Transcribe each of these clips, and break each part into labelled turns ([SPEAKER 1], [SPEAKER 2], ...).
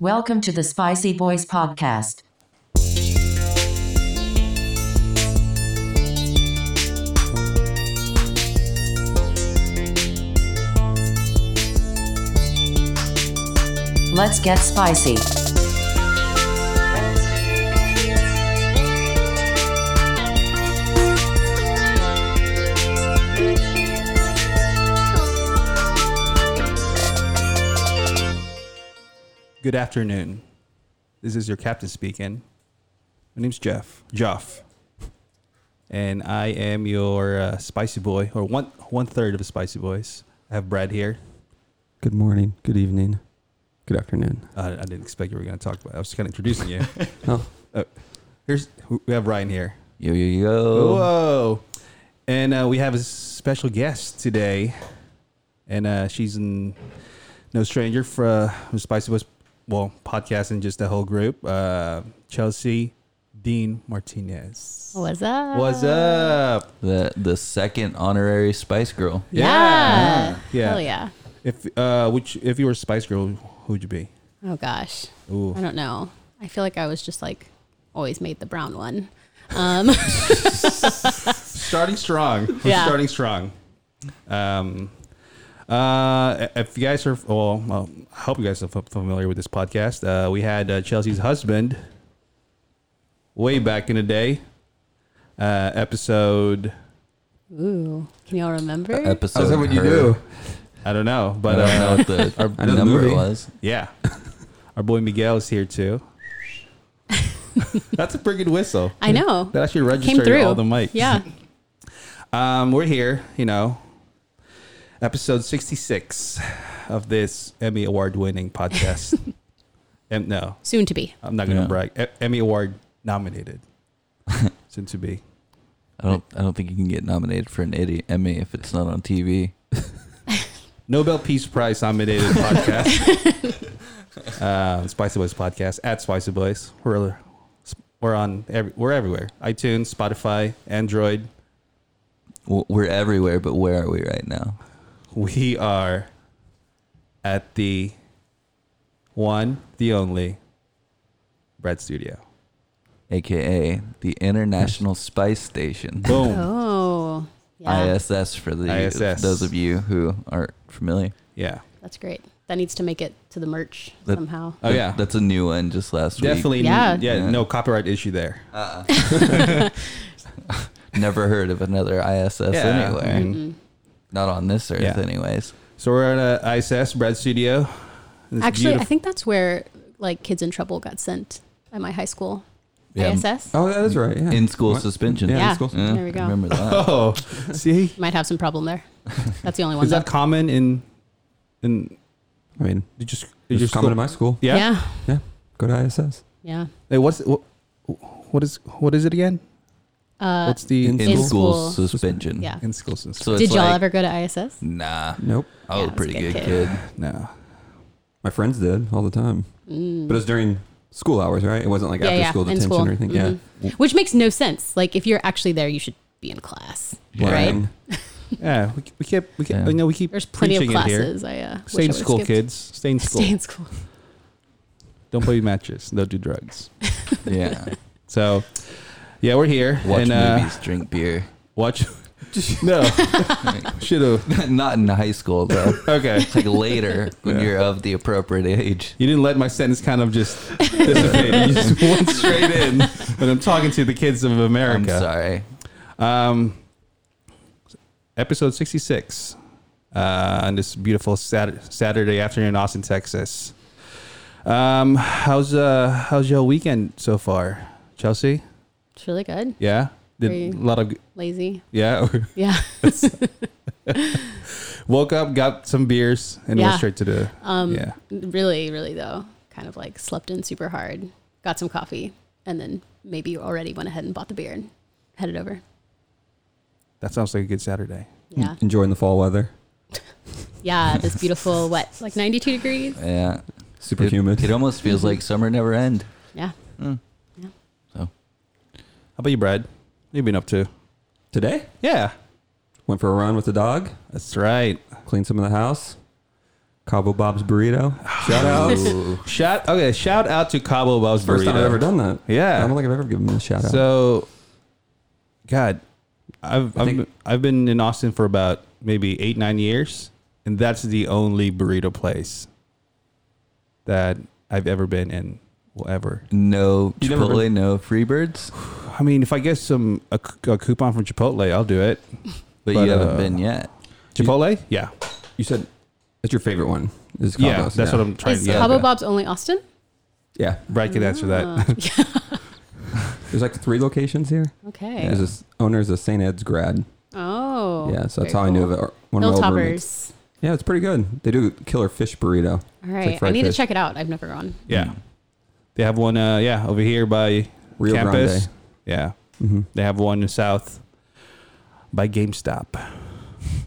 [SPEAKER 1] Welcome to the Spicy Boys Podcast. Let's get spicy.
[SPEAKER 2] Good afternoon. This is your captain speaking. My name's Jeff. Jeff. And I am your uh, spicy boy, or one one third of the spicy boys. I have Brad here.
[SPEAKER 3] Good morning. Good evening. Good afternoon.
[SPEAKER 2] Uh, I didn't expect you were going to talk about. It. I was just kind of introducing you.
[SPEAKER 3] Oh,
[SPEAKER 2] uh, here's we have Ryan here.
[SPEAKER 4] Yo yo yo.
[SPEAKER 2] Whoa! And uh, we have a special guest today, and uh, she's in, no stranger for uh, from Spicy Boys, well, podcast and just the whole group. Uh, Chelsea Dean Martinez.
[SPEAKER 5] What's up?
[SPEAKER 2] What's up?
[SPEAKER 4] The the second honorary Spice Girl.
[SPEAKER 5] Yeah.
[SPEAKER 2] Yeah.
[SPEAKER 5] Hell yeah.
[SPEAKER 2] If uh, which if you were a Spice Girl, who'd you be?
[SPEAKER 5] Oh gosh.
[SPEAKER 2] Ooh.
[SPEAKER 5] I don't know. I feel like I was just like always made the brown one. Um,
[SPEAKER 2] starting strong. We're
[SPEAKER 5] Yeah.
[SPEAKER 2] starting strong. Um, uh, if you guys are, well, well, I hope you guys are f- familiar with this podcast. Uh, we had uh, Chelsea's husband way back in the day, uh, episode.
[SPEAKER 5] ooh. Can y'all remember?
[SPEAKER 4] Episode. her.
[SPEAKER 2] I don't know,
[SPEAKER 4] I
[SPEAKER 2] but
[SPEAKER 4] don't know
[SPEAKER 2] uh,
[SPEAKER 4] what the our
[SPEAKER 3] know the
[SPEAKER 4] number
[SPEAKER 3] movie.
[SPEAKER 4] was.
[SPEAKER 2] yeah, our boy Miguel is here too. That's a pretty good whistle.
[SPEAKER 5] I know.
[SPEAKER 2] That actually
[SPEAKER 5] Came
[SPEAKER 2] registered
[SPEAKER 5] through.
[SPEAKER 2] all the mics.
[SPEAKER 5] Yeah.
[SPEAKER 2] Um, we're here, you know, episode 66 of this Emmy award winning podcast. em- no,
[SPEAKER 5] Soon to be.
[SPEAKER 2] I'm not going to
[SPEAKER 4] Yeah.
[SPEAKER 2] brag. E- Emmy award nominated. Soon to be.
[SPEAKER 4] I don't I don't think you can get nominated for an Eddie Emmy if it's not on TV.
[SPEAKER 2] Nobel Peace Prize nominated podcast. um, Spicy Boys podcast at Spicy Boys. We're, we're on, every, we're everywhere. iTunes, Spotify, Android.
[SPEAKER 4] W- We're everywhere, but where are we right now?
[SPEAKER 2] We are at the one, the only Brad Studio.
[SPEAKER 4] AKA the International Spice Station.
[SPEAKER 2] Boom.
[SPEAKER 5] Oh. Yeah.
[SPEAKER 4] ISS for the
[SPEAKER 2] ISS.
[SPEAKER 4] those of you who aren't familiar.
[SPEAKER 2] Yeah.
[SPEAKER 5] That's great. That needs to make it to the merch
[SPEAKER 4] That-
[SPEAKER 5] somehow.
[SPEAKER 2] Oh,
[SPEAKER 4] That-
[SPEAKER 2] yeah.
[SPEAKER 4] That's a new one just last week.
[SPEAKER 2] Definitely. Yeah.
[SPEAKER 5] Yeah.
[SPEAKER 2] No copyright issue there.
[SPEAKER 4] Never heard of another ISS
[SPEAKER 2] Yeah.
[SPEAKER 4] anywhere. Not on this earth
[SPEAKER 2] Yeah.
[SPEAKER 4] anyways.
[SPEAKER 2] So we're at uh, ISS, Brad Studio. It's
[SPEAKER 5] Actually, I think that's where like kids in trouble got sent at my high school.
[SPEAKER 4] Yeah.
[SPEAKER 5] ISS.
[SPEAKER 3] oh that is right. Yeah.
[SPEAKER 4] In school
[SPEAKER 3] What?
[SPEAKER 4] suspension.
[SPEAKER 3] Yeah, in
[SPEAKER 5] Yeah.
[SPEAKER 3] school suspension.
[SPEAKER 5] There we go.
[SPEAKER 4] Remember that.
[SPEAKER 2] Oh, see?
[SPEAKER 5] Might have some problem there. That's the only one.
[SPEAKER 2] Is that
[SPEAKER 5] though.
[SPEAKER 2] common in. in
[SPEAKER 3] I mean,
[SPEAKER 2] did just, did
[SPEAKER 3] it's
[SPEAKER 2] your
[SPEAKER 3] just coming
[SPEAKER 2] school-
[SPEAKER 3] to my school.
[SPEAKER 2] Yeah.
[SPEAKER 5] Yeah.
[SPEAKER 3] Yeah. Go to ISS.
[SPEAKER 5] Yeah.
[SPEAKER 2] Hey, what's. What, what is what is it again?
[SPEAKER 5] Uh,
[SPEAKER 2] What's the in,
[SPEAKER 3] in-
[SPEAKER 4] in
[SPEAKER 5] In
[SPEAKER 4] school,
[SPEAKER 5] school.
[SPEAKER 4] suspension.
[SPEAKER 5] yeah.
[SPEAKER 2] school system?
[SPEAKER 4] So
[SPEAKER 5] Did
[SPEAKER 4] it's
[SPEAKER 5] y'all
[SPEAKER 4] like,
[SPEAKER 5] ever go to ISS?
[SPEAKER 4] Nah.
[SPEAKER 3] Nope.
[SPEAKER 4] I
[SPEAKER 5] Yeah, I
[SPEAKER 4] was a
[SPEAKER 5] was
[SPEAKER 4] pretty
[SPEAKER 5] a good
[SPEAKER 4] good, kid.
[SPEAKER 5] kid.
[SPEAKER 2] no,
[SPEAKER 3] My friends did all the time, but it was during school hours, right? It wasn't like
[SPEAKER 5] Yeah,
[SPEAKER 3] after
[SPEAKER 5] yeah,
[SPEAKER 3] school
[SPEAKER 5] in
[SPEAKER 3] detention
[SPEAKER 5] school. Mm-hmm.
[SPEAKER 3] or anything. Yeah.
[SPEAKER 5] Which makes no sense. Like if you're actually there, you should be in class, right?
[SPEAKER 3] Blind.
[SPEAKER 2] yeah, we, we kept we kept,
[SPEAKER 4] Yeah.
[SPEAKER 2] you know we keep
[SPEAKER 5] There's plenty of
[SPEAKER 2] preaching it here.
[SPEAKER 5] classes. I uh, wish
[SPEAKER 2] Stay
[SPEAKER 5] I
[SPEAKER 2] in
[SPEAKER 5] would've
[SPEAKER 2] school,
[SPEAKER 5] skipped.
[SPEAKER 2] kids. Stay in school.
[SPEAKER 5] Stay in school.
[SPEAKER 2] Don't play with matches. Don't do drugs.
[SPEAKER 4] Yeah.
[SPEAKER 2] So, yeah, we're here
[SPEAKER 4] Watch
[SPEAKER 2] and uh,
[SPEAKER 4] movies, drink beer.
[SPEAKER 2] watch. no, should have.
[SPEAKER 4] Not in high school though.
[SPEAKER 2] Okay,
[SPEAKER 4] It's like later when you're of the appropriate age.
[SPEAKER 2] you didn't let my sentence kind of just dissipate. you just went straight in. But I'm talking to the kids of
[SPEAKER 4] I'm
[SPEAKER 2] America.
[SPEAKER 4] sorry.
[SPEAKER 2] Um, episode 66 uh, on this beautiful Sat- Saturday afternoon in Austin, Texas. Um, how's uh how's your weekend so far, Chelsea?
[SPEAKER 5] It's really good.
[SPEAKER 2] Yeah, did
[SPEAKER 5] Pretty-
[SPEAKER 2] a lot of g-
[SPEAKER 5] Lazy.
[SPEAKER 2] yeah.
[SPEAKER 5] Yeah.
[SPEAKER 2] Woke up, got some beers, and went
[SPEAKER 5] Yeah.
[SPEAKER 2] straight to the
[SPEAKER 5] Um,
[SPEAKER 2] yeah.
[SPEAKER 5] Really, really though. Kind of like slept in super hard. Got some coffee, and then maybe already went ahead and bought the beer and headed over.
[SPEAKER 2] That sounds like a good Saturday.
[SPEAKER 5] Yeah.
[SPEAKER 3] Enjoying the fall weather.
[SPEAKER 5] Yeah. This beautiful wet, like 92 degrees.
[SPEAKER 4] Yeah.
[SPEAKER 3] Super
[SPEAKER 4] It,
[SPEAKER 3] humid.
[SPEAKER 4] it almost feels like summer never end.
[SPEAKER 5] Yeah.
[SPEAKER 2] How about you, Brad? What you been up to?
[SPEAKER 3] Today,
[SPEAKER 2] Yeah,
[SPEAKER 3] went for a run with the dog,
[SPEAKER 2] that's right.
[SPEAKER 3] cleaned some of the house. Cabo Bob's burrito. Shout out.
[SPEAKER 2] Shout okay, shout out to Cabo Bob's
[SPEAKER 3] First time
[SPEAKER 2] Burrito.
[SPEAKER 3] I've ever done that.
[SPEAKER 2] Yeah.
[SPEAKER 3] I don't think I've ever given them a shout out.
[SPEAKER 2] So, God, I've
[SPEAKER 3] I
[SPEAKER 2] I've,
[SPEAKER 3] think-
[SPEAKER 2] I've been in Austin for about maybe eight nine years, and that's the only burrito place that I've ever been in. Will ever.
[SPEAKER 4] No
[SPEAKER 3] You never
[SPEAKER 4] Chipotle, no Freebirds,
[SPEAKER 2] I mean, if I get some a, c- a coupon from Chipotle, I'll do it. But,
[SPEAKER 4] but, you haven't
[SPEAKER 2] uh,
[SPEAKER 4] been yet.
[SPEAKER 2] Chipotle, yeah,
[SPEAKER 3] you said that's your favorite one. Is Cabo.
[SPEAKER 2] yeah. That's what I'm trying.
[SPEAKER 5] Is
[SPEAKER 2] yeah,
[SPEAKER 5] Cabo
[SPEAKER 2] yeah.
[SPEAKER 5] Bob's only Austin?
[SPEAKER 3] Yeah.
[SPEAKER 2] Brad can answer that.
[SPEAKER 5] Uh,
[SPEAKER 3] There's like three locations here.
[SPEAKER 5] okay.
[SPEAKER 3] There's this owner's a St. Ed's grad.
[SPEAKER 5] Oh.
[SPEAKER 3] yeah, so that's
[SPEAKER 5] very
[SPEAKER 3] how I knew of
[SPEAKER 5] cool.
[SPEAKER 3] it. Or- One of
[SPEAKER 5] Hill
[SPEAKER 3] my old roommates.
[SPEAKER 5] Toppers.
[SPEAKER 3] Yeah, it's pretty good. They do killer fish burrito.
[SPEAKER 5] All right. I
[SPEAKER 3] fried
[SPEAKER 5] need to
[SPEAKER 3] fish.
[SPEAKER 5] check it out. I've never gone.
[SPEAKER 2] Yeah, Hmm. they have one. Uh, yeah, over here by
[SPEAKER 3] Rio
[SPEAKER 2] campus.
[SPEAKER 3] Grande.
[SPEAKER 2] Yeah,
[SPEAKER 3] Mm-hmm.
[SPEAKER 2] they have one in South by GameStop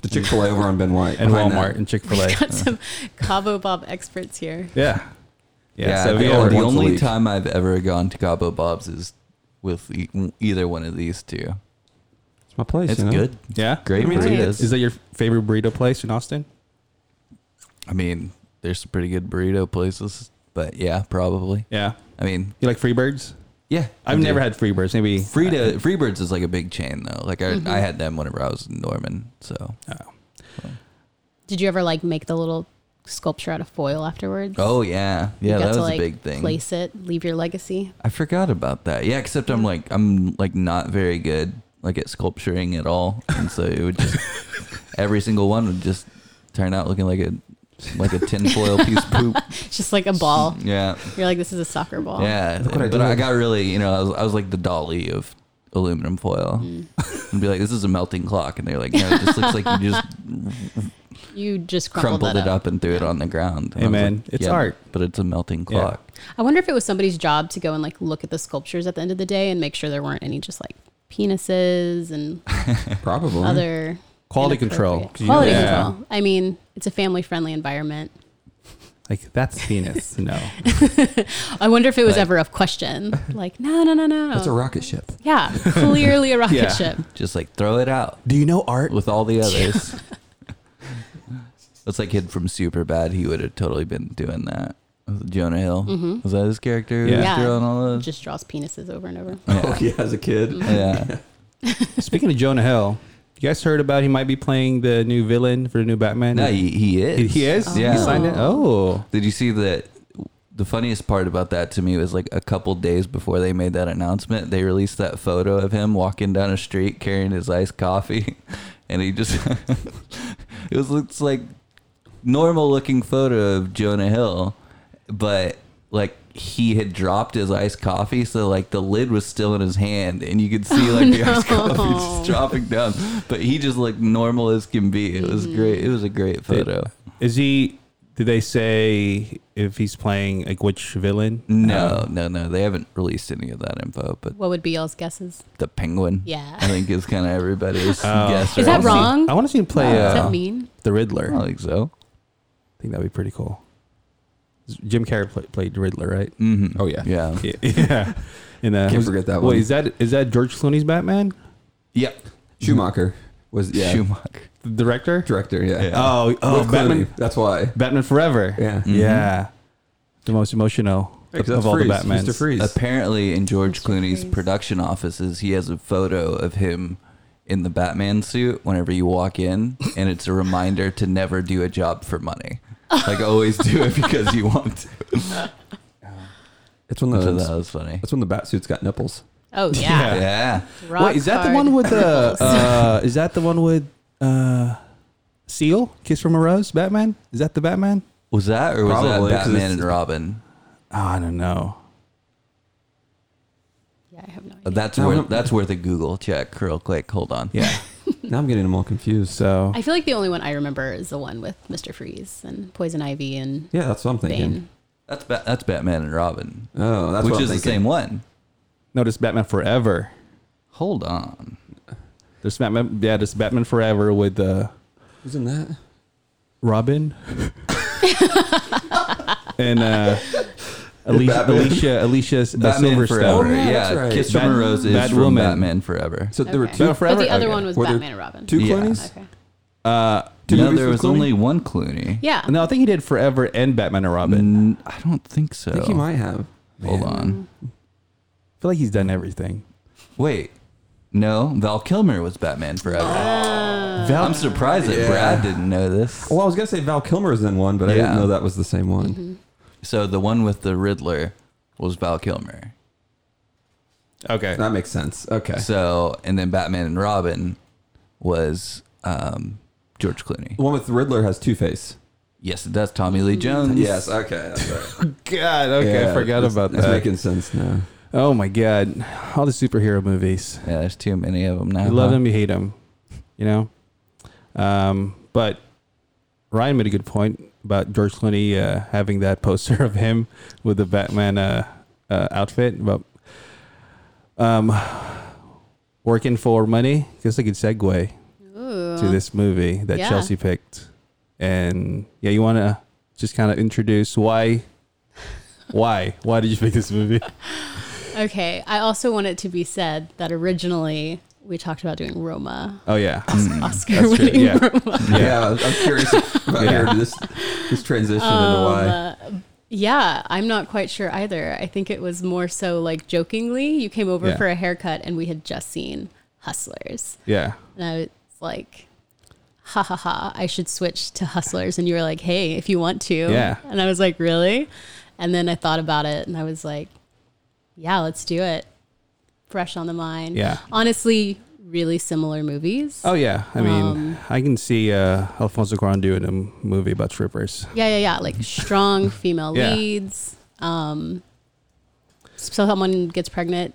[SPEAKER 3] The Chick Fil A over on Ben White
[SPEAKER 2] and
[SPEAKER 3] behind that.
[SPEAKER 2] Walmart and Chick Fil A.
[SPEAKER 5] Got some Cabo Bob experts here.
[SPEAKER 2] Yeah. Yeah.
[SPEAKER 3] Yeah,
[SPEAKER 2] so
[SPEAKER 3] I
[SPEAKER 2] we
[SPEAKER 3] think
[SPEAKER 2] all
[SPEAKER 3] I
[SPEAKER 4] the
[SPEAKER 3] once a
[SPEAKER 4] only
[SPEAKER 3] week.
[SPEAKER 4] time I've ever gone to Cabo Bob's is with e- either one of these two.
[SPEAKER 3] It's my place.
[SPEAKER 4] It's
[SPEAKER 3] you know?
[SPEAKER 4] good,
[SPEAKER 2] yeah.
[SPEAKER 4] great
[SPEAKER 3] I mean, it's like-
[SPEAKER 4] burritos.
[SPEAKER 2] Is that your favorite burrito place in Austin?
[SPEAKER 4] I mean, there's some pretty good burrito places, but yeah, probably.
[SPEAKER 2] Yeah.
[SPEAKER 4] I mean,
[SPEAKER 2] You like Freebirds?
[SPEAKER 4] yeah,
[SPEAKER 2] I've
[SPEAKER 4] I do.
[SPEAKER 2] never had Freebirds. Maybe
[SPEAKER 4] Frida Freebirds is like a big chain though. Like I,
[SPEAKER 5] Mm-hmm.
[SPEAKER 4] I had them whenever I was in Norman. So
[SPEAKER 2] uh,
[SPEAKER 5] Did you ever like make the little sculpture out of foil afterwards?
[SPEAKER 4] oh yeah, yeah,
[SPEAKER 5] you got
[SPEAKER 4] that was
[SPEAKER 5] to, like,
[SPEAKER 4] a big thing.
[SPEAKER 5] Place it, leave your legacy.
[SPEAKER 4] I forgot about that. Yeah, except I'm like I'm like not very good like at sculpturing at all, and so it would just every single one would just turn out looking like a like a tinfoil piece of poop.
[SPEAKER 5] It's just like a ball.
[SPEAKER 4] Yeah,
[SPEAKER 5] You're like, this is a soccer ball.
[SPEAKER 4] yeah.
[SPEAKER 3] Look what I
[SPEAKER 4] but I
[SPEAKER 3] did.
[SPEAKER 4] got really you know I was I was like the dolly of aluminum foil,
[SPEAKER 5] Mm.
[SPEAKER 4] and be like this is a melting clock, and they're like no, it just looks like you just
[SPEAKER 5] You just crumpled,
[SPEAKER 4] crumpled
[SPEAKER 5] that
[SPEAKER 4] it
[SPEAKER 5] up.
[SPEAKER 4] up and threw it on the ground. And
[SPEAKER 2] Hey,
[SPEAKER 4] I was
[SPEAKER 2] man, it's art.
[SPEAKER 4] but it's a melting
[SPEAKER 2] Yeah.
[SPEAKER 4] clock.
[SPEAKER 5] I wonder if it was somebody's job to go and like look at the sculptures at the end of the day and make sure there weren't any just like penises and
[SPEAKER 3] Probably.
[SPEAKER 5] other
[SPEAKER 2] quality
[SPEAKER 5] inappropriate-
[SPEAKER 2] control. 'Cause you-
[SPEAKER 5] Quality
[SPEAKER 2] yeah.
[SPEAKER 5] control. I mean, it's a family friendly environment.
[SPEAKER 2] Like that's penis. no.
[SPEAKER 5] I wonder if it was
[SPEAKER 4] Like-
[SPEAKER 5] ever a question. Like, no, no, no, no, no.
[SPEAKER 3] That's a rocket ship.
[SPEAKER 5] yeah, clearly a rocket
[SPEAKER 2] Yeah.
[SPEAKER 5] ship.
[SPEAKER 4] Just like throw it out.
[SPEAKER 2] Do you know art?
[SPEAKER 4] with all the others. That's like kid from Super Bad. He would have totally been doing that. Was it Jonah Hill was that his character?
[SPEAKER 2] Yeah.
[SPEAKER 5] Mm-hmm. Yeah.
[SPEAKER 4] yeah. Doing all those.
[SPEAKER 5] Just draws penises over and over.
[SPEAKER 3] Oh yeah, as a kid.
[SPEAKER 5] Mm.
[SPEAKER 4] yeah.
[SPEAKER 2] Speaking of Jonah Hill, you guys heard about he might be playing the new villain for the new Batman?
[SPEAKER 4] No, he, he
[SPEAKER 2] he,
[SPEAKER 4] is.
[SPEAKER 2] he is.
[SPEAKER 4] Yeah.
[SPEAKER 2] He
[SPEAKER 3] Oh.
[SPEAKER 2] signed it. Oh.
[SPEAKER 4] Did you see that? The funniest part about that to me was like a couple days before they made that announcement, they released that photo of him walking down a street carrying his iced coffee, and he just it was looks like normal looking photo of Jonah Hill, but like he had dropped his iced coffee, so like the lid was still in his hand, and you could see like the iced coffee just dropping down. But he just looked normal as can be. It was great. It was a great photo.
[SPEAKER 2] Is he did they say if he's playing like which villain? Uh,
[SPEAKER 4] No,
[SPEAKER 3] Um,
[SPEAKER 4] no, no. They haven't released any of that info, but
[SPEAKER 5] What would be y'all's guesses?
[SPEAKER 4] the penguin,
[SPEAKER 5] Yeah.
[SPEAKER 4] I think is kind of everybody's
[SPEAKER 3] Oh.
[SPEAKER 4] guess.
[SPEAKER 5] Is
[SPEAKER 4] right
[SPEAKER 5] that
[SPEAKER 4] now.
[SPEAKER 5] wrong?
[SPEAKER 2] I want to see him play
[SPEAKER 5] Does
[SPEAKER 2] uh,
[SPEAKER 5] that mean?
[SPEAKER 2] the
[SPEAKER 4] I
[SPEAKER 2] Riddler.
[SPEAKER 4] don't think so.
[SPEAKER 2] I think that'd be pretty cool. Jim Carrey play, played the Riddler, right?
[SPEAKER 4] Mm-hmm.
[SPEAKER 3] Oh, yeah.
[SPEAKER 4] yeah,
[SPEAKER 2] Yeah. yeah. And uh,
[SPEAKER 3] Can't
[SPEAKER 2] who's-
[SPEAKER 3] forget that
[SPEAKER 2] Wait,
[SPEAKER 3] one.
[SPEAKER 2] is that is that George Clooney's Batman?
[SPEAKER 4] yep.
[SPEAKER 3] Schumacher was yeah
[SPEAKER 4] Schumacher.
[SPEAKER 2] The director?
[SPEAKER 3] director. Yeah.
[SPEAKER 2] Oh, oh,
[SPEAKER 3] With
[SPEAKER 2] Batman,
[SPEAKER 3] Clooney. That's why.
[SPEAKER 2] Batman Forever.
[SPEAKER 3] Yeah.
[SPEAKER 2] Yeah. The most emotional of,
[SPEAKER 3] That's
[SPEAKER 2] of all the
[SPEAKER 3] Freeze,
[SPEAKER 2] Batmans.
[SPEAKER 3] Mr. Freeze.
[SPEAKER 4] Apparently, in George
[SPEAKER 5] Mr.
[SPEAKER 4] Clooney's
[SPEAKER 5] Freeze.
[SPEAKER 4] production offices, he has a photo of him in the Batman suit whenever you walk in, and it's a reminder to never do a job for money. Like always do it because you want to.
[SPEAKER 3] It's when
[SPEAKER 4] So that
[SPEAKER 3] the
[SPEAKER 4] was funny.
[SPEAKER 3] that's when the bat suits got nipples.
[SPEAKER 5] Oh yeah.
[SPEAKER 4] Yeah.
[SPEAKER 5] Rock
[SPEAKER 2] Wait, is that
[SPEAKER 5] hard.
[SPEAKER 2] the one with the uh, is that the one with uh, Seal? Kiss from a Rose? Batman? Is that the Batman?
[SPEAKER 4] Was that or was
[SPEAKER 3] Probably, 'cause
[SPEAKER 4] that Batman
[SPEAKER 3] it's-
[SPEAKER 4] and Robin?
[SPEAKER 2] Oh, I don't know.
[SPEAKER 5] Yeah, I have no idea.
[SPEAKER 4] That's
[SPEAKER 3] No, no.
[SPEAKER 4] worth that's worth a Google check real quick. Hold on.
[SPEAKER 2] Yeah.
[SPEAKER 3] Now I'm getting them all confused.
[SPEAKER 2] So
[SPEAKER 5] I feel like the only one I remember is the one with Mr. Freeze and Poison Ivy and
[SPEAKER 3] Yeah, that's what I'm thinking.
[SPEAKER 5] Bane.
[SPEAKER 4] That's ba- that's Batman and Robin,
[SPEAKER 3] Oh, that's
[SPEAKER 4] which
[SPEAKER 3] what
[SPEAKER 4] is
[SPEAKER 3] I'm
[SPEAKER 4] the same
[SPEAKER 3] thinking.
[SPEAKER 4] one.
[SPEAKER 2] notice Batman Forever.
[SPEAKER 4] Hold on.
[SPEAKER 2] There's Batman. Yeah, there's Batman Forever with uh,
[SPEAKER 3] Who's in that?
[SPEAKER 2] Robin and uh, Alicia,
[SPEAKER 3] Batman.
[SPEAKER 2] Alicia Alicia S- uh,
[SPEAKER 4] Batman Forever.
[SPEAKER 2] Silverstone.
[SPEAKER 3] yeah,
[SPEAKER 4] yeah,
[SPEAKER 3] that's right.
[SPEAKER 4] Kiss from a
[SPEAKER 2] Bat-
[SPEAKER 4] Rose is from
[SPEAKER 2] Batwoman.
[SPEAKER 4] Batman Forever.
[SPEAKER 3] So there were
[SPEAKER 5] Okay.
[SPEAKER 3] two
[SPEAKER 2] Batman
[SPEAKER 5] But
[SPEAKER 2] Forever.
[SPEAKER 5] the other
[SPEAKER 2] okay.
[SPEAKER 5] one was
[SPEAKER 3] Were there
[SPEAKER 5] Batman and Robin.
[SPEAKER 3] two
[SPEAKER 4] Yeah.
[SPEAKER 3] Clooney's.
[SPEAKER 5] Okay.
[SPEAKER 2] Uh,
[SPEAKER 3] Two Two
[SPEAKER 4] no,
[SPEAKER 3] movies
[SPEAKER 4] there
[SPEAKER 3] with
[SPEAKER 4] was
[SPEAKER 3] Clooney?
[SPEAKER 4] only one Clooney.
[SPEAKER 5] Yeah.
[SPEAKER 2] No, I think he did Forever and Batman and Robin.
[SPEAKER 4] N- I don't think so.
[SPEAKER 3] I think he might have.
[SPEAKER 4] Hold
[SPEAKER 3] Man.
[SPEAKER 4] on.
[SPEAKER 2] I feel like he's done everything.
[SPEAKER 4] Wait. No, Val Kilmer was Batman forever.
[SPEAKER 3] Oh.
[SPEAKER 2] Val-
[SPEAKER 4] I'm surprised that
[SPEAKER 3] Yeah.
[SPEAKER 4] Brad didn't know this.
[SPEAKER 3] Well, I was gonna say Val Kilmer is in one, but I didn't
[SPEAKER 4] Yeah.
[SPEAKER 3] know that was the same one.
[SPEAKER 4] So the one with the Riddler was Val Kilmer.
[SPEAKER 2] okay.
[SPEAKER 3] That makes sense. Okay.
[SPEAKER 4] So and then Batman and Robin was um, George Clooney.
[SPEAKER 3] The one with Riddler has Two Face.
[SPEAKER 4] Yes, that's Tommy Lee Jones.
[SPEAKER 3] Okay. That's right.
[SPEAKER 2] God, okay, I forgot about
[SPEAKER 3] It's
[SPEAKER 2] that.
[SPEAKER 3] making sense now.
[SPEAKER 2] oh my God, all the superhero movies.
[SPEAKER 4] Yeah, there's too many of them now.
[SPEAKER 2] You love
[SPEAKER 4] huh?
[SPEAKER 2] him, you hate him, you know. Um, but Ryan made a good point about George Clooney uh, having that poster of him with the Batman uh, uh, outfit, but um, working for money. Guess a good segue
[SPEAKER 5] Ooh.
[SPEAKER 2] to this movie that
[SPEAKER 5] Yeah.
[SPEAKER 2] Chelsea picked, and yeah, you want to just kind of introduce why. Why? Why did you pick this movie?
[SPEAKER 5] Okay. I also want it to be said that originally we talked about doing Roma,
[SPEAKER 2] Oh yeah,
[SPEAKER 5] Oscar winning
[SPEAKER 2] yeah.
[SPEAKER 5] Roma.
[SPEAKER 3] Yeah, I'm I'm curious about your- this this transition into why.
[SPEAKER 5] Yeah, I'm not quite sure either. I think it was more so like jokingly, you came over
[SPEAKER 2] Yeah.
[SPEAKER 5] for a haircut and we had just seen Hustlers.
[SPEAKER 2] yeah.
[SPEAKER 5] And I was like, ha ha ha, I should switch to Hustlers. And you were like, hey, if you want to.
[SPEAKER 2] Yeah.
[SPEAKER 5] And I was like, really? And then I thought about it and I was like, yeah, let's do it. Fresh on the mind.
[SPEAKER 2] Yeah.
[SPEAKER 5] Honestly, really similar movies.
[SPEAKER 2] Oh yeah, I mean,
[SPEAKER 5] Um,
[SPEAKER 2] I can see uh, Alfonso Cuarón doing a m- movie about strippers.
[SPEAKER 5] Yeah, yeah, yeah. Like strong female
[SPEAKER 2] Yeah.
[SPEAKER 5] leads. Um, so someone gets pregnant.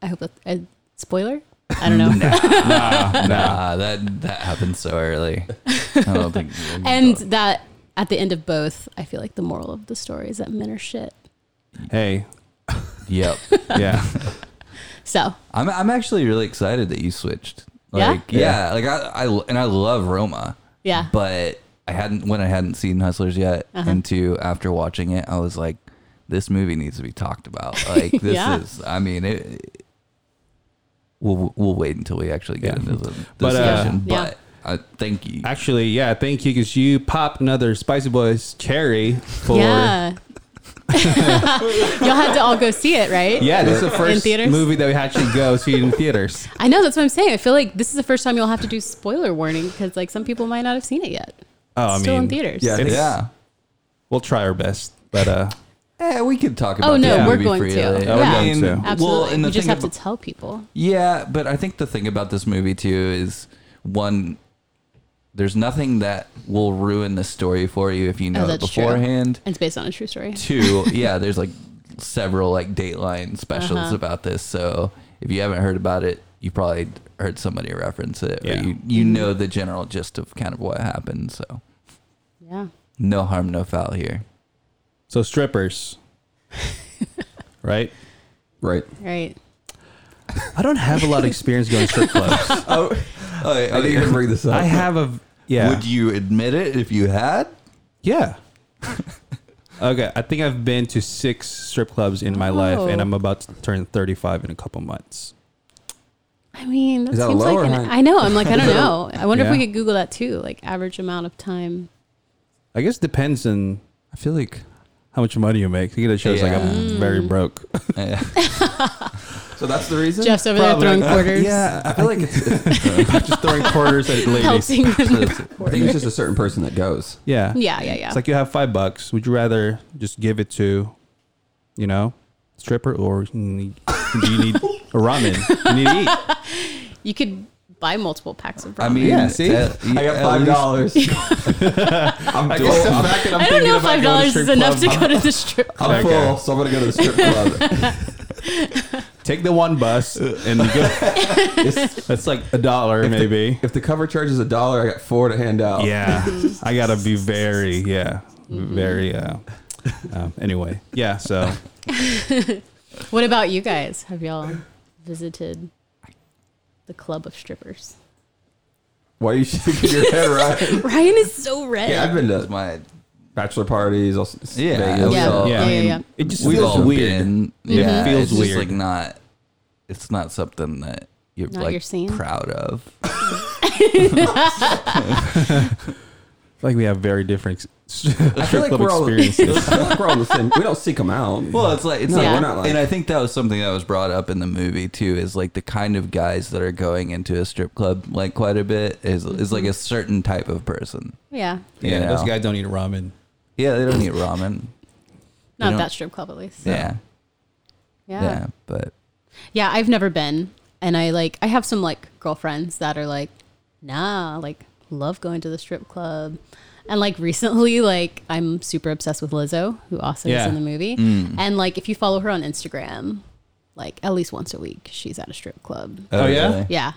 [SPEAKER 5] I hope that uh, spoiler. I don't know.
[SPEAKER 4] Nah, that that happened so early. I don't think.
[SPEAKER 5] And that at the end of both, I feel like the moral of the story is that men are shit.
[SPEAKER 2] Hey,
[SPEAKER 4] yep,
[SPEAKER 2] yeah,
[SPEAKER 5] So
[SPEAKER 4] I'm I'm actually really excited that you switched.
[SPEAKER 5] Yeah?
[SPEAKER 4] Like, yeah, like I, I and I love Roma.
[SPEAKER 5] yeah,
[SPEAKER 4] but I hadn't when I hadn't seen Hustlers yet.
[SPEAKER 5] Uh-huh.
[SPEAKER 4] And two, after watching it, I was like, this movie needs to be talked about. Like this
[SPEAKER 5] Yeah.
[SPEAKER 4] is, I mean, it. We'll we'll wait until we actually get
[SPEAKER 2] Yeah.
[SPEAKER 4] into the discussion.
[SPEAKER 2] But,
[SPEAKER 4] But,
[SPEAKER 2] uh,
[SPEAKER 5] Yeah.
[SPEAKER 4] uh, thank you.
[SPEAKER 2] actually, yeah. Thank you, because you popped another Spicy Boys cherry for yeah.
[SPEAKER 5] yeah. You'll have to all go see it, right?
[SPEAKER 2] this is the
[SPEAKER 5] In
[SPEAKER 2] first
[SPEAKER 5] theaters?
[SPEAKER 2] movie that we actually go see in theaters.
[SPEAKER 5] I know that's what I'm saying. I feel like this is the first time you'll have to do spoiler warning because like some people might not have seen it yet.
[SPEAKER 2] Oh, I
[SPEAKER 5] It's still
[SPEAKER 2] mean,
[SPEAKER 5] in theaters.
[SPEAKER 3] Yeah,
[SPEAKER 2] It's-
[SPEAKER 4] yeah.
[SPEAKER 2] We'll try our best, but uh,
[SPEAKER 4] Eh, we could talk about
[SPEAKER 5] Oh, no,
[SPEAKER 4] that
[SPEAKER 5] we're
[SPEAKER 4] movie
[SPEAKER 5] going
[SPEAKER 4] freely.
[SPEAKER 5] to. Yeah.
[SPEAKER 2] we're going to.
[SPEAKER 5] Absolutely.
[SPEAKER 4] Well, and the
[SPEAKER 5] you just
[SPEAKER 4] thing
[SPEAKER 5] have
[SPEAKER 4] about-
[SPEAKER 5] to tell people.
[SPEAKER 4] Yeah, but I think the thing about this movie too is one there's nothing that will ruin the story for you if you know it
[SPEAKER 5] Oh, that's true.
[SPEAKER 4] beforehand.
[SPEAKER 5] It's based on a true story.
[SPEAKER 4] two yeah there's like several like dateline specials about this so if you haven't heard about it you probably heard somebody reference it
[SPEAKER 2] Yeah.
[SPEAKER 4] or you, you know the general gist of kind of what happened so
[SPEAKER 5] Yeah.
[SPEAKER 4] no harm no foul here
[SPEAKER 2] so strippers, right?
[SPEAKER 3] Right.
[SPEAKER 5] Right.
[SPEAKER 2] I don't have a lot of experience going strip clubs.
[SPEAKER 3] Oh, I didn't even bring this up.
[SPEAKER 2] I have a yeah,
[SPEAKER 4] would you admit it if you had
[SPEAKER 2] yeah. Okay, I think I've been to six strip clubs in my life, and
[SPEAKER 5] Oh.
[SPEAKER 2] I'm about to turn 35 in a couple months.
[SPEAKER 5] I mean, that
[SPEAKER 3] Is that
[SPEAKER 5] seems
[SPEAKER 3] low or
[SPEAKER 5] like an,
[SPEAKER 3] high?
[SPEAKER 5] I know. I'm like, I don't know. I wonder if we
[SPEAKER 2] Yeah.
[SPEAKER 5] could Google that too, like average amount of time.
[SPEAKER 2] I guess it depends on
[SPEAKER 3] I feel like
[SPEAKER 2] how much money you make. You know, it shows like I'm
[SPEAKER 5] Mm.
[SPEAKER 2] very broke.
[SPEAKER 4] Eh,
[SPEAKER 3] so. That's the reason.
[SPEAKER 5] Jeff's over
[SPEAKER 2] Probably.
[SPEAKER 5] there throwing quarters,
[SPEAKER 3] yeah, I feel like it's, it's,
[SPEAKER 2] Just throwing quarters at ladies.
[SPEAKER 5] helping them.
[SPEAKER 3] I think it's just a certain person that goes.
[SPEAKER 2] Yeah.
[SPEAKER 5] yeah, yeah, yeah.
[SPEAKER 2] It's like you have five bucks. Would you rather just give it to, you know, stripper or you need- do you need a ramen? You need to eat.
[SPEAKER 5] you could buy multiple packs of ramen.
[SPEAKER 4] i mean
[SPEAKER 2] Yeah, see?
[SPEAKER 4] at-
[SPEAKER 3] I got
[SPEAKER 4] at
[SPEAKER 3] five
[SPEAKER 4] least-
[SPEAKER 3] dollars. I'm,
[SPEAKER 2] I
[SPEAKER 3] full.
[SPEAKER 2] guess the
[SPEAKER 3] I'm,
[SPEAKER 2] fact that I'm
[SPEAKER 5] I don't
[SPEAKER 2] thinking
[SPEAKER 5] know
[SPEAKER 2] about
[SPEAKER 5] if
[SPEAKER 2] going
[SPEAKER 5] five
[SPEAKER 2] to
[SPEAKER 5] dollars
[SPEAKER 2] strip
[SPEAKER 5] is enough to
[SPEAKER 2] club,
[SPEAKER 5] go to the strip club.
[SPEAKER 3] I'm
[SPEAKER 2] Okay.
[SPEAKER 3] full, so I'm gonna go to the strip club.
[SPEAKER 2] Take the one bus and you go. That's like a dollar maybe.
[SPEAKER 3] if the cover charges a dollar, I got four to hand out.
[SPEAKER 2] Yeah, I gotta be very yeah, very. Uh, um, anyway, yeah. So
[SPEAKER 5] What about you guys? Have y'all visited the club of strippers?
[SPEAKER 3] Why are you shaking your head, right?
[SPEAKER 5] Ryan is so red.
[SPEAKER 3] Yeah, I've been
[SPEAKER 4] that's
[SPEAKER 3] to
[SPEAKER 4] my
[SPEAKER 3] bachelor parties. I'll, s-
[SPEAKER 4] yeah
[SPEAKER 3] Vegas.
[SPEAKER 5] Yeah.
[SPEAKER 4] so,
[SPEAKER 2] Yeah.
[SPEAKER 4] I
[SPEAKER 5] Yeah,
[SPEAKER 4] mean,
[SPEAKER 5] yeah,
[SPEAKER 2] it just
[SPEAKER 4] we've
[SPEAKER 2] feels
[SPEAKER 4] all
[SPEAKER 2] weird.
[SPEAKER 4] been,
[SPEAKER 2] It
[SPEAKER 4] yeah
[SPEAKER 2] feels
[SPEAKER 4] it's just,
[SPEAKER 2] weird.
[SPEAKER 4] like not it's not something that you're
[SPEAKER 5] Not
[SPEAKER 4] like
[SPEAKER 5] your scene?
[SPEAKER 4] proud of
[SPEAKER 2] like we have very different s-
[SPEAKER 3] I feel
[SPEAKER 2] strip
[SPEAKER 3] like
[SPEAKER 2] club
[SPEAKER 3] we're all, I
[SPEAKER 2] experiences.
[SPEAKER 3] feel like we're all the same. We don't seek them out.
[SPEAKER 4] Well, it's like it's
[SPEAKER 3] No,
[SPEAKER 4] like,
[SPEAKER 5] we're
[SPEAKER 3] not like-
[SPEAKER 4] and I think that was something that was brought up in the movie too. Is like the kind of guys that are going into a strip club like quite a bit is is like a certain type of person.
[SPEAKER 5] yeah,
[SPEAKER 4] you
[SPEAKER 2] yeah, those
[SPEAKER 4] know?
[SPEAKER 2] guys don't eat ramen.
[SPEAKER 4] Yeah, they don't eat ramen.
[SPEAKER 5] not
[SPEAKER 4] don't-
[SPEAKER 5] that strip club at least.
[SPEAKER 4] Yeah,
[SPEAKER 5] yeah,
[SPEAKER 4] yeah,
[SPEAKER 5] yeah.
[SPEAKER 4] but
[SPEAKER 5] I've never been, and I like I have some like girlfriends that are like, nah, like love going to the strip club, and like recently, like I'm super obsessed with Lizzo, who also
[SPEAKER 2] Yeah. Mm.
[SPEAKER 5] is in the movie, and like if you follow her on Instagram, like at least once a week, she's at a strip club.
[SPEAKER 2] Oh, yeah?
[SPEAKER 4] really?
[SPEAKER 5] Yeah,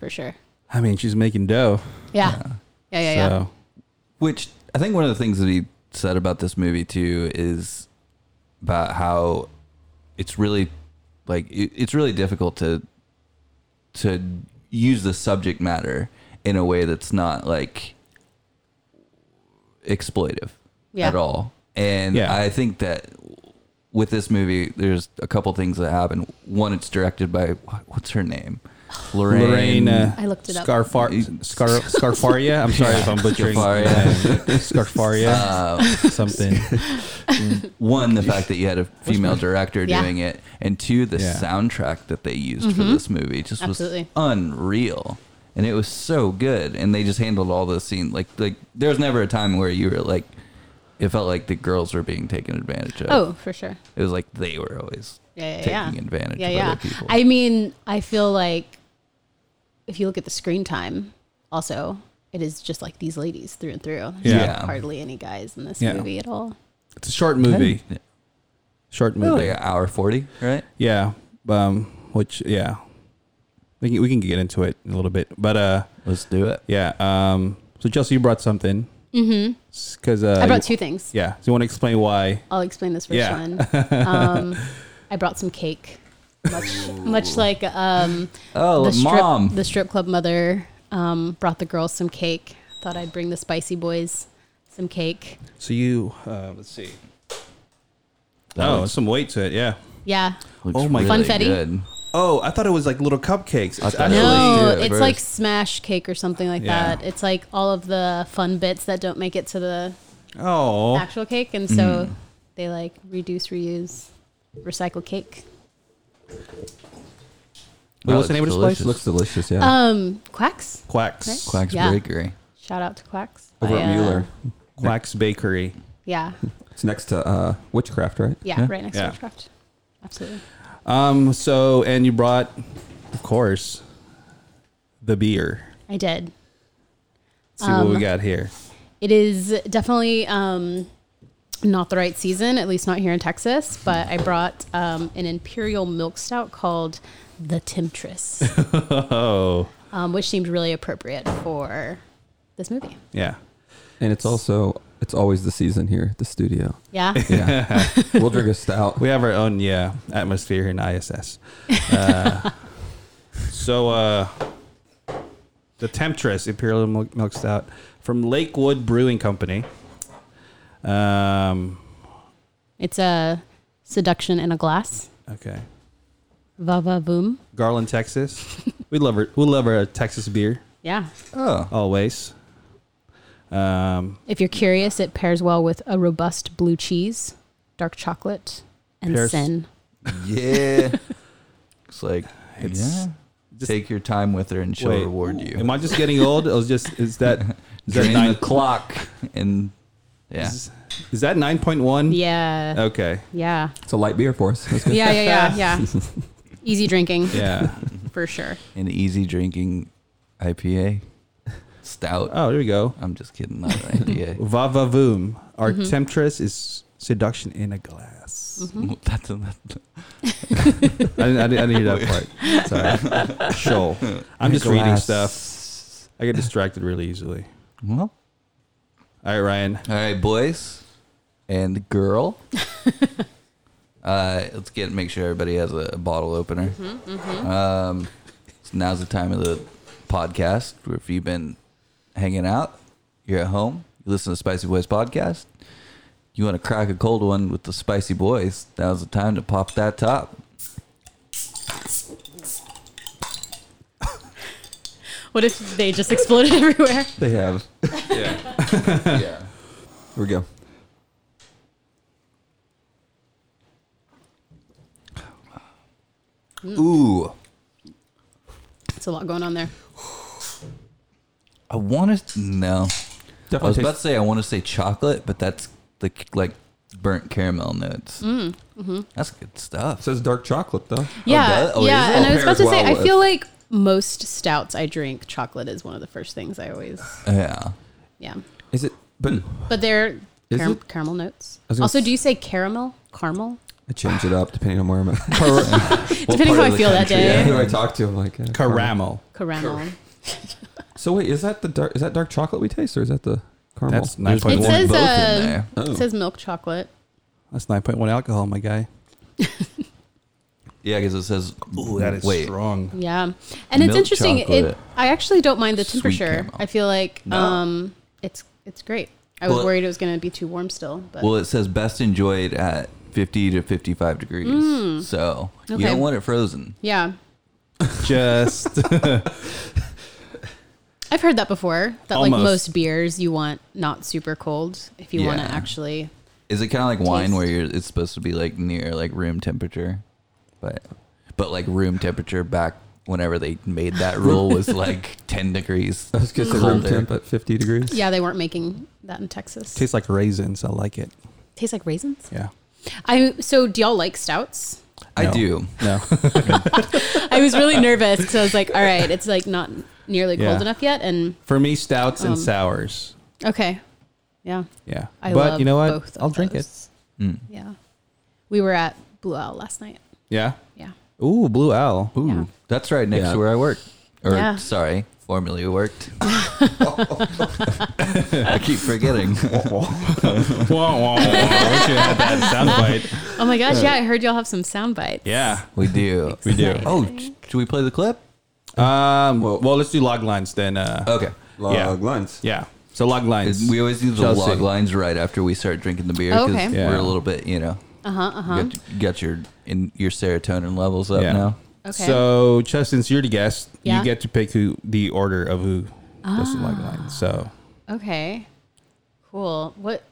[SPEAKER 5] for sure.
[SPEAKER 2] I mean, she's making dough.
[SPEAKER 5] Yeah, yeah, yeah, yeah.
[SPEAKER 2] So
[SPEAKER 4] Which I think one of the things that he said about this movie too is about how it's really like it, it's really difficult to to use the subject matter in a way that's not like exploitive
[SPEAKER 5] Yeah.
[SPEAKER 4] at all. And
[SPEAKER 2] Yeah.
[SPEAKER 4] I think that with this movie, there's a couple things that happen. One, it's directed by what- what's her name, Lorraine.
[SPEAKER 2] Lorraine, uh,
[SPEAKER 5] I looked it up.
[SPEAKER 2] Scarfar, Scar, Scarfaria. I'm sorry if I'm butchering.
[SPEAKER 4] Scarfaria.
[SPEAKER 2] Scarfaria. something.
[SPEAKER 4] one the fact that you had a female director
[SPEAKER 5] Yeah. Mm-hmm.
[SPEAKER 4] doing it and two the
[SPEAKER 2] Yeah.
[SPEAKER 4] soundtrack that they used for this movie just
[SPEAKER 5] Absolutely.
[SPEAKER 4] was unreal and it was so good and they just handled all the scene like like there was never a time where you were like it felt like the girls were being taken advantage of
[SPEAKER 5] Oh, for sure.
[SPEAKER 4] it was like they were always
[SPEAKER 5] yeah,
[SPEAKER 4] taking
[SPEAKER 5] yeah, yeah.
[SPEAKER 4] advantage
[SPEAKER 5] yeah,
[SPEAKER 4] of
[SPEAKER 5] yeah.
[SPEAKER 4] other people
[SPEAKER 5] I mean, I feel like if you look at the screen time, also it is just like these ladies through and through. There's
[SPEAKER 2] Yeah.
[SPEAKER 5] not hardly any guys in this
[SPEAKER 2] Yeah.
[SPEAKER 5] movie at all.
[SPEAKER 2] It's a short movie.
[SPEAKER 4] Yeah.
[SPEAKER 2] Short
[SPEAKER 5] Oh.
[SPEAKER 2] movie.
[SPEAKER 4] like an hour 40 right
[SPEAKER 2] Yeah. Um. Which yeah, we can we can get into it in a little bit, but uh,
[SPEAKER 4] let's do it
[SPEAKER 2] yeah. Um. So Chelsea, you brought something. Mm-hmm. Because uh,
[SPEAKER 5] I brought
[SPEAKER 2] you-
[SPEAKER 5] two things.
[SPEAKER 2] Yeah. So you want to explain why?
[SPEAKER 5] I'll explain this first
[SPEAKER 2] Yeah.
[SPEAKER 5] one. Um, I brought some cake, much, much like um,
[SPEAKER 4] oh
[SPEAKER 5] the strip,
[SPEAKER 4] mom
[SPEAKER 5] the strip club mother um, brought the girls some cake. Thought I'd bring the spicy boys some cake.
[SPEAKER 2] So you uh, let's see.
[SPEAKER 4] That
[SPEAKER 2] oh,
[SPEAKER 4] looks-
[SPEAKER 2] some weight to it. Yeah.
[SPEAKER 5] Yeah,
[SPEAKER 4] looks
[SPEAKER 2] oh my
[SPEAKER 4] really
[SPEAKER 5] Funfetti?
[SPEAKER 4] good.
[SPEAKER 2] Oh, I thought it was like little cupcakes. It's
[SPEAKER 4] thought it
[SPEAKER 2] actually-
[SPEAKER 5] No,
[SPEAKER 4] do it
[SPEAKER 5] it's
[SPEAKER 4] first.
[SPEAKER 5] like smash cake or something like
[SPEAKER 2] Yeah.
[SPEAKER 5] that. It's like all of the fun bits that don't make it to the
[SPEAKER 2] Oh.
[SPEAKER 5] actual cake, and so they like reduce, reuse, recycle cake.
[SPEAKER 2] Wait, what's the
[SPEAKER 4] That
[SPEAKER 2] name of this
[SPEAKER 4] looks
[SPEAKER 2] place?
[SPEAKER 3] It
[SPEAKER 4] delicious.
[SPEAKER 3] looks delicious. Yeah.
[SPEAKER 5] Um, Quacks.
[SPEAKER 2] Quacks.
[SPEAKER 4] quacks
[SPEAKER 5] Yeah.
[SPEAKER 4] bakery
[SPEAKER 5] Shout out to Quacks.
[SPEAKER 3] Over
[SPEAKER 5] I,
[SPEAKER 3] at
[SPEAKER 5] uh,
[SPEAKER 3] Mueller.
[SPEAKER 2] Quacks Bakery.
[SPEAKER 5] Yeah,
[SPEAKER 3] It's next to uh, Witchcraft, right?
[SPEAKER 5] yeah,
[SPEAKER 4] Yeah.
[SPEAKER 5] right next
[SPEAKER 2] Yeah.
[SPEAKER 5] to Witchcraft. Absolutely.
[SPEAKER 2] Um. So and you brought, of course, the beer.
[SPEAKER 5] I did.
[SPEAKER 2] Let's see
[SPEAKER 5] Um,
[SPEAKER 2] what we got here.
[SPEAKER 5] It is definitely um, not the right season, at least not here in Texas. But I brought um, an imperial milk stout called the Temptress.
[SPEAKER 2] Oh.
[SPEAKER 5] um, which seemed really appropriate for this movie.
[SPEAKER 2] Yeah.
[SPEAKER 3] And it's also it's always the season here at the studio.
[SPEAKER 5] Yeah.
[SPEAKER 3] Yeah. we'll drink a stout.
[SPEAKER 2] We have our own, yeah, atmosphere here in ISS. Uh, so, uh, the Temptress Imperial Milk Milk Stout from Lakewood Brewing Company. Um,
[SPEAKER 5] it's a seduction in a glass.
[SPEAKER 2] okay,
[SPEAKER 5] Va va boom.
[SPEAKER 2] Garland, Texas. we love her. We love our Texas beer
[SPEAKER 5] Yeah.
[SPEAKER 4] oh
[SPEAKER 2] always. Um,
[SPEAKER 5] If you're curious, it pairs well with a robust blue cheese, dark chocolate, and
[SPEAKER 2] Pairs-
[SPEAKER 5] sin.
[SPEAKER 4] Yeah. it's like,
[SPEAKER 2] It's-
[SPEAKER 4] yeah.
[SPEAKER 2] just-
[SPEAKER 4] Take your time with her and she'll
[SPEAKER 2] wait,
[SPEAKER 4] reward you.
[SPEAKER 2] Am I just getting old? Or is just is that is that
[SPEAKER 4] Drain
[SPEAKER 2] nine
[SPEAKER 4] the clock and yeah.
[SPEAKER 2] Is, is that nine point one?
[SPEAKER 5] Yeah.
[SPEAKER 2] Okay.
[SPEAKER 5] Yeah.
[SPEAKER 3] It's a light beer for us. That's good.
[SPEAKER 5] Uh, Yeah. Yeah. Yeah. Yeah. Easy drinking
[SPEAKER 2] Yeah.
[SPEAKER 5] for sure.
[SPEAKER 4] An easy drinking IPA. Stout.
[SPEAKER 2] oh, there we go.
[SPEAKER 4] I'm just kidding, not an IPA.
[SPEAKER 2] Vavavoom. Our
[SPEAKER 5] Mm-hmm.
[SPEAKER 2] temptress is seduction in a glass.
[SPEAKER 4] That's that,
[SPEAKER 2] I, didn't, I, didn't, I didn't hear that part. Sorry. Shoal. I'm just reading stuff. I get distracted really easily.
[SPEAKER 4] well,
[SPEAKER 2] All right, Ryan.
[SPEAKER 4] all right, boys and girl. uh, let's get make sure everybody has a, bottle opener. Um, so now's the time of the podcast where if you've been hanging out, you're at home, you listen to Spicy Boys podcast, you want to crack a cold one with the Spicy Boys, now's the time to pop that top.
[SPEAKER 5] What if they just exploded everywhere?
[SPEAKER 3] They have. Yeah.
[SPEAKER 4] Yeah.
[SPEAKER 3] Here we go.
[SPEAKER 4] Ooh.
[SPEAKER 5] It's a lot going on there.
[SPEAKER 4] I want to no. I was
[SPEAKER 3] Definitely
[SPEAKER 4] about to
[SPEAKER 3] tastes-
[SPEAKER 4] say I want to say chocolate, but that's the c- like burnt caramel notes. Mm, mm-hmm. That's good
[SPEAKER 3] it
[SPEAKER 4] stuff.
[SPEAKER 3] says dark chocolate though.
[SPEAKER 5] Yeah,
[SPEAKER 4] that- oh,
[SPEAKER 5] yeah.
[SPEAKER 4] is it?
[SPEAKER 5] And I was
[SPEAKER 3] Pairs
[SPEAKER 5] about to say,
[SPEAKER 3] well
[SPEAKER 5] I feel like most stouts I drink, chocolate is one of the first things I always.
[SPEAKER 4] Yeah.
[SPEAKER 5] Yeah,
[SPEAKER 3] Is it? But
[SPEAKER 5] but they're
[SPEAKER 3] Is
[SPEAKER 5] caram-
[SPEAKER 3] it?
[SPEAKER 5] caramel notes.
[SPEAKER 3] was gonna
[SPEAKER 5] Also,
[SPEAKER 3] s-
[SPEAKER 5] do you say caramel? Caramel?
[SPEAKER 3] I change it up depending on where I'm at.
[SPEAKER 5] Depending
[SPEAKER 4] part
[SPEAKER 5] how
[SPEAKER 4] of
[SPEAKER 5] I
[SPEAKER 4] the
[SPEAKER 5] feel that
[SPEAKER 4] country,
[SPEAKER 5] day.
[SPEAKER 3] Who I talk to, I'm like uh,
[SPEAKER 2] Caramel.
[SPEAKER 5] Caramel.
[SPEAKER 3] So wait, is that the dark? Is that dark chocolate we taste, or is that the caramel?
[SPEAKER 2] That's nine point
[SPEAKER 5] It
[SPEAKER 4] want
[SPEAKER 2] one.
[SPEAKER 5] says
[SPEAKER 4] both in
[SPEAKER 5] uh,
[SPEAKER 4] there.
[SPEAKER 3] Oh.
[SPEAKER 5] it says milk chocolate.
[SPEAKER 2] That's nine point one alcohol, my guy.
[SPEAKER 4] Yeah, because it says wait.
[SPEAKER 2] strong.
[SPEAKER 5] Yeah, and it's
[SPEAKER 4] Milk
[SPEAKER 5] interesting. It,
[SPEAKER 4] chocolate.
[SPEAKER 5] I actually don't mind the
[SPEAKER 4] Sweet
[SPEAKER 5] temperature.
[SPEAKER 4] caramel.
[SPEAKER 5] I feel like
[SPEAKER 4] No.
[SPEAKER 5] um, it's it's great. I was
[SPEAKER 4] Well, it-
[SPEAKER 5] worried it was going to be too warm still, but
[SPEAKER 4] Well, it says best enjoyed at 50 to 55 degrees. So
[SPEAKER 5] Mm. Okay.
[SPEAKER 4] you don't want it frozen.
[SPEAKER 5] yeah,
[SPEAKER 2] Just
[SPEAKER 5] I've heard that before. That like
[SPEAKER 2] Almost.
[SPEAKER 5] most beers, you want not super cold if you want to
[SPEAKER 4] Yeah.
[SPEAKER 5] actually.
[SPEAKER 4] Is it kind of like wine
[SPEAKER 5] Taste.
[SPEAKER 4] where you're it's supposed to be like near like room temperature, but but like room temperature back whenever they made that rule was like 10 degrees.
[SPEAKER 3] I was gonna say room
[SPEAKER 4] Colder.
[SPEAKER 3] temp at 50 degrees.
[SPEAKER 5] Yeah, they weren't making that in Texas.
[SPEAKER 2] tastes like raisins. I like it.
[SPEAKER 5] Tastes like raisins.
[SPEAKER 2] Yeah.
[SPEAKER 5] I so do y'all like stouts?
[SPEAKER 4] I
[SPEAKER 2] No.
[SPEAKER 4] do.
[SPEAKER 2] No.
[SPEAKER 5] I was really nervous because I was like, all right, it's like not nearly
[SPEAKER 2] Yeah.
[SPEAKER 5] cold enough yet, and
[SPEAKER 2] For me, stouts
[SPEAKER 5] Um,
[SPEAKER 2] and sours.
[SPEAKER 5] okay, yeah.
[SPEAKER 2] Yeah.
[SPEAKER 5] I
[SPEAKER 2] but
[SPEAKER 5] love
[SPEAKER 2] you know what?
[SPEAKER 5] Both of
[SPEAKER 2] I'll drink it.
[SPEAKER 5] those. Yeah, we were at Blue Owl last night.
[SPEAKER 2] Yeah.
[SPEAKER 5] Yeah,
[SPEAKER 2] Ooh, blue owl.
[SPEAKER 4] Ooh,
[SPEAKER 5] Yeah.
[SPEAKER 4] that's right next
[SPEAKER 3] Yeah.
[SPEAKER 4] to where I work. Or
[SPEAKER 5] Yeah.
[SPEAKER 4] sorry, formerly worked. I keep forgetting.
[SPEAKER 2] Whoa, whoa, whoa. I wish you had that sound bite.
[SPEAKER 5] Oh my
[SPEAKER 2] Uh,
[SPEAKER 5] gosh, yeah, I heard y'all have some sound bites.
[SPEAKER 2] Yeah.
[SPEAKER 4] We do.
[SPEAKER 2] We do.
[SPEAKER 4] Oh, sh- should we play the clip?
[SPEAKER 2] Um. Well, let's do log lines then. Uh,
[SPEAKER 4] Okay.
[SPEAKER 3] Log
[SPEAKER 2] Yeah.
[SPEAKER 3] lines.
[SPEAKER 2] Yeah. So log lines.
[SPEAKER 4] We always do the
[SPEAKER 2] Chelsea.
[SPEAKER 4] log lines right after we start drinking the beer
[SPEAKER 5] Oh,
[SPEAKER 4] because
[SPEAKER 5] okay.
[SPEAKER 2] Yeah.
[SPEAKER 4] we're a little bit, you know,
[SPEAKER 5] Uh huh. Uh huh.
[SPEAKER 4] got, got your in your serotonin levels up
[SPEAKER 2] Yeah.
[SPEAKER 4] now.
[SPEAKER 5] Okay.
[SPEAKER 2] So Justin's you're the guest.
[SPEAKER 5] Yeah.
[SPEAKER 2] You get to pick who the order of who does the log line. So
[SPEAKER 5] Okay. Cool. What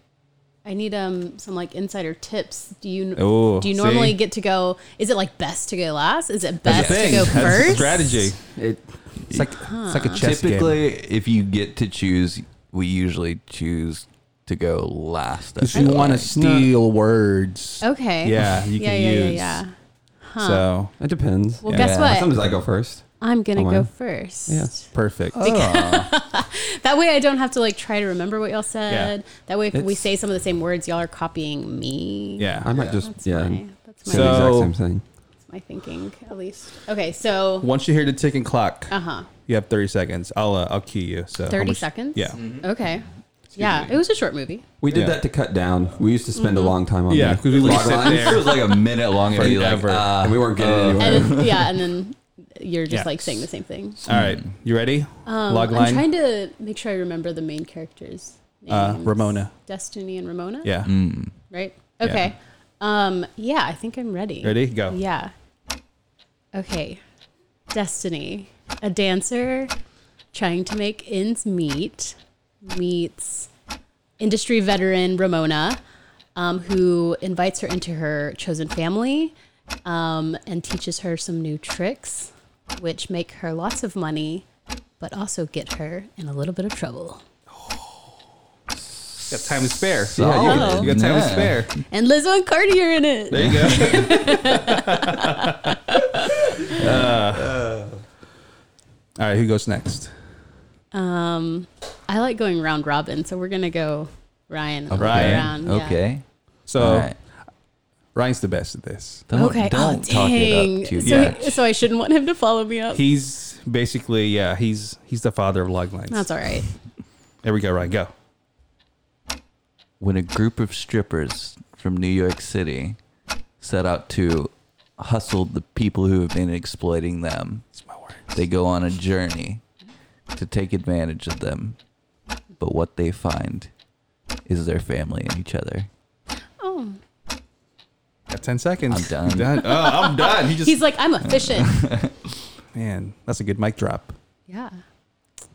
[SPEAKER 5] I need um some like insider tips. Do you
[SPEAKER 2] Oh,
[SPEAKER 5] do you
[SPEAKER 2] see?
[SPEAKER 5] normally get to go is it like best to go last? Is it
[SPEAKER 2] that's
[SPEAKER 5] best
[SPEAKER 2] the
[SPEAKER 5] to
[SPEAKER 2] thing.
[SPEAKER 5] go
[SPEAKER 2] That's the
[SPEAKER 5] first?
[SPEAKER 2] strategy.
[SPEAKER 3] It,
[SPEAKER 2] It's like it's like a chess game.
[SPEAKER 4] Typically, if you get to choose, we usually choose to go last. I
[SPEAKER 2] Because you
[SPEAKER 4] feel
[SPEAKER 2] want to
[SPEAKER 4] like.
[SPEAKER 2] steal words.
[SPEAKER 5] Okay.
[SPEAKER 2] Yeah, you
[SPEAKER 5] yeah,
[SPEAKER 2] can
[SPEAKER 5] yeah,
[SPEAKER 2] use.
[SPEAKER 5] yeah, yeah.
[SPEAKER 2] So
[SPEAKER 3] it depends.
[SPEAKER 5] Well,
[SPEAKER 4] Yeah.
[SPEAKER 5] guess what?
[SPEAKER 3] Sometimes I go first.
[SPEAKER 5] I'm gonna
[SPEAKER 3] Oh, wow.
[SPEAKER 5] go first.
[SPEAKER 3] Yeah.
[SPEAKER 2] perfect.
[SPEAKER 5] Oh. That way, I don't have to like try to remember what y'all said. That way, if we
[SPEAKER 3] It's-
[SPEAKER 5] say some of the same words, y'all are copying me.
[SPEAKER 3] I
[SPEAKER 2] yeah.
[SPEAKER 3] might just
[SPEAKER 5] that's
[SPEAKER 3] yeah.
[SPEAKER 5] my that's my,
[SPEAKER 3] say
[SPEAKER 2] So-
[SPEAKER 3] the
[SPEAKER 2] mm-hmm.
[SPEAKER 3] exact same thing.
[SPEAKER 5] that's my thinking at least. Okay, so
[SPEAKER 2] Once you hear the ticking clock,
[SPEAKER 5] uh huh,
[SPEAKER 2] you have 30 seconds. I'll uh, I'll cue you. So how
[SPEAKER 5] thirty
[SPEAKER 2] much-
[SPEAKER 5] seconds.
[SPEAKER 2] Yeah.
[SPEAKER 5] Okay. yeah, it was a short movie.
[SPEAKER 3] We did
[SPEAKER 2] Yeah.
[SPEAKER 3] that to cut down. We used to spend
[SPEAKER 5] Mm-hmm.
[SPEAKER 3] a long time on
[SPEAKER 2] Yeah,
[SPEAKER 3] that.
[SPEAKER 2] because we would
[SPEAKER 3] Log
[SPEAKER 2] sit
[SPEAKER 3] lines,
[SPEAKER 4] It
[SPEAKER 2] there
[SPEAKER 4] was like a minute long. It'd be like,
[SPEAKER 2] forever.
[SPEAKER 4] uh,
[SPEAKER 3] and we weren't getting anywhere.
[SPEAKER 5] and then, yeah, and then you're just
[SPEAKER 2] Yeah.
[SPEAKER 5] like saying the same thing.
[SPEAKER 2] All right, you ready? Log
[SPEAKER 5] Um, I'm
[SPEAKER 2] line.
[SPEAKER 5] trying to make sure I remember the main characters.
[SPEAKER 2] Uh,
[SPEAKER 5] names.
[SPEAKER 2] Ramona.
[SPEAKER 5] Destiny, and Ramona.
[SPEAKER 2] Yeah.
[SPEAKER 4] Mm.
[SPEAKER 5] Right. Okay. Um. Yeah, I think I'm ready.
[SPEAKER 2] Ready? Go.
[SPEAKER 5] Yeah. Okay. Destiny, a dancer, trying to make ends meet, meets industry veteran Ramona, um, who invites her into her chosen family um, and teaches her some new tricks, which make her lots of money, but also get her in a little bit of trouble.
[SPEAKER 2] Got time to spare.
[SPEAKER 3] Yeah, you can-
[SPEAKER 5] Oh.
[SPEAKER 2] You got time to
[SPEAKER 4] Yeah.
[SPEAKER 2] spare.
[SPEAKER 5] And Lizzo and Cardi are in it.
[SPEAKER 2] There you go. Uh, all right, who goes next?
[SPEAKER 5] Um, I like going round robin, so we're gonna go Ryan. all the way
[SPEAKER 2] Ryan.
[SPEAKER 5] around, yeah.
[SPEAKER 4] okay.
[SPEAKER 2] So
[SPEAKER 4] All right.
[SPEAKER 2] Ryan's the best at this.
[SPEAKER 4] Don't,
[SPEAKER 5] okay.
[SPEAKER 4] Don't
[SPEAKER 5] oh,
[SPEAKER 4] talk
[SPEAKER 5] dang.
[SPEAKER 4] it up too
[SPEAKER 5] so,
[SPEAKER 4] much.
[SPEAKER 5] so I shouldn't want him to follow me up.
[SPEAKER 2] He's basically yeah. He's he's the father of log lines.
[SPEAKER 5] That's all right.
[SPEAKER 2] There we go. Ryan, go.
[SPEAKER 4] when a group of strippers from New York City set out to hustle the people who have been exploiting them,
[SPEAKER 2] That's my word.
[SPEAKER 4] they go on a journey to take advantage of them. But what they find is their family and each other.
[SPEAKER 5] Oh,
[SPEAKER 2] Got ten seconds.
[SPEAKER 4] I'm done.
[SPEAKER 2] You done? Oh, I'm done. He just
[SPEAKER 5] he's like I'm efficient.
[SPEAKER 2] man. That's a good mic drop.
[SPEAKER 5] yeah.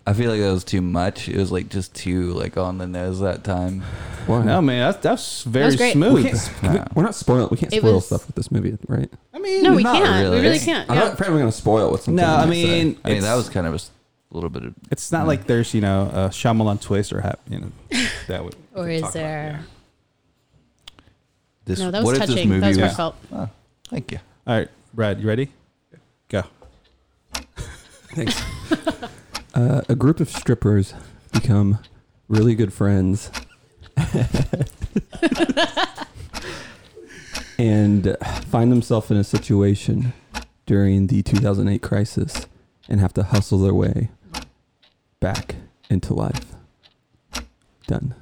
[SPEAKER 4] I feel like that was too much. It was like just too like on the nose that time.
[SPEAKER 3] Why?
[SPEAKER 2] No, man, that's that's very
[SPEAKER 5] was great.
[SPEAKER 3] we
[SPEAKER 2] smooth.
[SPEAKER 3] can't. sp- can we, we're not spoil. We can't
[SPEAKER 5] It
[SPEAKER 3] spoil
[SPEAKER 5] was-
[SPEAKER 3] stuff with this movie, right?
[SPEAKER 2] I mean,
[SPEAKER 5] No, we
[SPEAKER 4] Not
[SPEAKER 5] can't.
[SPEAKER 4] really.
[SPEAKER 5] We really
[SPEAKER 4] It's-
[SPEAKER 5] can't.
[SPEAKER 3] I'm
[SPEAKER 5] yeah.
[SPEAKER 3] not afraid we're gonna spoil what something.
[SPEAKER 2] No, I
[SPEAKER 3] might
[SPEAKER 2] mean,
[SPEAKER 3] say.
[SPEAKER 4] I mean, that
[SPEAKER 2] it's-
[SPEAKER 4] was kind of a s- little bit of
[SPEAKER 2] It's not like there's you know a Shyamalan twist or hap- you know that would.
[SPEAKER 5] Or
[SPEAKER 2] we could
[SPEAKER 5] is
[SPEAKER 2] talk about,
[SPEAKER 5] there-
[SPEAKER 4] this.
[SPEAKER 5] no, that was
[SPEAKER 4] what if this
[SPEAKER 5] touching.
[SPEAKER 4] movie
[SPEAKER 5] That was
[SPEAKER 4] was?
[SPEAKER 5] my
[SPEAKER 2] was-
[SPEAKER 5] fault.
[SPEAKER 4] Thank you.
[SPEAKER 2] yeah. All right, Brad, you ready? Go.
[SPEAKER 3] Thanks. uh, a group of strippers become really good friends. and find themselves in a situation during the 2008 crisis and have to hustle their way back into life. Done.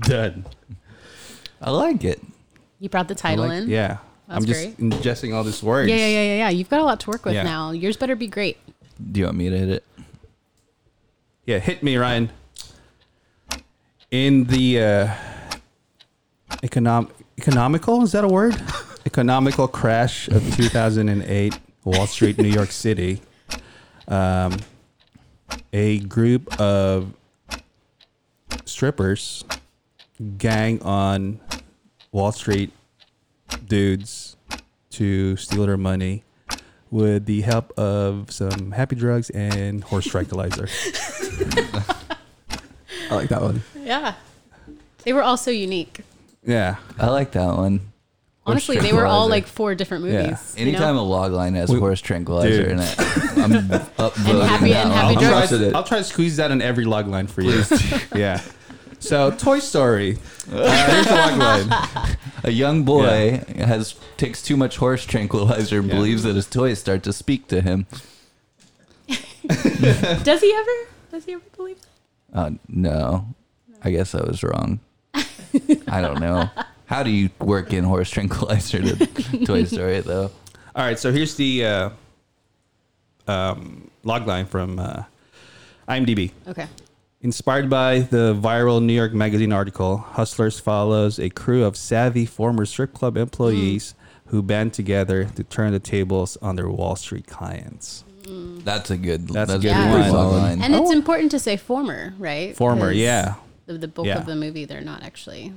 [SPEAKER 2] Done.
[SPEAKER 4] I like it.
[SPEAKER 5] You brought the title in.
[SPEAKER 2] Yeah, I'm just
[SPEAKER 5] great.
[SPEAKER 2] ingesting all these words.
[SPEAKER 5] yeah, yeah, yeah, yeah, yeah. You've got a lot to work with
[SPEAKER 2] Yeah.
[SPEAKER 5] now. Yours better be great.
[SPEAKER 4] Do you want me to hit it?
[SPEAKER 2] Yeah, hit me, Ryan. In the uh, economic economical is that a word? economical crash of 2008, Wall Street, New York City. Um, a group of strippers gang on Wall Street dudes to steal their money with the help of some happy drugs and horse tranquilizer.
[SPEAKER 3] I like that one.
[SPEAKER 5] Yeah. They were all so unique.
[SPEAKER 2] Yeah.
[SPEAKER 4] I like that one.
[SPEAKER 5] Honestly, they were all
[SPEAKER 4] tranquilizer.
[SPEAKER 5] like four different
[SPEAKER 2] Yeah.
[SPEAKER 5] movies. you know?
[SPEAKER 4] Anytime a log line has horse tranquilizer
[SPEAKER 2] Dude.
[SPEAKER 4] in it, I'm upvoting
[SPEAKER 5] And happy-
[SPEAKER 4] that
[SPEAKER 5] and
[SPEAKER 4] one.
[SPEAKER 2] I'll
[SPEAKER 5] happy drugs.
[SPEAKER 2] try,
[SPEAKER 3] Trusted it.
[SPEAKER 2] I'll try to squeeze that on every log line for you. yeah. So, Toy Story. Uh, here's the log line.
[SPEAKER 4] A young boy has takes too much horse tranquilizer and
[SPEAKER 2] Yeah.
[SPEAKER 4] believes that his toys start to speak to him.
[SPEAKER 5] Does he ever? Does he ever believe that?
[SPEAKER 4] Uh, no, I guess I was wrong. I don't know. How do you work in horse tranquilizer to Toy Story though?
[SPEAKER 2] All right. So, here's the uh, um, log line from uh, IMDb.
[SPEAKER 5] Okay.
[SPEAKER 2] Inspired by the viral New York Magazine article, Hustlers follows a crew of savvy former strip club employees who band together to turn the tables on their Wall Street clients.
[SPEAKER 4] That's a good.
[SPEAKER 2] That's
[SPEAKER 4] That's,
[SPEAKER 2] a
[SPEAKER 4] a
[SPEAKER 2] good
[SPEAKER 4] pretty
[SPEAKER 5] one.
[SPEAKER 4] good log line.
[SPEAKER 5] And it's important to say former, right?
[SPEAKER 2] Former,
[SPEAKER 5] 'Cause
[SPEAKER 2] yeah.
[SPEAKER 5] The, the bulk
[SPEAKER 2] Yeah.
[SPEAKER 5] of the movie, they're not actually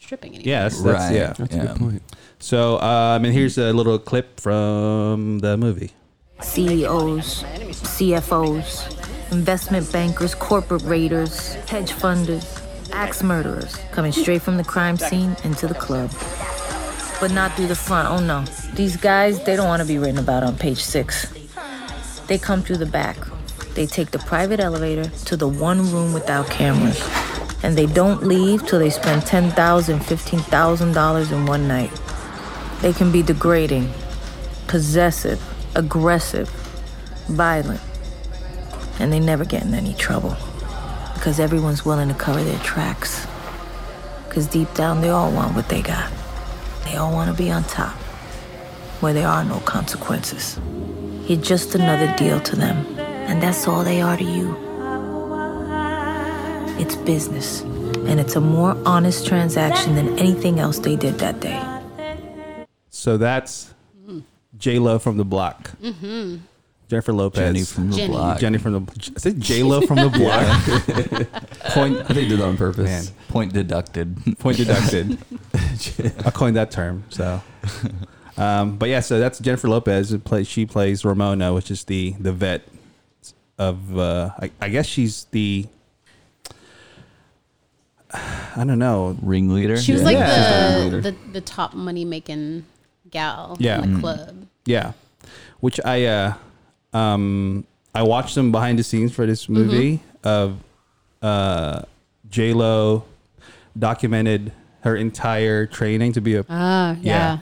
[SPEAKER 5] stripping anything.
[SPEAKER 2] Yeah, that's, that's
[SPEAKER 4] Right.
[SPEAKER 2] yeah.
[SPEAKER 3] That's a
[SPEAKER 4] Yeah.
[SPEAKER 3] good point.
[SPEAKER 2] So, um, and here's a little clip from the movie.
[SPEAKER 6] E CEOs, CFOs, investment bankers, corporate raiders, hedge funders, axe murderers, coming straight from the crime scene into the club. But not through the front, oh no. These guys, they don't want to be written about on page six. They come through the back. They take the private elevator to the one room without cameras. And they don't leave till they spend $10,000, $15,000 in one night. They can be degrading, possessive, aggressive, violent, and they never get in any trouble because everyone's willing to cover their tracks. Because deep down, they all want what they got. They all want to be on top, where there are no consequences. You're just another deal to them, and that's all they are to you. It's business, and it's a more honest transaction than anything else they did that day.
[SPEAKER 2] So that's J Lo from the block. Jennifer Lopez.
[SPEAKER 4] Jenny from the
[SPEAKER 5] Jenny.
[SPEAKER 4] block.
[SPEAKER 2] Jenny from the. I said J Lo from the block. point
[SPEAKER 3] I think they did that on purpose.
[SPEAKER 2] man,
[SPEAKER 4] Point deducted.
[SPEAKER 2] point deducted. I coined that term. So, um, but yeah, so that's Jennifer Lopez. who play- She plays Ramona, which is the the vet of. Uh, I, I guess she's the. I don't know.
[SPEAKER 4] Ringleader.
[SPEAKER 5] She was
[SPEAKER 4] Yeah.
[SPEAKER 5] like
[SPEAKER 2] Yeah.
[SPEAKER 5] the, the the top money making gal
[SPEAKER 2] Yeah.
[SPEAKER 5] in
[SPEAKER 2] Mm.
[SPEAKER 5] the club.
[SPEAKER 2] Yeah, which I uh, um, I watched some behind the scenes for this
[SPEAKER 5] Mm-hmm.
[SPEAKER 2] movie of uh, J Lo documented her entire training to be a
[SPEAKER 5] Ah, yeah.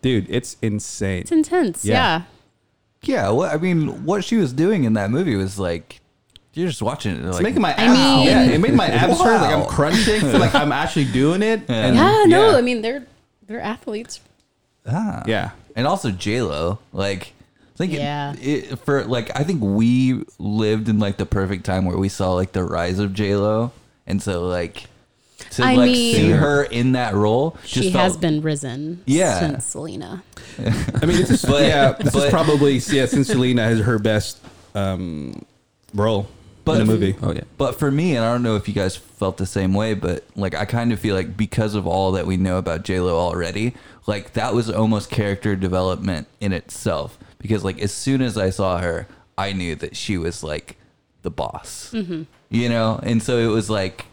[SPEAKER 2] dude. It's insane.
[SPEAKER 5] It's intense.
[SPEAKER 2] Yeah.
[SPEAKER 5] Yeah.
[SPEAKER 4] Yeah, well, I mean, what she was doing in that movie was like, you're just watching it. Like,
[SPEAKER 2] it's making my abs.
[SPEAKER 5] mean-
[SPEAKER 2] yeah, it made my abs hurt. Like I'm
[SPEAKER 4] Wow.
[SPEAKER 2] crunching. feel like I'm actually doing it. Yeah. And,
[SPEAKER 5] Yeah, no,
[SPEAKER 2] yeah.
[SPEAKER 5] I mean they're they're athletes.
[SPEAKER 4] ah.
[SPEAKER 2] yeah.
[SPEAKER 4] and also J Lo. Like, I think it-
[SPEAKER 5] Yeah.
[SPEAKER 4] it, for like, I think we lived in like the perfect time where we saw like the rise of J Lo, and so like to
[SPEAKER 5] I
[SPEAKER 4] like
[SPEAKER 5] mean-
[SPEAKER 4] see her in that role, just
[SPEAKER 5] She
[SPEAKER 4] felt-
[SPEAKER 5] has been risen
[SPEAKER 4] Yeah.
[SPEAKER 5] since Selena.
[SPEAKER 2] I mean, this is yeah. This is probably yeah. Since Selena has her best um, role
[SPEAKER 4] But
[SPEAKER 2] in the
[SPEAKER 4] if-
[SPEAKER 2] movie.
[SPEAKER 3] Oh yeah.
[SPEAKER 4] But for me, and I don't know if you guys felt the same way, but like I kind of feel like because of all that we know about J Lo already, like that was almost character development in itself. Because like as soon as I saw her, I knew that she was like the boss,
[SPEAKER 5] Mm-hmm.
[SPEAKER 4] you know, and so it was like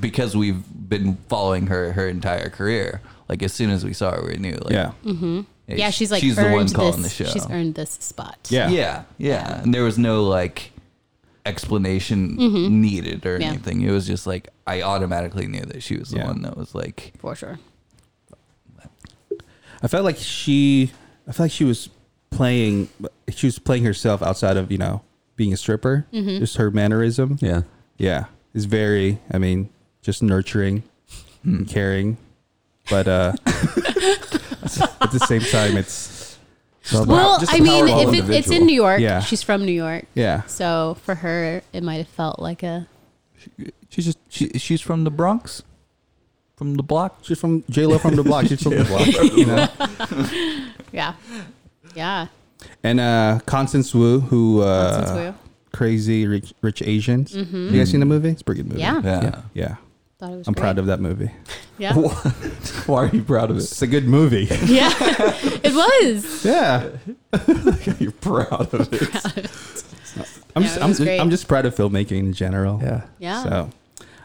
[SPEAKER 4] because we've been following her her entire career. Like as soon as we saw her, we knew. Like,
[SPEAKER 2] Yeah.
[SPEAKER 4] hey,
[SPEAKER 5] yeah,
[SPEAKER 4] sh-
[SPEAKER 5] she's like
[SPEAKER 4] she's the
[SPEAKER 5] earned
[SPEAKER 4] one calling
[SPEAKER 5] this,
[SPEAKER 4] the show.
[SPEAKER 5] She's earned this spot.
[SPEAKER 2] Yeah.
[SPEAKER 4] Yeah, yeah. And there was no like explanation needed or
[SPEAKER 5] Mm-hmm. Yeah.
[SPEAKER 4] anything. It was just like I automatically knew that she was the
[SPEAKER 2] Yeah.
[SPEAKER 4] one that was like
[SPEAKER 5] for sure.
[SPEAKER 2] I felt like she, I felt like she was playing, she was playing herself outside of you know being a stripper.
[SPEAKER 5] Mm-hmm.
[SPEAKER 2] Just her mannerism.
[SPEAKER 3] Yeah.
[SPEAKER 2] Yeah, is very. I mean, just nurturing, and caring, but uh, at the same time, it's
[SPEAKER 3] So
[SPEAKER 5] Well,
[SPEAKER 2] just
[SPEAKER 5] I
[SPEAKER 2] the power
[SPEAKER 5] mean,
[SPEAKER 2] of
[SPEAKER 5] if it,
[SPEAKER 2] individual.
[SPEAKER 5] it's in New York,
[SPEAKER 2] Yeah.
[SPEAKER 5] she's from New York,
[SPEAKER 2] yeah,
[SPEAKER 5] so for her, it might have felt like a
[SPEAKER 4] she's just she, she's from the Bronx, from the block.
[SPEAKER 2] she's from J Lo from the block. She's from the block, you know.
[SPEAKER 5] yeah, yeah.
[SPEAKER 2] And uh, Constance Wu, who uh,
[SPEAKER 5] Constance Wu. Mm-hmm.
[SPEAKER 2] crazy rich, rich Asians. You guys seen the movie? It's a pretty good movie.
[SPEAKER 5] Yeah.
[SPEAKER 4] Yeah.
[SPEAKER 2] yeah.
[SPEAKER 5] Thought it was
[SPEAKER 2] I'm
[SPEAKER 5] great.
[SPEAKER 2] proud of that movie.
[SPEAKER 5] Yeah,
[SPEAKER 3] Why are you proud of it?
[SPEAKER 2] It's a good movie.
[SPEAKER 5] yeah. it was.
[SPEAKER 2] yeah.
[SPEAKER 3] You're proud of
[SPEAKER 2] I'm
[SPEAKER 3] it.
[SPEAKER 5] Yeah,
[SPEAKER 2] just,
[SPEAKER 5] it
[SPEAKER 2] I'm,
[SPEAKER 5] was
[SPEAKER 2] just,
[SPEAKER 5] great.
[SPEAKER 2] I'm just proud of filmmaking in general.
[SPEAKER 3] Yeah.
[SPEAKER 5] Yeah.
[SPEAKER 2] So,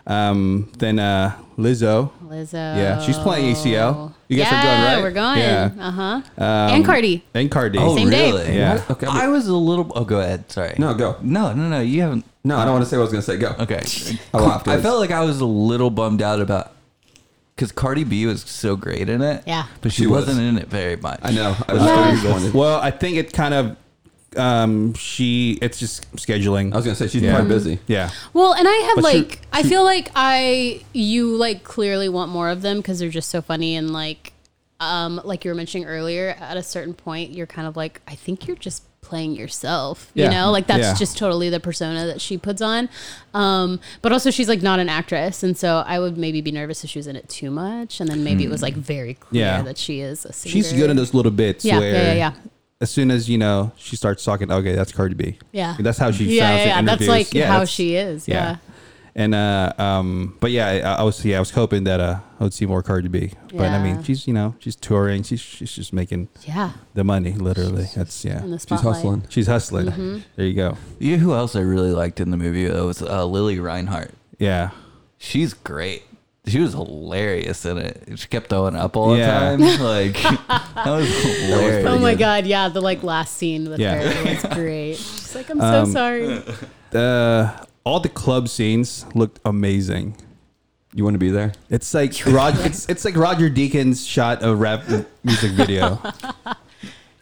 [SPEAKER 2] um, then uh, Lizzo.
[SPEAKER 5] Lizzo.
[SPEAKER 2] Yeah, she's playing ACL. You guys
[SPEAKER 5] yeah,
[SPEAKER 2] are going, right?
[SPEAKER 5] We're going.
[SPEAKER 2] Yeah.
[SPEAKER 5] Uh huh.
[SPEAKER 2] Um,
[SPEAKER 5] and Cardi.
[SPEAKER 2] And Cardi.
[SPEAKER 4] Oh,
[SPEAKER 5] Same day.
[SPEAKER 4] really?
[SPEAKER 2] Yeah.
[SPEAKER 3] Okay, I'm-
[SPEAKER 4] I was a little. Oh, go ahead. Sorry.
[SPEAKER 3] No, go.
[SPEAKER 4] No, no, no. You haven't.
[SPEAKER 3] No, I don't want to say what I was gonna say. Go.
[SPEAKER 4] Okay.
[SPEAKER 3] I'll
[SPEAKER 4] Cool. I
[SPEAKER 3] afterwards.
[SPEAKER 4] felt like I was a little bummed out about because Cardi B was so great in it.
[SPEAKER 5] Yeah.
[SPEAKER 4] But she,
[SPEAKER 3] She was.
[SPEAKER 4] wasn't in it very much.
[SPEAKER 3] I know. I was
[SPEAKER 5] Yeah.
[SPEAKER 3] very disappointed.
[SPEAKER 2] Well, I think it kind of, um, she, it's just scheduling.
[SPEAKER 3] I was gonna say she's
[SPEAKER 2] Yeah.
[SPEAKER 3] probably busy.
[SPEAKER 2] yeah.
[SPEAKER 5] Well, and I have
[SPEAKER 2] But she-
[SPEAKER 5] like I feel like I you like clearly want more of them because they're just so funny and like um like you were mentioning earlier at a certain point you're kind of like I think you're just playing yourself you
[SPEAKER 2] Yeah.
[SPEAKER 5] know like that's
[SPEAKER 2] Yeah.
[SPEAKER 5] just totally the persona that she puts on um but also she's like not an actress and so I would maybe be nervous if she was in it too much and then maybe it was like very clear
[SPEAKER 2] Hmm. Yeah.
[SPEAKER 5] that she is a singer
[SPEAKER 2] She's good in those little bits
[SPEAKER 5] Yeah,
[SPEAKER 2] where,
[SPEAKER 5] yeah, yeah, yeah.
[SPEAKER 2] as soon as, you know, she starts talking, okay, that's Cardi B.
[SPEAKER 5] Yeah.
[SPEAKER 2] That's how she
[SPEAKER 5] yeah
[SPEAKER 2] sounds
[SPEAKER 5] yeah,
[SPEAKER 2] in
[SPEAKER 5] yeah. that's
[SPEAKER 2] interviews.
[SPEAKER 5] like
[SPEAKER 2] Yeah,
[SPEAKER 5] how
[SPEAKER 2] that's-
[SPEAKER 5] she is yeah.
[SPEAKER 2] And uh, um, but yeah, I, I was yeah, I was hoping that uh, I would see more Cardi B. But I
[SPEAKER 5] Yeah.
[SPEAKER 2] mean, she's you know, she's touring, she's she's just making
[SPEAKER 5] Yeah,
[SPEAKER 2] the money, literally. That's yeah,
[SPEAKER 5] in the
[SPEAKER 3] She's
[SPEAKER 5] spotlight. Mm-hmm.
[SPEAKER 3] hustling.
[SPEAKER 2] she's hustling. There you go.
[SPEAKER 4] You know who else I really liked in the movie? though was uh, Lily Reinhart.
[SPEAKER 2] Yeah,
[SPEAKER 4] she's great. She was hilarious in it. She kept throwing up all the
[SPEAKER 2] Yeah.
[SPEAKER 4] time. Like that was hilarious.
[SPEAKER 5] Oh my god, yeah, the like last scene with
[SPEAKER 2] Yeah. Um,
[SPEAKER 5] her was great. She's like, I'm so sorry.
[SPEAKER 2] uh, all the club scenes looked amazing.
[SPEAKER 3] You want to be there?
[SPEAKER 2] It's like Roger. It's, it's like Roger Deacon's shot of rap music video.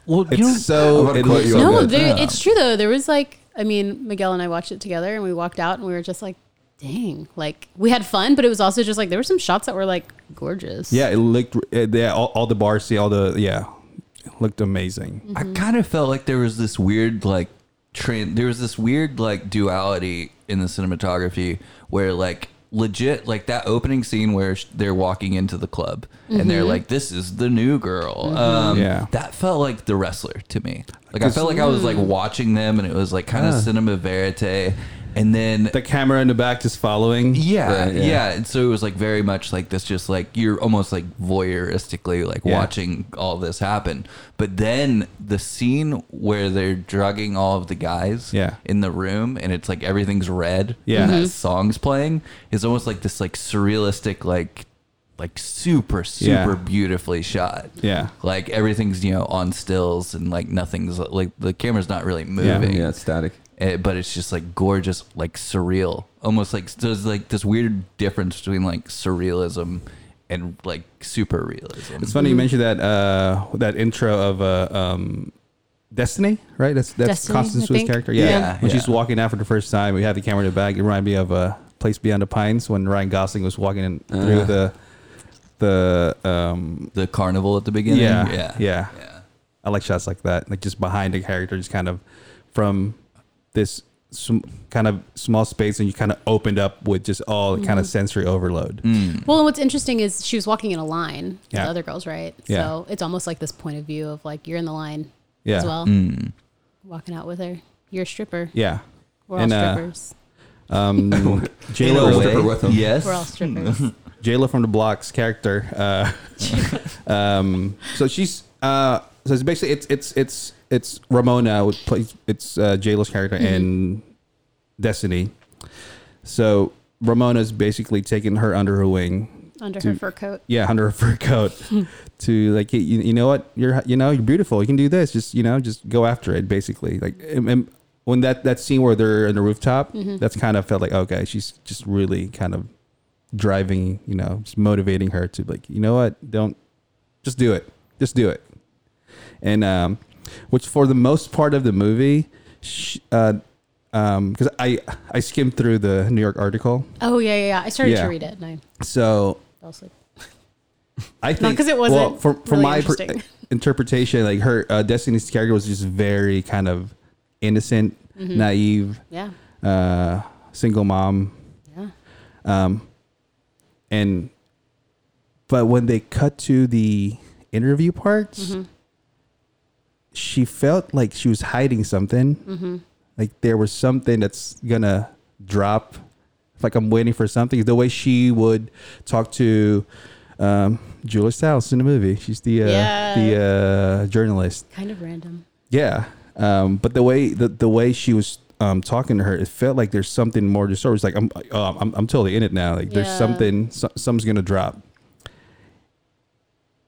[SPEAKER 4] Well, you know,
[SPEAKER 2] It's so.
[SPEAKER 3] I'm gonna
[SPEAKER 2] It
[SPEAKER 3] quote
[SPEAKER 2] looks
[SPEAKER 3] you
[SPEAKER 2] so
[SPEAKER 3] on
[SPEAKER 5] No,
[SPEAKER 2] good.
[SPEAKER 5] there,
[SPEAKER 4] Yeah.
[SPEAKER 5] it's true though. There was like, I mean, Miguel and I watched it together, and we walked out, and we were just like, dang, like we had fun, but it was also just like there were some shots that were like gorgeous.
[SPEAKER 2] Yeah, it looked. It, yeah, all, all the bar scene, all the yeah, it looked amazing.
[SPEAKER 5] Mm.
[SPEAKER 4] I kind of felt like there was this weird like trend. There was this weird like duality in the cinematography where like legit like that opening scene where sh- they're walking into the club and they're like, "This is the new girl." Um,
[SPEAKER 2] Yeah.
[SPEAKER 4] that felt like the wrestler to me. Like I felt like I was like watching them, and it was like kind of cinema verite. And then
[SPEAKER 2] The camera in the back just following.
[SPEAKER 4] Yeah,
[SPEAKER 3] Right,
[SPEAKER 4] yeah,
[SPEAKER 3] yeah.
[SPEAKER 4] And so it was like very much like this, just like you're almost like voyeuristically like
[SPEAKER 2] Yeah.
[SPEAKER 4] watching all this happen. But then the scene where they're drugging all of the guys
[SPEAKER 2] Yeah.
[SPEAKER 4] in the room and it's like everything's red
[SPEAKER 2] Yeah.
[SPEAKER 4] and that
[SPEAKER 2] Mhm.
[SPEAKER 4] song's playing is almost like this like surrealistic, like, like super, super
[SPEAKER 2] Yeah.
[SPEAKER 4] beautifully shot.
[SPEAKER 2] Yeah.
[SPEAKER 4] Like everything's, you know, on stills and like nothing's like the camera's not really
[SPEAKER 2] Yeah.
[SPEAKER 4] moving
[SPEAKER 3] Yeah, it's static.
[SPEAKER 4] eh, but it's just like gorgeous, like surreal, almost like there's like this weird difference between like surrealism and like super realism.
[SPEAKER 2] It's
[SPEAKER 5] Mm-hmm.
[SPEAKER 2] funny you mentioned that uh, that intro of uh, um, Destiny, right? That's that's
[SPEAKER 5] Destiny, I
[SPEAKER 2] Constance Wu's
[SPEAKER 5] think.
[SPEAKER 2] character. Yeah,
[SPEAKER 4] Yeah.
[SPEAKER 2] when she's
[SPEAKER 4] Yeah.
[SPEAKER 2] walking out for the first time, we had the camera in the back. It reminded me of uh, Place Beyond the Pines when Ryan Gosling was walking in
[SPEAKER 4] Uh-huh.
[SPEAKER 2] through the the um,
[SPEAKER 4] the carnival at the beginning,
[SPEAKER 2] yeah,
[SPEAKER 4] yeah,
[SPEAKER 2] yeah I like shots like that, like just behind the character, just kind of from this sm- kind of small space, and you kind of opened up with just all kind
[SPEAKER 5] Mm-hmm.
[SPEAKER 2] of sensory overload.
[SPEAKER 4] Mm.
[SPEAKER 5] Well, and what's interesting is she was walking in a line with
[SPEAKER 2] Yeah.
[SPEAKER 5] other girls, right?
[SPEAKER 2] Yeah.
[SPEAKER 5] So it's almost like this point of view of like you're in the line
[SPEAKER 2] Yeah. Mm.
[SPEAKER 5] as well, walking out with her. You're a stripper.
[SPEAKER 2] Yeah.
[SPEAKER 5] We're
[SPEAKER 2] And,
[SPEAKER 5] all
[SPEAKER 2] uh,
[SPEAKER 5] strippers.
[SPEAKER 2] Um, J
[SPEAKER 4] In a
[SPEAKER 2] Lo,
[SPEAKER 3] was there
[SPEAKER 4] way,
[SPEAKER 3] with him.
[SPEAKER 4] Yes.
[SPEAKER 5] We're all strippers.
[SPEAKER 2] J Lo from the Block's character. Uh, um, so she's uh, so it's basically it's it's it's it's Ramona with plays it's uh, J Lo's character in Destiny. So Ramona's basically taking her under her wing.
[SPEAKER 5] Under
[SPEAKER 2] to-
[SPEAKER 5] her fur coat.
[SPEAKER 2] Yeah, under her fur coat. to like you, you know what you're you know you're beautiful. You can do this. Just you know just go after it. Basically like and, and when that that scene where they're in the rooftop, that's kind of felt like okay, she's just really kind of driving you know just motivating her to like you know what don't just do it just do it and um which for the most part of the movie sh- uh um because i i skimmed through the new york article
[SPEAKER 5] Oh yeah, yeah. yeah. I started
[SPEAKER 2] Yeah.
[SPEAKER 5] to read it and I
[SPEAKER 2] so
[SPEAKER 5] fell asleep.
[SPEAKER 2] I think
[SPEAKER 5] 'cause it wasn't
[SPEAKER 2] from from
[SPEAKER 5] really
[SPEAKER 2] my per- uh,
[SPEAKER 5] interesting.
[SPEAKER 2] interpretation, like her uh, Destiny's character was just very kind of innocent,
[SPEAKER 5] Mm-hmm.
[SPEAKER 2] naive,
[SPEAKER 5] Yeah.
[SPEAKER 2] uh, single mom,
[SPEAKER 5] Yeah.
[SPEAKER 2] um, and but when they cut to the interview parts,
[SPEAKER 5] Mm-hmm.
[SPEAKER 2] she felt like she was hiding something.
[SPEAKER 5] Mm-hmm.
[SPEAKER 2] Like there was something that's gonna drop. Like I'm waiting for something. The way she would talk to um, Julia Stiles in the movie, she's the uh,
[SPEAKER 5] Yeah.
[SPEAKER 2] the uh, journalist.
[SPEAKER 5] Kind of random.
[SPEAKER 2] Yeah, um, but the way the, the way she was um, talking to her, it felt like there's something more to story. It's like I'm, uh, I'm I'm totally in it now. Like there's
[SPEAKER 5] Yeah.
[SPEAKER 2] something, so, something's gonna drop,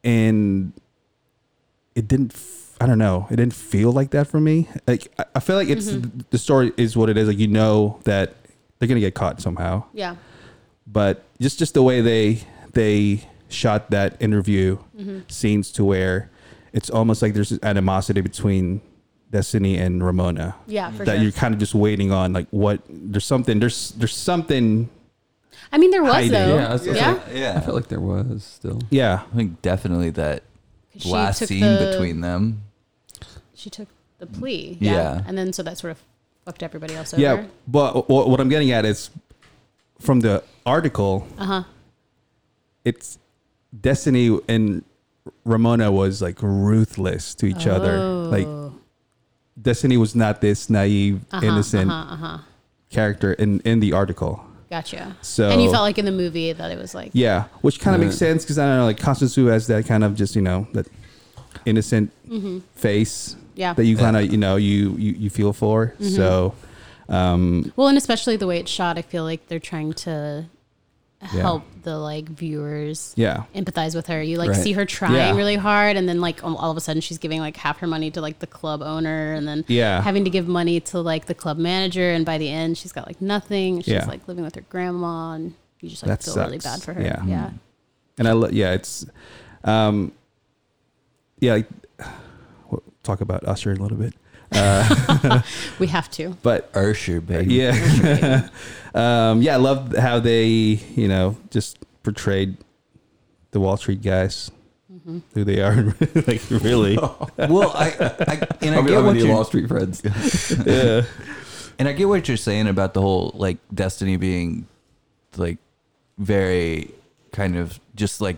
[SPEAKER 2] and it didn't. f- I don't know. It didn't feel like that for me. Like I, I feel like it's the story is what it is. Like you know that they're gonna get caught somehow,
[SPEAKER 5] Yeah.
[SPEAKER 2] but just just the way they they shot that interview
[SPEAKER 5] Mm-hmm.
[SPEAKER 2] scenes to where it's almost like there's this animosity between Destiny and Ramona.
[SPEAKER 5] Yeah, for
[SPEAKER 2] that
[SPEAKER 5] sure.
[SPEAKER 2] you're kind of just waiting on like what there's something there's there's something
[SPEAKER 5] I mean, there was
[SPEAKER 2] Hiding.
[SPEAKER 5] though.
[SPEAKER 3] Yeah, I was gonna
[SPEAKER 5] Yeah?
[SPEAKER 3] say- I
[SPEAKER 4] Yeah.
[SPEAKER 3] felt like there was still.
[SPEAKER 2] yeah
[SPEAKER 4] I think definitely that
[SPEAKER 5] 'Cause she
[SPEAKER 4] last
[SPEAKER 5] took
[SPEAKER 4] scene
[SPEAKER 5] the-
[SPEAKER 4] between them.
[SPEAKER 5] She took the plea.
[SPEAKER 4] Yeah.
[SPEAKER 5] And then so that sort of fucked everybody else over.
[SPEAKER 2] yeah but wh- wh- what I'm getting at is from the article
[SPEAKER 5] Uh huh.
[SPEAKER 2] it's Destiny and Ramona was like ruthless to each other like
[SPEAKER 5] Oh.
[SPEAKER 2] Destiny was not this naive innocent
[SPEAKER 5] Uh huh.
[SPEAKER 2] character in in the article
[SPEAKER 5] Gotcha.
[SPEAKER 2] So-
[SPEAKER 5] and you felt like in the movie that it was like
[SPEAKER 2] Yeah, which kind of makes
[SPEAKER 3] Right.
[SPEAKER 2] sense because I don't know, like Constance Wu has that kind of just you know that innocent face
[SPEAKER 5] Yeah.
[SPEAKER 2] that you kind of you know you you, you feel for. So um,
[SPEAKER 5] well, and especially the way it's shot. I feel like they're trying to help the like viewers
[SPEAKER 2] yeah,
[SPEAKER 5] empathize with her. You like
[SPEAKER 3] Right.
[SPEAKER 5] see her trying
[SPEAKER 2] Yeah.
[SPEAKER 5] really hard, and then like all all of a sudden she's giving like half her money to like the club owner, and then
[SPEAKER 2] Yeah.
[SPEAKER 5] having to give money to like the club manager, and by the end she's got like nothing. She's
[SPEAKER 2] Yeah.
[SPEAKER 5] like living with her grandma, and you just like
[SPEAKER 2] That
[SPEAKER 5] feel really
[SPEAKER 2] sucks.
[SPEAKER 5] bad for her.
[SPEAKER 2] Yeah.
[SPEAKER 5] yeah.
[SPEAKER 2] and I lo- yeah it's um, yeah like, we'll talk about Usher in a little bit, Mm.
[SPEAKER 5] we have to.
[SPEAKER 2] but
[SPEAKER 4] Ursher, baby.
[SPEAKER 2] yeah, um, yeah I love how they you know just portrayed the Wall Street guys who they are like really
[SPEAKER 4] Well, I, I and I
[SPEAKER 3] Probably
[SPEAKER 4] get
[SPEAKER 3] how
[SPEAKER 4] what
[SPEAKER 3] many Wall
[SPEAKER 4] you're
[SPEAKER 3] Street friends.
[SPEAKER 4] and I get what you're saying about the whole like destiny being like very kind of just like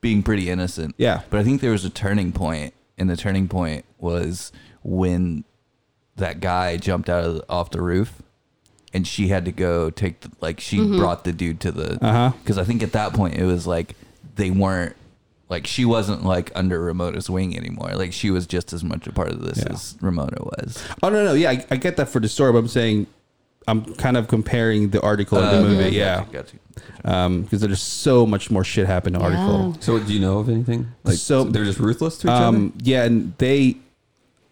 [SPEAKER 4] being pretty innocent.
[SPEAKER 2] Yeah.
[SPEAKER 4] But I think there was a turning point, and the turning point was when that guy jumped out of the, off the roof, and she had to go take the, like she brought the dude to the
[SPEAKER 2] Uh-huh.
[SPEAKER 4] because I think at that point it was like they weren't like she wasn't like under Ramona's wing anymore. Like she was just as much a part of this
[SPEAKER 2] Yeah.
[SPEAKER 4] as Ramona was.
[SPEAKER 2] Oh no, no, yeah, I, I get that for the story, but I'm saying I'm kind of comparing the article and the
[SPEAKER 4] Uh,
[SPEAKER 2] movie,
[SPEAKER 4] gotcha,
[SPEAKER 2] yeah,
[SPEAKER 4] gotcha.
[SPEAKER 2] because there's so much more shit happened in the article.
[SPEAKER 3] So, do you know of anything? Like,
[SPEAKER 2] So-
[SPEAKER 3] so they're just ruthless to each
[SPEAKER 2] Um, yeah, and they,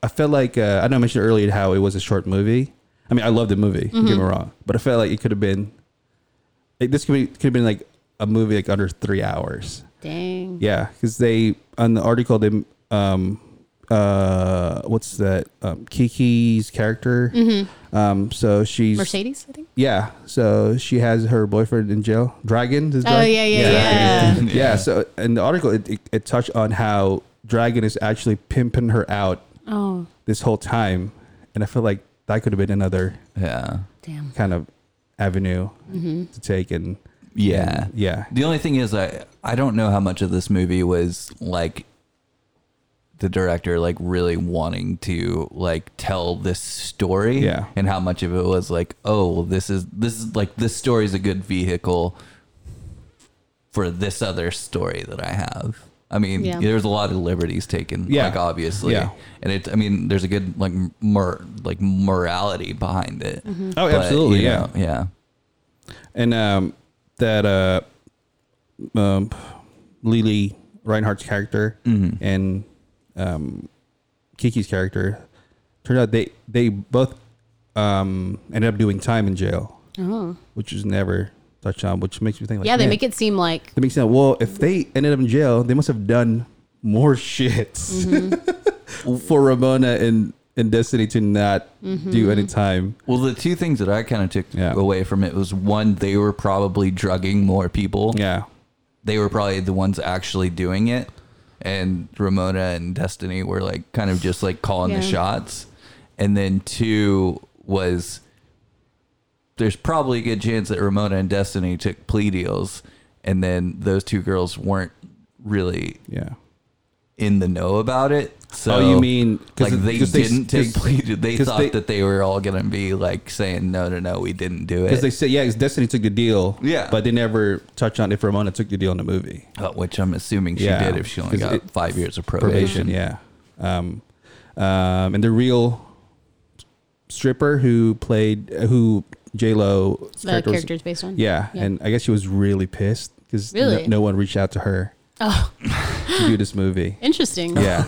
[SPEAKER 2] I felt like uh, I know I mentioned earlier how it was a short movie. I mean, I love the movie. Don't
[SPEAKER 3] Mm-hmm.
[SPEAKER 2] Get me wrong, but I felt like it could have been, like, this could be could have been like a movie like under three hours.
[SPEAKER 5] Dang.
[SPEAKER 2] Yeah, because they on the article they um uh what's that um, Kiki's character
[SPEAKER 3] Mm-hmm.
[SPEAKER 2] um so she's
[SPEAKER 5] Mercedes, I think.
[SPEAKER 2] yeah so she has her boyfriend in jail Dragon is
[SPEAKER 5] Oh
[SPEAKER 2] Dragon?
[SPEAKER 5] yeah, yeah, yeah.
[SPEAKER 2] yeah so in the article it, it, it touched on how Dragon is actually pimping her out
[SPEAKER 5] Oh
[SPEAKER 2] this whole time and I feel like that could have been another
[SPEAKER 4] Yeah.
[SPEAKER 5] damn.
[SPEAKER 2] kind of avenue
[SPEAKER 5] Mm-hmm.
[SPEAKER 2] to take and
[SPEAKER 4] Yeah.
[SPEAKER 2] and yeah
[SPEAKER 4] The only thing is, I I don't know how much of this movie was like the director like really wanting to like tell this story
[SPEAKER 2] Yeah.
[SPEAKER 4] and how much of it was like oh well, this is this is like this story is a good vehicle for this other story that i have i mean
[SPEAKER 5] Yeah.
[SPEAKER 4] there's a lot of liberties taken
[SPEAKER 2] Yeah.
[SPEAKER 4] like obviously
[SPEAKER 2] Yeah.
[SPEAKER 4] and it i mean there's a good like mor- like morality behind it
[SPEAKER 2] Oh,
[SPEAKER 4] But,
[SPEAKER 2] absolutely,
[SPEAKER 4] you
[SPEAKER 2] yeah.
[SPEAKER 4] know, yeah
[SPEAKER 2] and um, that uh, um, Lily Reinhardt's character and um, Kiki's character turned out they they both um, ended up doing time in jail,
[SPEAKER 5] Oh.
[SPEAKER 2] which is never touched on. Which makes me think, like,
[SPEAKER 5] yeah, they
[SPEAKER 2] man,
[SPEAKER 5] make it seem like
[SPEAKER 2] That makes sense. Well, if they ended up in jail, they must have done more shit
[SPEAKER 5] Mm-hmm.
[SPEAKER 2] for Ramona and, and Destiny to not do any time.
[SPEAKER 4] Well, the two things that I kind of took
[SPEAKER 2] Yeah.
[SPEAKER 4] away from it was one, they were probably drugging more people.
[SPEAKER 2] Yeah.
[SPEAKER 4] They were probably the ones actually doing it. And Ramona and Destiny were like kind of just like calling the
[SPEAKER 5] Yeah.
[SPEAKER 4] shots. And then two was there's probably a good chance that Ramona and Destiny took plea deals. And then those two girls weren't really
[SPEAKER 2] Yeah.
[SPEAKER 4] in the know about it. So
[SPEAKER 2] Oh, you mean- 'cause
[SPEAKER 4] like
[SPEAKER 2] it-
[SPEAKER 4] they
[SPEAKER 2] 'cause they-
[SPEAKER 4] didn't take
[SPEAKER 2] 'cause-
[SPEAKER 4] plea? They
[SPEAKER 2] 'cause
[SPEAKER 4] thought
[SPEAKER 2] they-
[SPEAKER 4] that they were all gonna be like saying no, no, no, we didn't do it.
[SPEAKER 2] Because they said, yeah, 'cause Destiny took the deal.
[SPEAKER 4] Yeah.
[SPEAKER 2] But they never touch on if Ramona took the deal in the movie.
[SPEAKER 4] Uh, which I'm assuming she
[SPEAKER 2] Yeah,
[SPEAKER 4] did if she only
[SPEAKER 2] 'cause
[SPEAKER 4] got
[SPEAKER 2] it-
[SPEAKER 4] five years of probation.
[SPEAKER 2] Probation, yeah. Um, um, and the real stripper who played, uh, who J Lo
[SPEAKER 5] the character's based on.
[SPEAKER 2] Yeah, and I guess she was really pissed because
[SPEAKER 5] Really?
[SPEAKER 2] no, one reached out to her
[SPEAKER 5] oh,
[SPEAKER 2] to do this movie.
[SPEAKER 5] interesting.
[SPEAKER 2] Yeah,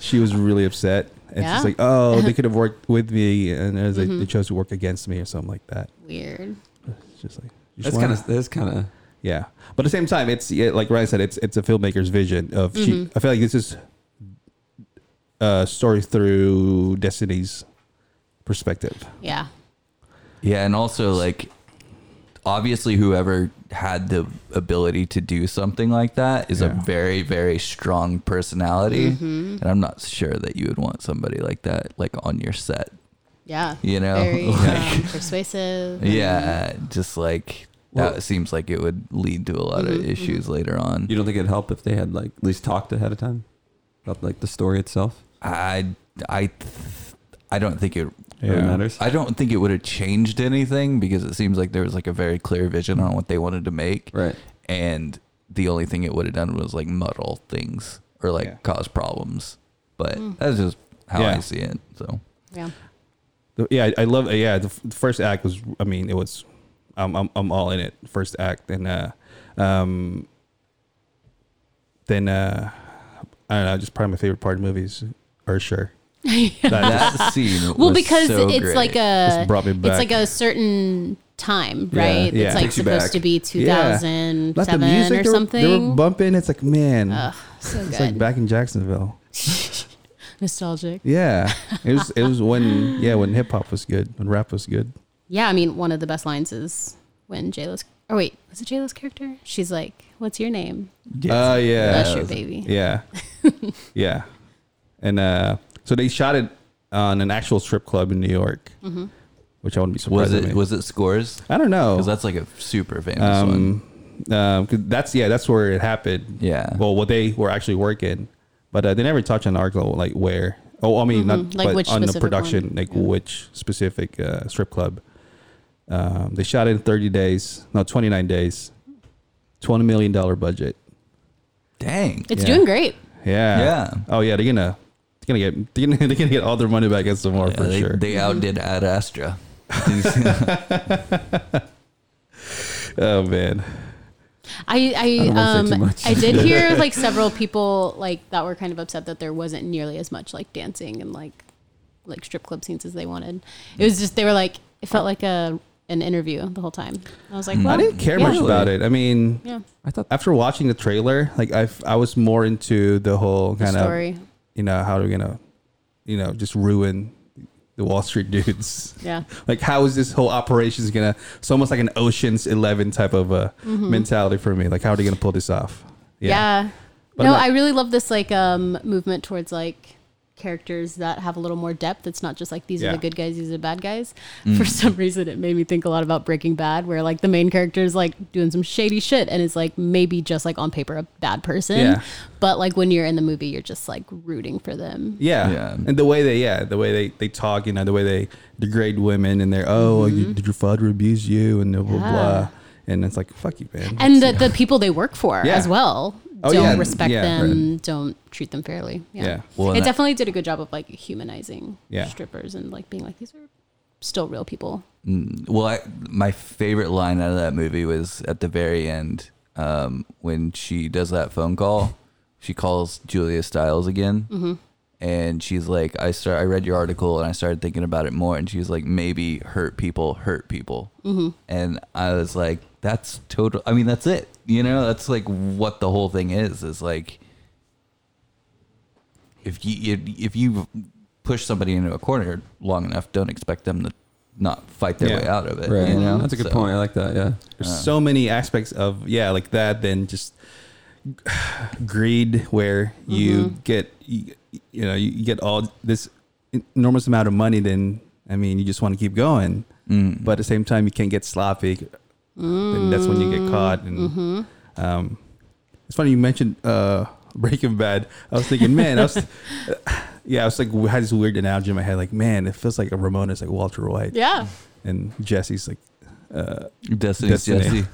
[SPEAKER 2] she was really upset, and
[SPEAKER 5] Yeah? Mm-hmm.
[SPEAKER 2] she's like, "Oh, they could have worked with me, and as they, they chose to work against me, or something like that."
[SPEAKER 5] Weird.
[SPEAKER 2] It's just like you just
[SPEAKER 3] That's kind
[SPEAKER 2] wanna-
[SPEAKER 3] of that's kind of
[SPEAKER 2] yeah. But at the same time, it's yeah, like Ryan said, it's it's a filmmaker's vision of. She,
[SPEAKER 5] Mm-hmm.
[SPEAKER 2] I feel like this is a story through Destiny's perspective.
[SPEAKER 5] Yeah.
[SPEAKER 4] Yeah, and also like obviously whoever had the ability to do something like that is
[SPEAKER 2] Yeah.
[SPEAKER 4] a very very strong personality, and I'm not sure that you would want somebody like that like on your set.
[SPEAKER 5] Yeah.
[SPEAKER 4] You know,
[SPEAKER 5] Very
[SPEAKER 4] like-
[SPEAKER 5] um, persuasive.
[SPEAKER 4] Yeah, just like
[SPEAKER 3] Well-
[SPEAKER 4] that seems like it would lead to a lot
[SPEAKER 5] Mm-hmm,
[SPEAKER 4] of issues later on.
[SPEAKER 3] you don't think it'd help if they had like at least talked ahead of time about like the story itself.
[SPEAKER 4] I I I don't think it
[SPEAKER 3] Yeah. It matters.
[SPEAKER 4] I don't think it would have changed anything because it seems like there was like a very clear vision on what they wanted to make.
[SPEAKER 3] Right.
[SPEAKER 4] And the only thing it would have done was like muddle things or like
[SPEAKER 2] Yeah.
[SPEAKER 4] cause problems. But
[SPEAKER 5] Mm.
[SPEAKER 4] that's just how
[SPEAKER 2] Yeah.
[SPEAKER 4] I see it. So
[SPEAKER 5] Yeah.
[SPEAKER 2] The- Yeah, I, I love. Yeah, the, f- the first act was. I mean, it was. I'm I'm, I'm all in it. First act, and uh, um, then uh, I don't know. Just probably my favorite part of movies, or sure. That
[SPEAKER 4] that scene
[SPEAKER 5] Well,
[SPEAKER 4] was
[SPEAKER 5] because
[SPEAKER 4] so
[SPEAKER 5] it's
[SPEAKER 4] great.
[SPEAKER 5] like a
[SPEAKER 2] Just brought me back.
[SPEAKER 5] it's like a certain time,
[SPEAKER 2] Yeah.
[SPEAKER 5] right?
[SPEAKER 2] Yeah.
[SPEAKER 5] It's like
[SPEAKER 2] Takes you
[SPEAKER 5] supposed
[SPEAKER 2] back.
[SPEAKER 5] to be
[SPEAKER 2] Yeah. Like
[SPEAKER 5] 2007 or
[SPEAKER 2] they were, They were
[SPEAKER 5] something.
[SPEAKER 2] bumping. It's like man,
[SPEAKER 5] Ugh, so
[SPEAKER 2] it's
[SPEAKER 5] good.
[SPEAKER 2] like back in Jacksonville.
[SPEAKER 5] Nostalgic.
[SPEAKER 2] Yeah, it was. it was when yeah when hip hop was good, when rap was good.
[SPEAKER 5] Yeah, I mean, one of the best lines is when JLo's. Oh wait, was it JLo's character? She's like, "What's your name?"
[SPEAKER 4] Uh,
[SPEAKER 2] Oh yeah,
[SPEAKER 5] That's your baby.
[SPEAKER 2] Yeah. yeah. And uh, so they shot it on an actual strip club in New York, which I wouldn't be surprised.
[SPEAKER 4] was
[SPEAKER 2] I
[SPEAKER 4] it
[SPEAKER 2] mean.
[SPEAKER 4] was it scores?
[SPEAKER 2] I don't know.
[SPEAKER 4] Because that's like a super famous one.
[SPEAKER 2] Oh. um, um, 'cause that's yeah, that's where it happened.
[SPEAKER 4] Yeah.
[SPEAKER 2] Well, what they were actually working, but uh, they never touched on the article like where. Oh, I mean, not
[SPEAKER 5] Mm-hmm. Like
[SPEAKER 2] but
[SPEAKER 5] which
[SPEAKER 2] on the
[SPEAKER 5] specific
[SPEAKER 2] production,
[SPEAKER 5] one.
[SPEAKER 2] like which specific uh, strip club. Um, they shot it in 30 days, no, 29 days, 20 million dollar budget.
[SPEAKER 4] Dang.
[SPEAKER 5] It's
[SPEAKER 2] Yeah.
[SPEAKER 5] doing great.
[SPEAKER 2] Yeah.
[SPEAKER 4] Yeah.
[SPEAKER 2] Oh yeah, they're gonna they're gonna get they're gonna, they're gonna get all their money back and some more
[SPEAKER 4] Yeah,
[SPEAKER 2] for
[SPEAKER 4] they,
[SPEAKER 2] sure.
[SPEAKER 4] they outdid Ad Astra.
[SPEAKER 2] oh man.
[SPEAKER 5] I I,
[SPEAKER 3] don't wanna say too
[SPEAKER 5] um
[SPEAKER 3] much.
[SPEAKER 5] I did hear like several people like that were kind of upset that there wasn't nearly as much like dancing and like like strip club scenes as they wanted. It was just they were like it felt like a an interview the whole time. I was like,
[SPEAKER 3] Mm.
[SPEAKER 5] well,
[SPEAKER 2] I didn't care much
[SPEAKER 5] yeah.
[SPEAKER 2] about it. I mean,
[SPEAKER 5] Yeah,
[SPEAKER 3] I thought
[SPEAKER 2] after watching the trailer, like I I was more into the whole
[SPEAKER 5] the
[SPEAKER 2] kind of
[SPEAKER 5] story.
[SPEAKER 2] you know how they're gonna you know just ruin the Wall Street dudes.
[SPEAKER 5] Yeah.
[SPEAKER 2] Like how is this whole operations gonna? It's almost like an Ocean's Eleven type of uh, mentality for me. Like how are they gonna pull this off?
[SPEAKER 5] Mm-hmm. Yeah.
[SPEAKER 2] But
[SPEAKER 5] no,
[SPEAKER 2] like-
[SPEAKER 5] I really love this like um movement towards like characters that have a little more depth. It's not just like these
[SPEAKER 2] Yeah. Mm.
[SPEAKER 5] are the good guys, these are the bad guys. For some reason, it made me think a lot about Breaking Bad, where like the main character is like doing some shady shit and is like maybe just like on paper a bad person,
[SPEAKER 2] Yeah.
[SPEAKER 5] but like when you're in the movie, you're just like rooting for them.
[SPEAKER 2] Yeah.
[SPEAKER 4] Yeah.
[SPEAKER 2] And the way they, yeah, the way they, they talk, you know, the way they degrade women and they're, oh, you, did your father abuse you and blah, blah,
[SPEAKER 5] Mm-hmm. Yeah.
[SPEAKER 2] blah. And it's like, fuck you, man.
[SPEAKER 5] And the, the people they work for
[SPEAKER 2] Yeah.
[SPEAKER 5] as well
[SPEAKER 2] Oh,
[SPEAKER 5] don't
[SPEAKER 2] yeah.
[SPEAKER 5] respect
[SPEAKER 2] Yeah.
[SPEAKER 5] them, don't treat them fairly. Yeah.
[SPEAKER 2] Yeah.
[SPEAKER 4] Well,
[SPEAKER 5] it
[SPEAKER 4] and I-
[SPEAKER 5] definitely did a good job of like humanizing
[SPEAKER 2] Yeah.
[SPEAKER 5] strippers and like being like, these are still real people.
[SPEAKER 4] Well, I, my favorite line out of that movie was at the very end um, when she does that phone call. She calls Julia Stiles again, and she's like, "I start. I read your article, and I started thinking about it more." And she's like, "Maybe hurt people hurt people," and I was like, "That's total. I mean, that's it. You know, that's like what the whole thing is. Is like." if you if, if you push somebody into a corner long enough, don't expect them to not fight their
[SPEAKER 2] Yeah.
[SPEAKER 4] way out of it.
[SPEAKER 3] Right.
[SPEAKER 4] you know?
[SPEAKER 3] That's a good
[SPEAKER 4] So,
[SPEAKER 3] point. I like that. Yeah.
[SPEAKER 2] There's so many aspects of, yeah, like that, then just greed where you get, you, you know, you get all this enormous amount of money, then, I mean, you just want to keep going. But at the same time, you can't get sloppy. And that's when you get caught. And, um, It's funny you mentioned uh, Breaking Bad. I was thinking, man, I was, yeah, I was like, I had this weird analogy in my head, like, man, it feels like a Ramona's like Walter White,
[SPEAKER 5] Yeah.
[SPEAKER 2] and Jesse's like, uh,
[SPEAKER 4] Destiny's
[SPEAKER 2] Destiny.
[SPEAKER 4] Jesse.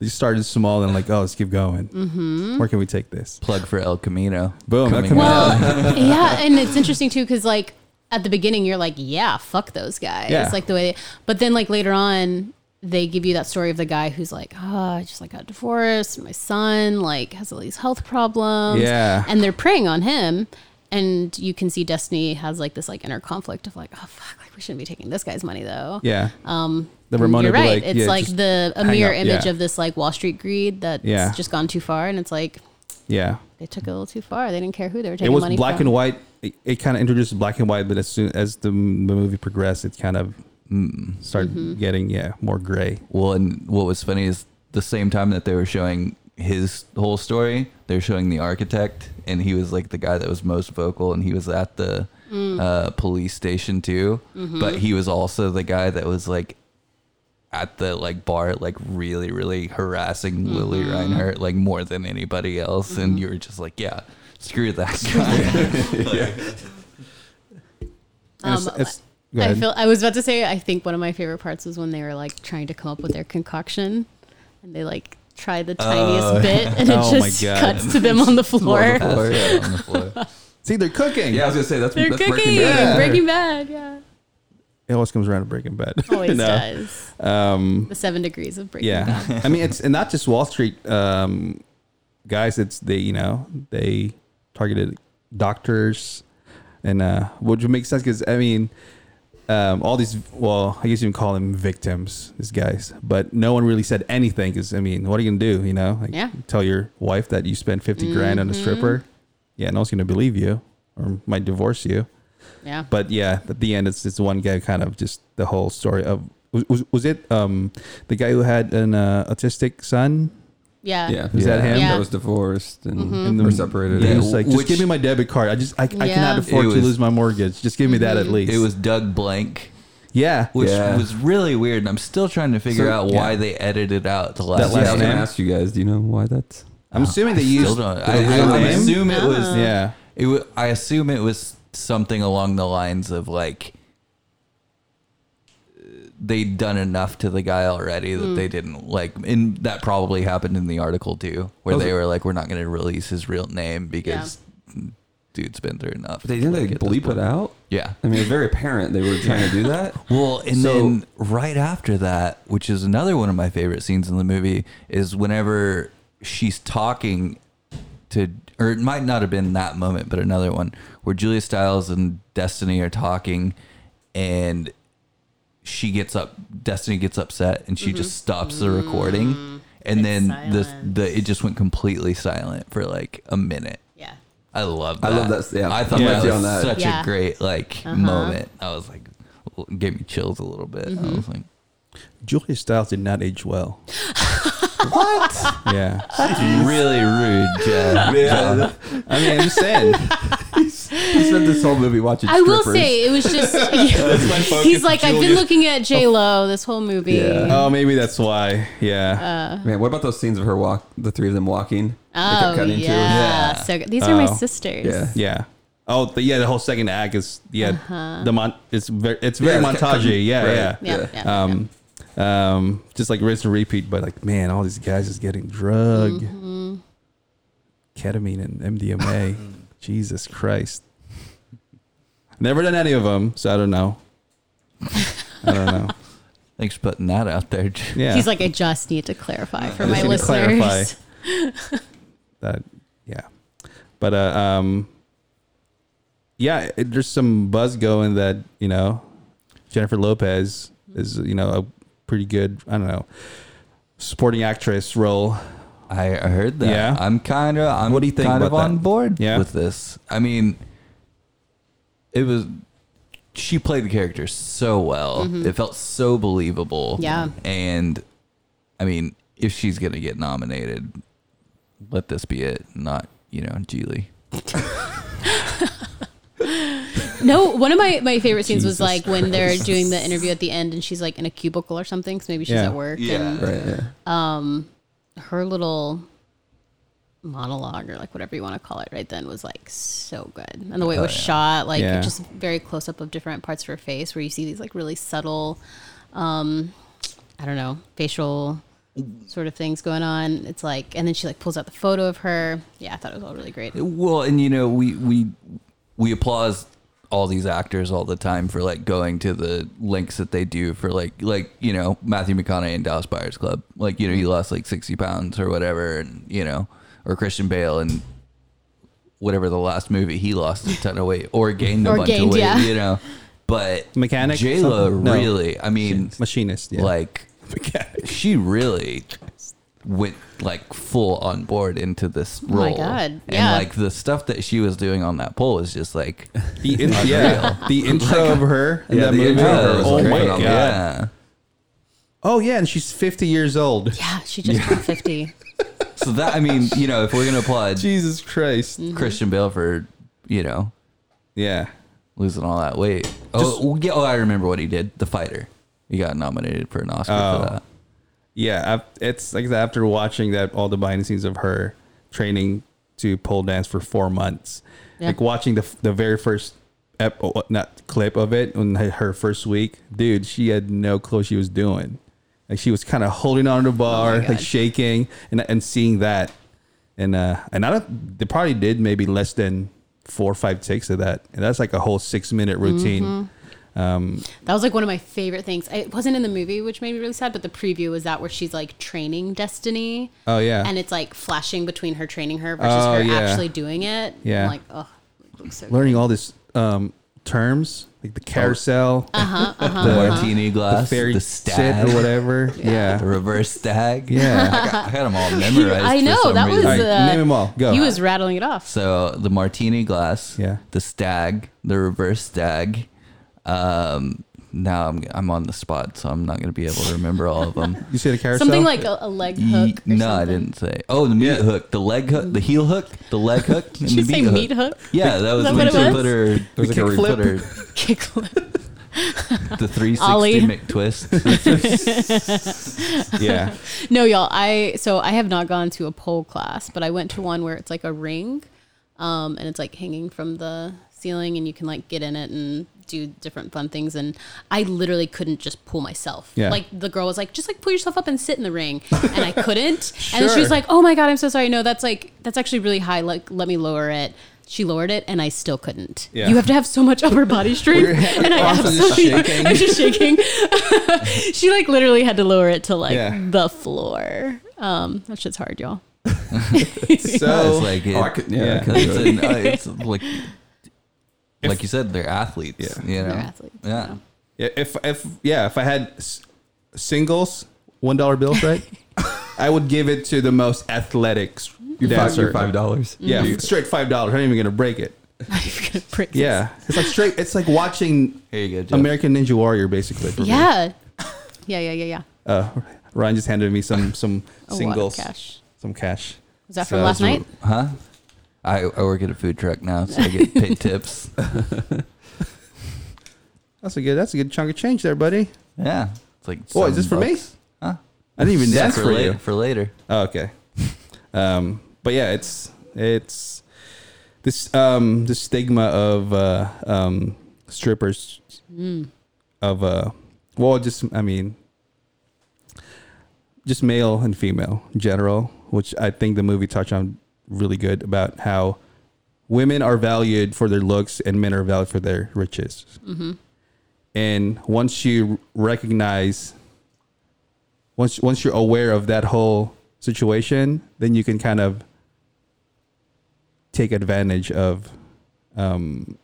[SPEAKER 2] they started small and like, oh, let's keep going.
[SPEAKER 5] Mm-hmm.
[SPEAKER 2] Where can we take this?
[SPEAKER 4] Plug for El Camino.
[SPEAKER 2] Boom, El
[SPEAKER 4] Coming
[SPEAKER 2] Camino.
[SPEAKER 4] out.
[SPEAKER 5] Well, yeah, and it's interesting too because like at the beginning you're like, yeah, fuck those guys,
[SPEAKER 2] Yeah.
[SPEAKER 5] like the way. But then like later on, they give you that story of the guy who's like, ah, I just like got divorced, and my son like has all these health problems,
[SPEAKER 2] Yeah.
[SPEAKER 5] and they're preying on him. And you can see Destiny has like this like inner conflict of like, oh fuck, like we shouldn't be taking this guy's money though.
[SPEAKER 2] Yeah,
[SPEAKER 5] Um,
[SPEAKER 2] The Ramona
[SPEAKER 5] you're
[SPEAKER 2] would be
[SPEAKER 5] right.
[SPEAKER 2] like,
[SPEAKER 5] it's
[SPEAKER 2] yeah,
[SPEAKER 5] like
[SPEAKER 2] just
[SPEAKER 5] the a
[SPEAKER 2] hang
[SPEAKER 5] mirror
[SPEAKER 2] out,
[SPEAKER 5] image
[SPEAKER 2] yeah.
[SPEAKER 5] of this like Wall Street greed that's
[SPEAKER 2] Yeah.
[SPEAKER 5] just gone too far, and it's like
[SPEAKER 2] yeah.
[SPEAKER 5] they took it a little too far. They didn't care who they were
[SPEAKER 2] It
[SPEAKER 5] taking
[SPEAKER 2] was
[SPEAKER 5] money
[SPEAKER 2] black
[SPEAKER 5] from.
[SPEAKER 2] and white. It, it kind of introduced black and white, but as soon as the, m- the movie progressed, it kind of mm, started
[SPEAKER 5] Mm-hmm.
[SPEAKER 2] getting yeah more gray.
[SPEAKER 4] Well, and what was funny is the same time that they were showing his whole story, they were showing the architect, and he was like the guy that was most vocal, and he was at the uh, police station too. But he was also the guy that was like at the like bar, like really, really harassing Lily Reinhart, like more than anybody else. And you were just like, yeah, screw that guy.
[SPEAKER 2] And
[SPEAKER 5] Um,
[SPEAKER 2] go ahead.
[SPEAKER 5] I feel I was about to say I think one of my favorite parts was when they were like trying to come up with their concoction and they like try the tiniest bit and it
[SPEAKER 2] Oh my
[SPEAKER 5] just
[SPEAKER 2] God.
[SPEAKER 5] cuts to them on the floor.
[SPEAKER 4] Yeah, on the floor.
[SPEAKER 2] See, they're cooking.
[SPEAKER 4] Yeah, I was gonna say that's,
[SPEAKER 5] They're
[SPEAKER 4] that's
[SPEAKER 5] cooking,
[SPEAKER 4] Breaking Bad.
[SPEAKER 5] Breaking Bad, yeah.
[SPEAKER 2] it always comes around to Breaking Bad.
[SPEAKER 5] Always
[SPEAKER 2] No.
[SPEAKER 5] does.
[SPEAKER 2] Um,
[SPEAKER 5] The seven degrees of Breaking Bad.
[SPEAKER 2] Yeah, I mean it's and not just Wall Street um, guys. It's they you know they targeted doctors and uh, which would make sense because I mean um, all these well I guess you can call them victims these guys, but no one really said anything because I mean what are you gonna do you know like
[SPEAKER 5] Yeah. Mm-hmm.
[SPEAKER 2] tell your wife that you spent 50 grand on a stripper yeah no one's gonna believe you or might divorce you
[SPEAKER 5] Yeah.
[SPEAKER 2] but yeah, at the end, it's it's one guy kind of just the whole story of was was, was it um the guy who had an uh, autistic son
[SPEAKER 5] yeah.
[SPEAKER 3] Yeah.
[SPEAKER 2] Is that him?
[SPEAKER 5] Yeah. Mm-hmm.
[SPEAKER 3] That was divorced and,
[SPEAKER 2] and
[SPEAKER 3] or
[SPEAKER 2] the-
[SPEAKER 3] separated.
[SPEAKER 2] He
[SPEAKER 4] Yeah.
[SPEAKER 2] was like, just
[SPEAKER 4] Which-
[SPEAKER 2] give me my debit card. I just I, I
[SPEAKER 5] Yeah.
[SPEAKER 2] cannot afford
[SPEAKER 4] It
[SPEAKER 2] to
[SPEAKER 4] was-
[SPEAKER 2] lose my mortgage. Just give me that at least.
[SPEAKER 4] It was Doug Blank,
[SPEAKER 2] yeah,
[SPEAKER 4] which
[SPEAKER 3] Yeah.
[SPEAKER 4] was really weird, and I'm still trying to figure
[SPEAKER 3] So-
[SPEAKER 4] out
[SPEAKER 3] yeah.
[SPEAKER 4] why they edited out the last.
[SPEAKER 3] Yeah, I was
[SPEAKER 2] name.
[SPEAKER 3] gonna ask you guys. Do you know why that's?
[SPEAKER 2] I'm assuming they
[SPEAKER 4] Still
[SPEAKER 2] used
[SPEAKER 4] don't-
[SPEAKER 2] the
[SPEAKER 4] I,
[SPEAKER 2] real
[SPEAKER 4] I, I
[SPEAKER 2] name.
[SPEAKER 4] assume it was.
[SPEAKER 2] yeah.
[SPEAKER 4] It wa- I assume it was something along the lines of like they'd done enough to the guy already that they didn't like and that probably happened in the article too where
[SPEAKER 3] Was
[SPEAKER 4] they
[SPEAKER 3] it-
[SPEAKER 4] were like we're not going to release his real name because dude's been through enough
[SPEAKER 3] They didn't
[SPEAKER 4] Like,
[SPEAKER 3] like,
[SPEAKER 4] at this
[SPEAKER 3] bleep
[SPEAKER 4] point.
[SPEAKER 3] it out.
[SPEAKER 4] yeah
[SPEAKER 3] I mean, it was very apparent they were trying to do that.
[SPEAKER 4] Well, and
[SPEAKER 3] So-
[SPEAKER 4] then right after that, which is another one of my favorite scenes in the movie, is whenever she's talking to, or it might not have been that moment, but another one where Julia Stiles and Destiny are talking, and she gets up, Destiny gets upset, and she just stops the recording, and then
[SPEAKER 5] silence.
[SPEAKER 4] the the it just went completely silent for like a minute.
[SPEAKER 5] Yeah.
[SPEAKER 4] I love
[SPEAKER 3] I
[SPEAKER 4] that.
[SPEAKER 3] love that- yeah.
[SPEAKER 4] I thought
[SPEAKER 3] Yeah.
[SPEAKER 4] that
[SPEAKER 3] Yeah.
[SPEAKER 4] was
[SPEAKER 3] On that.
[SPEAKER 4] such
[SPEAKER 5] Yeah. Uh-huh.
[SPEAKER 4] a great like moment. I was like, w- gave me chills a little bit.
[SPEAKER 5] Mm-hmm.
[SPEAKER 4] I was like,
[SPEAKER 2] Julia Stiles did not age well. what? Yeah.
[SPEAKER 4] really rude, Jeff.
[SPEAKER 2] I mean, I'm just saying.
[SPEAKER 3] He spent this whole movie watching.
[SPEAKER 5] I will
[SPEAKER 3] strippers.
[SPEAKER 5] say it was just
[SPEAKER 2] focus,
[SPEAKER 5] he's like I've been
[SPEAKER 2] Julia.
[SPEAKER 5] looking at J Lo this whole movie.
[SPEAKER 3] Yeah.
[SPEAKER 2] Oh, maybe that's why. Yeah.
[SPEAKER 3] man, what about those scenes of her walk? The three of them walking.
[SPEAKER 5] Oh yeah.
[SPEAKER 3] to?
[SPEAKER 2] Yeah.
[SPEAKER 5] so good. these are my
[SPEAKER 2] Oh.
[SPEAKER 5] sisters.
[SPEAKER 3] Yeah.
[SPEAKER 2] yeah. Oh, the, yeah. The whole second act is yeah. The mon- it's very it's very
[SPEAKER 3] Yeah, it's cut-
[SPEAKER 2] montagey. Yeah,
[SPEAKER 3] right.
[SPEAKER 2] yeah.
[SPEAKER 5] Uh-huh. Yeah,
[SPEAKER 3] Yeah.
[SPEAKER 5] yeah, yeah.
[SPEAKER 2] um, um, just like rinse and repeat. But like, man, all these guys is getting drug,
[SPEAKER 5] Mm-hmm.
[SPEAKER 2] ketamine and MDMA. Jesus Christ! Never done any of them, so I don't know. I don't know.
[SPEAKER 4] Thanks for putting that out there. Jim.
[SPEAKER 2] Yeah,
[SPEAKER 5] He's like, I just need to clarify for
[SPEAKER 2] I
[SPEAKER 5] my
[SPEAKER 2] just need to
[SPEAKER 5] listeners.
[SPEAKER 2] clarify that yeah, but uh, um, yeah, it, there's some buzz going that you know Jennifer Lopez is you know a pretty good I don't know supporting actress role
[SPEAKER 4] I I heard that.
[SPEAKER 2] Yeah.
[SPEAKER 4] I'm kind of. I'm
[SPEAKER 2] What do you think
[SPEAKER 4] kind of
[SPEAKER 2] about
[SPEAKER 4] on
[SPEAKER 2] that?
[SPEAKER 4] board
[SPEAKER 2] Yeah.
[SPEAKER 4] with this. I mean, it was. She played the character so well. It felt so believable.
[SPEAKER 5] Mm-hmm. Yeah.
[SPEAKER 4] And, I mean, if she's gonna get nominated, let this be it. Not you know, Geely.
[SPEAKER 5] No, one of my, my favorite scenes was
[SPEAKER 2] Jesus
[SPEAKER 5] like when they're doing the interview at the end and she's like in a cubicle or something because maybe she's
[SPEAKER 2] Yeah.
[SPEAKER 5] at work
[SPEAKER 4] Yeah.
[SPEAKER 3] Right. Yeah.
[SPEAKER 5] and her little monologue or like whatever you want to call it right then was like so good and the way it was shot like
[SPEAKER 2] Oh, Yeah.
[SPEAKER 5] just very close up of different parts of her face where you see these like really subtle um I don't know facial sort of things going on it's like and then she like pulls out the photo of her yeah I thought it was all really great
[SPEAKER 4] Well, and you know, we we we applaud all these actors all the time for like going to the lengths that they do for like like you know Matthew McConaughey in Dallas Buyers Club. Like you know he lost like sixty pounds or whatever, and you know or Christian Bale and whatever the last movie he lost a ton of weight or gained a
[SPEAKER 5] Or
[SPEAKER 4] bunch of
[SPEAKER 5] gained,
[SPEAKER 4] weight.
[SPEAKER 5] yeah.
[SPEAKER 4] You know, but
[SPEAKER 2] Mechanic?
[SPEAKER 4] Jayla
[SPEAKER 2] Something? No.
[SPEAKER 4] really. I mean,
[SPEAKER 2] machinist. Yeah.
[SPEAKER 4] like she really went like full on board into this
[SPEAKER 5] Oh my
[SPEAKER 4] role.
[SPEAKER 5] God,
[SPEAKER 4] And
[SPEAKER 5] yeah.
[SPEAKER 4] like the stuff that she was doing on that pole was just like
[SPEAKER 2] The in- yeah, the intro of her in
[SPEAKER 3] Yeah,
[SPEAKER 2] that
[SPEAKER 3] the
[SPEAKER 2] movie.
[SPEAKER 3] intro of her was
[SPEAKER 2] oh
[SPEAKER 3] great.
[SPEAKER 2] my
[SPEAKER 3] Yeah.
[SPEAKER 2] god!
[SPEAKER 4] Yeah.
[SPEAKER 2] Oh yeah, and she's fifty years old.
[SPEAKER 5] yeah she just turned 50
[SPEAKER 4] So that I mean, you know, if we're gonna applaud
[SPEAKER 2] Jesus Christ!
[SPEAKER 4] Christian Bale for, you know,
[SPEAKER 2] Yeah,
[SPEAKER 4] losing all that weight. oh, yeah, oh I remember what he did. The fighter. He got nominated for an Oscar
[SPEAKER 2] Oh.
[SPEAKER 4] for that.
[SPEAKER 2] yeah. i it's like that after watching that all the behind the scenes of her training to pole dance for four months,
[SPEAKER 5] Yeah.
[SPEAKER 2] like watching the the very first ep- oh, not clip of it on her- her first week, dude. She had no clue what she was doing. Like she was kind of holding on to
[SPEAKER 5] Oh
[SPEAKER 2] the bar,
[SPEAKER 5] God.
[SPEAKER 2] like shaking, and and seeing that, and uh, and I don't. They probably did maybe less than four or five takes of that, and that's like a whole six minute routine.
[SPEAKER 5] Mm-hmm. That was like one of my favorite things. It wasn't in the movie, which made me really sad, but the preview was that where she's like training Destiny.
[SPEAKER 2] Oh, yeah.
[SPEAKER 5] And it's like flashing between her training her versus
[SPEAKER 2] Oh,
[SPEAKER 5] her
[SPEAKER 2] yeah.
[SPEAKER 5] actually doing it.
[SPEAKER 2] Yeah.
[SPEAKER 5] I'm like, oh, it looks so
[SPEAKER 2] learning all this um terms like the
[SPEAKER 5] Oh.
[SPEAKER 2] carousel
[SPEAKER 5] Uh-huh.
[SPEAKER 4] The martini glass, the,
[SPEAKER 2] fairy
[SPEAKER 4] stag,
[SPEAKER 2] sit or whatever
[SPEAKER 4] the
[SPEAKER 2] yeah
[SPEAKER 4] reverse stag.
[SPEAKER 2] Yeah.
[SPEAKER 4] I got, I got them all
[SPEAKER 5] good.
[SPEAKER 4] memorized.
[SPEAKER 5] I
[SPEAKER 4] for
[SPEAKER 5] know.
[SPEAKER 4] some
[SPEAKER 5] That was.
[SPEAKER 4] reason.
[SPEAKER 2] All right,
[SPEAKER 5] uh,
[SPEAKER 2] name 'em all. Go.
[SPEAKER 5] He was rattling it off.
[SPEAKER 4] So the martini glass,
[SPEAKER 2] Yeah.
[SPEAKER 4] the stag, the reverse stag. Um, now I'm I'm on the spot, so I'm not gonna be able to remember all of them.
[SPEAKER 2] you see the carousel
[SPEAKER 5] Something like a, a leg hook. Or
[SPEAKER 4] no,
[SPEAKER 5] something.
[SPEAKER 4] I didn't say. Oh, the meat hook, the leg hook, the heel hook, the leg hook, and
[SPEAKER 5] Did you
[SPEAKER 4] the
[SPEAKER 5] say meat hook?
[SPEAKER 4] Yeah, that was
[SPEAKER 5] that
[SPEAKER 4] when
[SPEAKER 5] what
[SPEAKER 4] she
[SPEAKER 5] it was?
[SPEAKER 4] put her. There's like a
[SPEAKER 2] kickflip?
[SPEAKER 4] put her
[SPEAKER 5] Kickflip.
[SPEAKER 4] the 360
[SPEAKER 5] Ollie.
[SPEAKER 4] McTwist.
[SPEAKER 2] yeah
[SPEAKER 5] no, y'all. I so I have not gone to a pole class, but I went to one where it's like a ring, um, and it's like hanging from the ceiling, and you can like get in it and do different fun things. And I literally couldn't just pull myself.
[SPEAKER 2] Yeah.
[SPEAKER 5] Like the girl was like, just like pull yourself up and sit in the ring, and I couldn't. And then she
[SPEAKER 2] Sure.
[SPEAKER 5] was like, oh my god, I'm so sorry. No, that's like that's actually really high. Like let me lower it. She lowered it, and I still couldn't.
[SPEAKER 2] Yeah.
[SPEAKER 5] You have to have so much upper body strength, and I
[SPEAKER 2] arms are just
[SPEAKER 5] absolutely,
[SPEAKER 2] shaking.
[SPEAKER 5] I was just shaking she like literally had to lower it to like
[SPEAKER 2] Yeah.
[SPEAKER 5] the floor. Um, that shit's hard, y'all.
[SPEAKER 2] so
[SPEAKER 4] it's like it,
[SPEAKER 3] Oh, I could- yeah, I
[SPEAKER 2] Yeah.
[SPEAKER 3] could do
[SPEAKER 4] it's,
[SPEAKER 3] it.
[SPEAKER 4] an, uh, it's like like you said, they're athletes.
[SPEAKER 2] Yeah.
[SPEAKER 4] you know?
[SPEAKER 5] They're athletes,
[SPEAKER 4] Yeah.
[SPEAKER 5] yeah.
[SPEAKER 2] yeah, if if yeah if i had s- singles one dollar bills right i would give it to the most athletics
[SPEAKER 3] Five,
[SPEAKER 2] dancer
[SPEAKER 3] your five
[SPEAKER 5] Mm.
[SPEAKER 3] dollars.
[SPEAKER 2] yeah straight five dollars i'm not even gonna break it
[SPEAKER 5] Not even gonna break this.
[SPEAKER 2] yeah it's like straight it's like watching
[SPEAKER 4] Here you go, Jeff.
[SPEAKER 2] american ninja warrior basically for me.
[SPEAKER 5] Yeah. Yeah, yeah, yeah, yeah.
[SPEAKER 2] uh ryan just handed me some some
[SPEAKER 5] A lot of
[SPEAKER 2] singles
[SPEAKER 5] cash.
[SPEAKER 2] some cash
[SPEAKER 5] Was that
[SPEAKER 2] So
[SPEAKER 5] from last
[SPEAKER 2] it's-
[SPEAKER 5] night?
[SPEAKER 4] Huh? I, I work at a food truck now, so I get paid tips.
[SPEAKER 2] That's a good. That's a good chunk of change there, buddy.
[SPEAKER 4] Yeah, it's like.
[SPEAKER 2] Oh, is this for
[SPEAKER 4] seven
[SPEAKER 2] me?
[SPEAKER 4] bucks. Huh?
[SPEAKER 2] I didn't even
[SPEAKER 4] Yeah,
[SPEAKER 2] ask
[SPEAKER 4] for,
[SPEAKER 2] for
[SPEAKER 4] later.
[SPEAKER 2] you.
[SPEAKER 4] For later.
[SPEAKER 2] Oh, okay. Um, but yeah, it's it's this um the stigma of uh um strippers of uh well just I mean just male and female in general, which I think the movie touched on really good about how women are valued for their looks and men are valued for their riches. And once you recognize once once you're aware of that whole situation, then you can kind of take advantage of, um,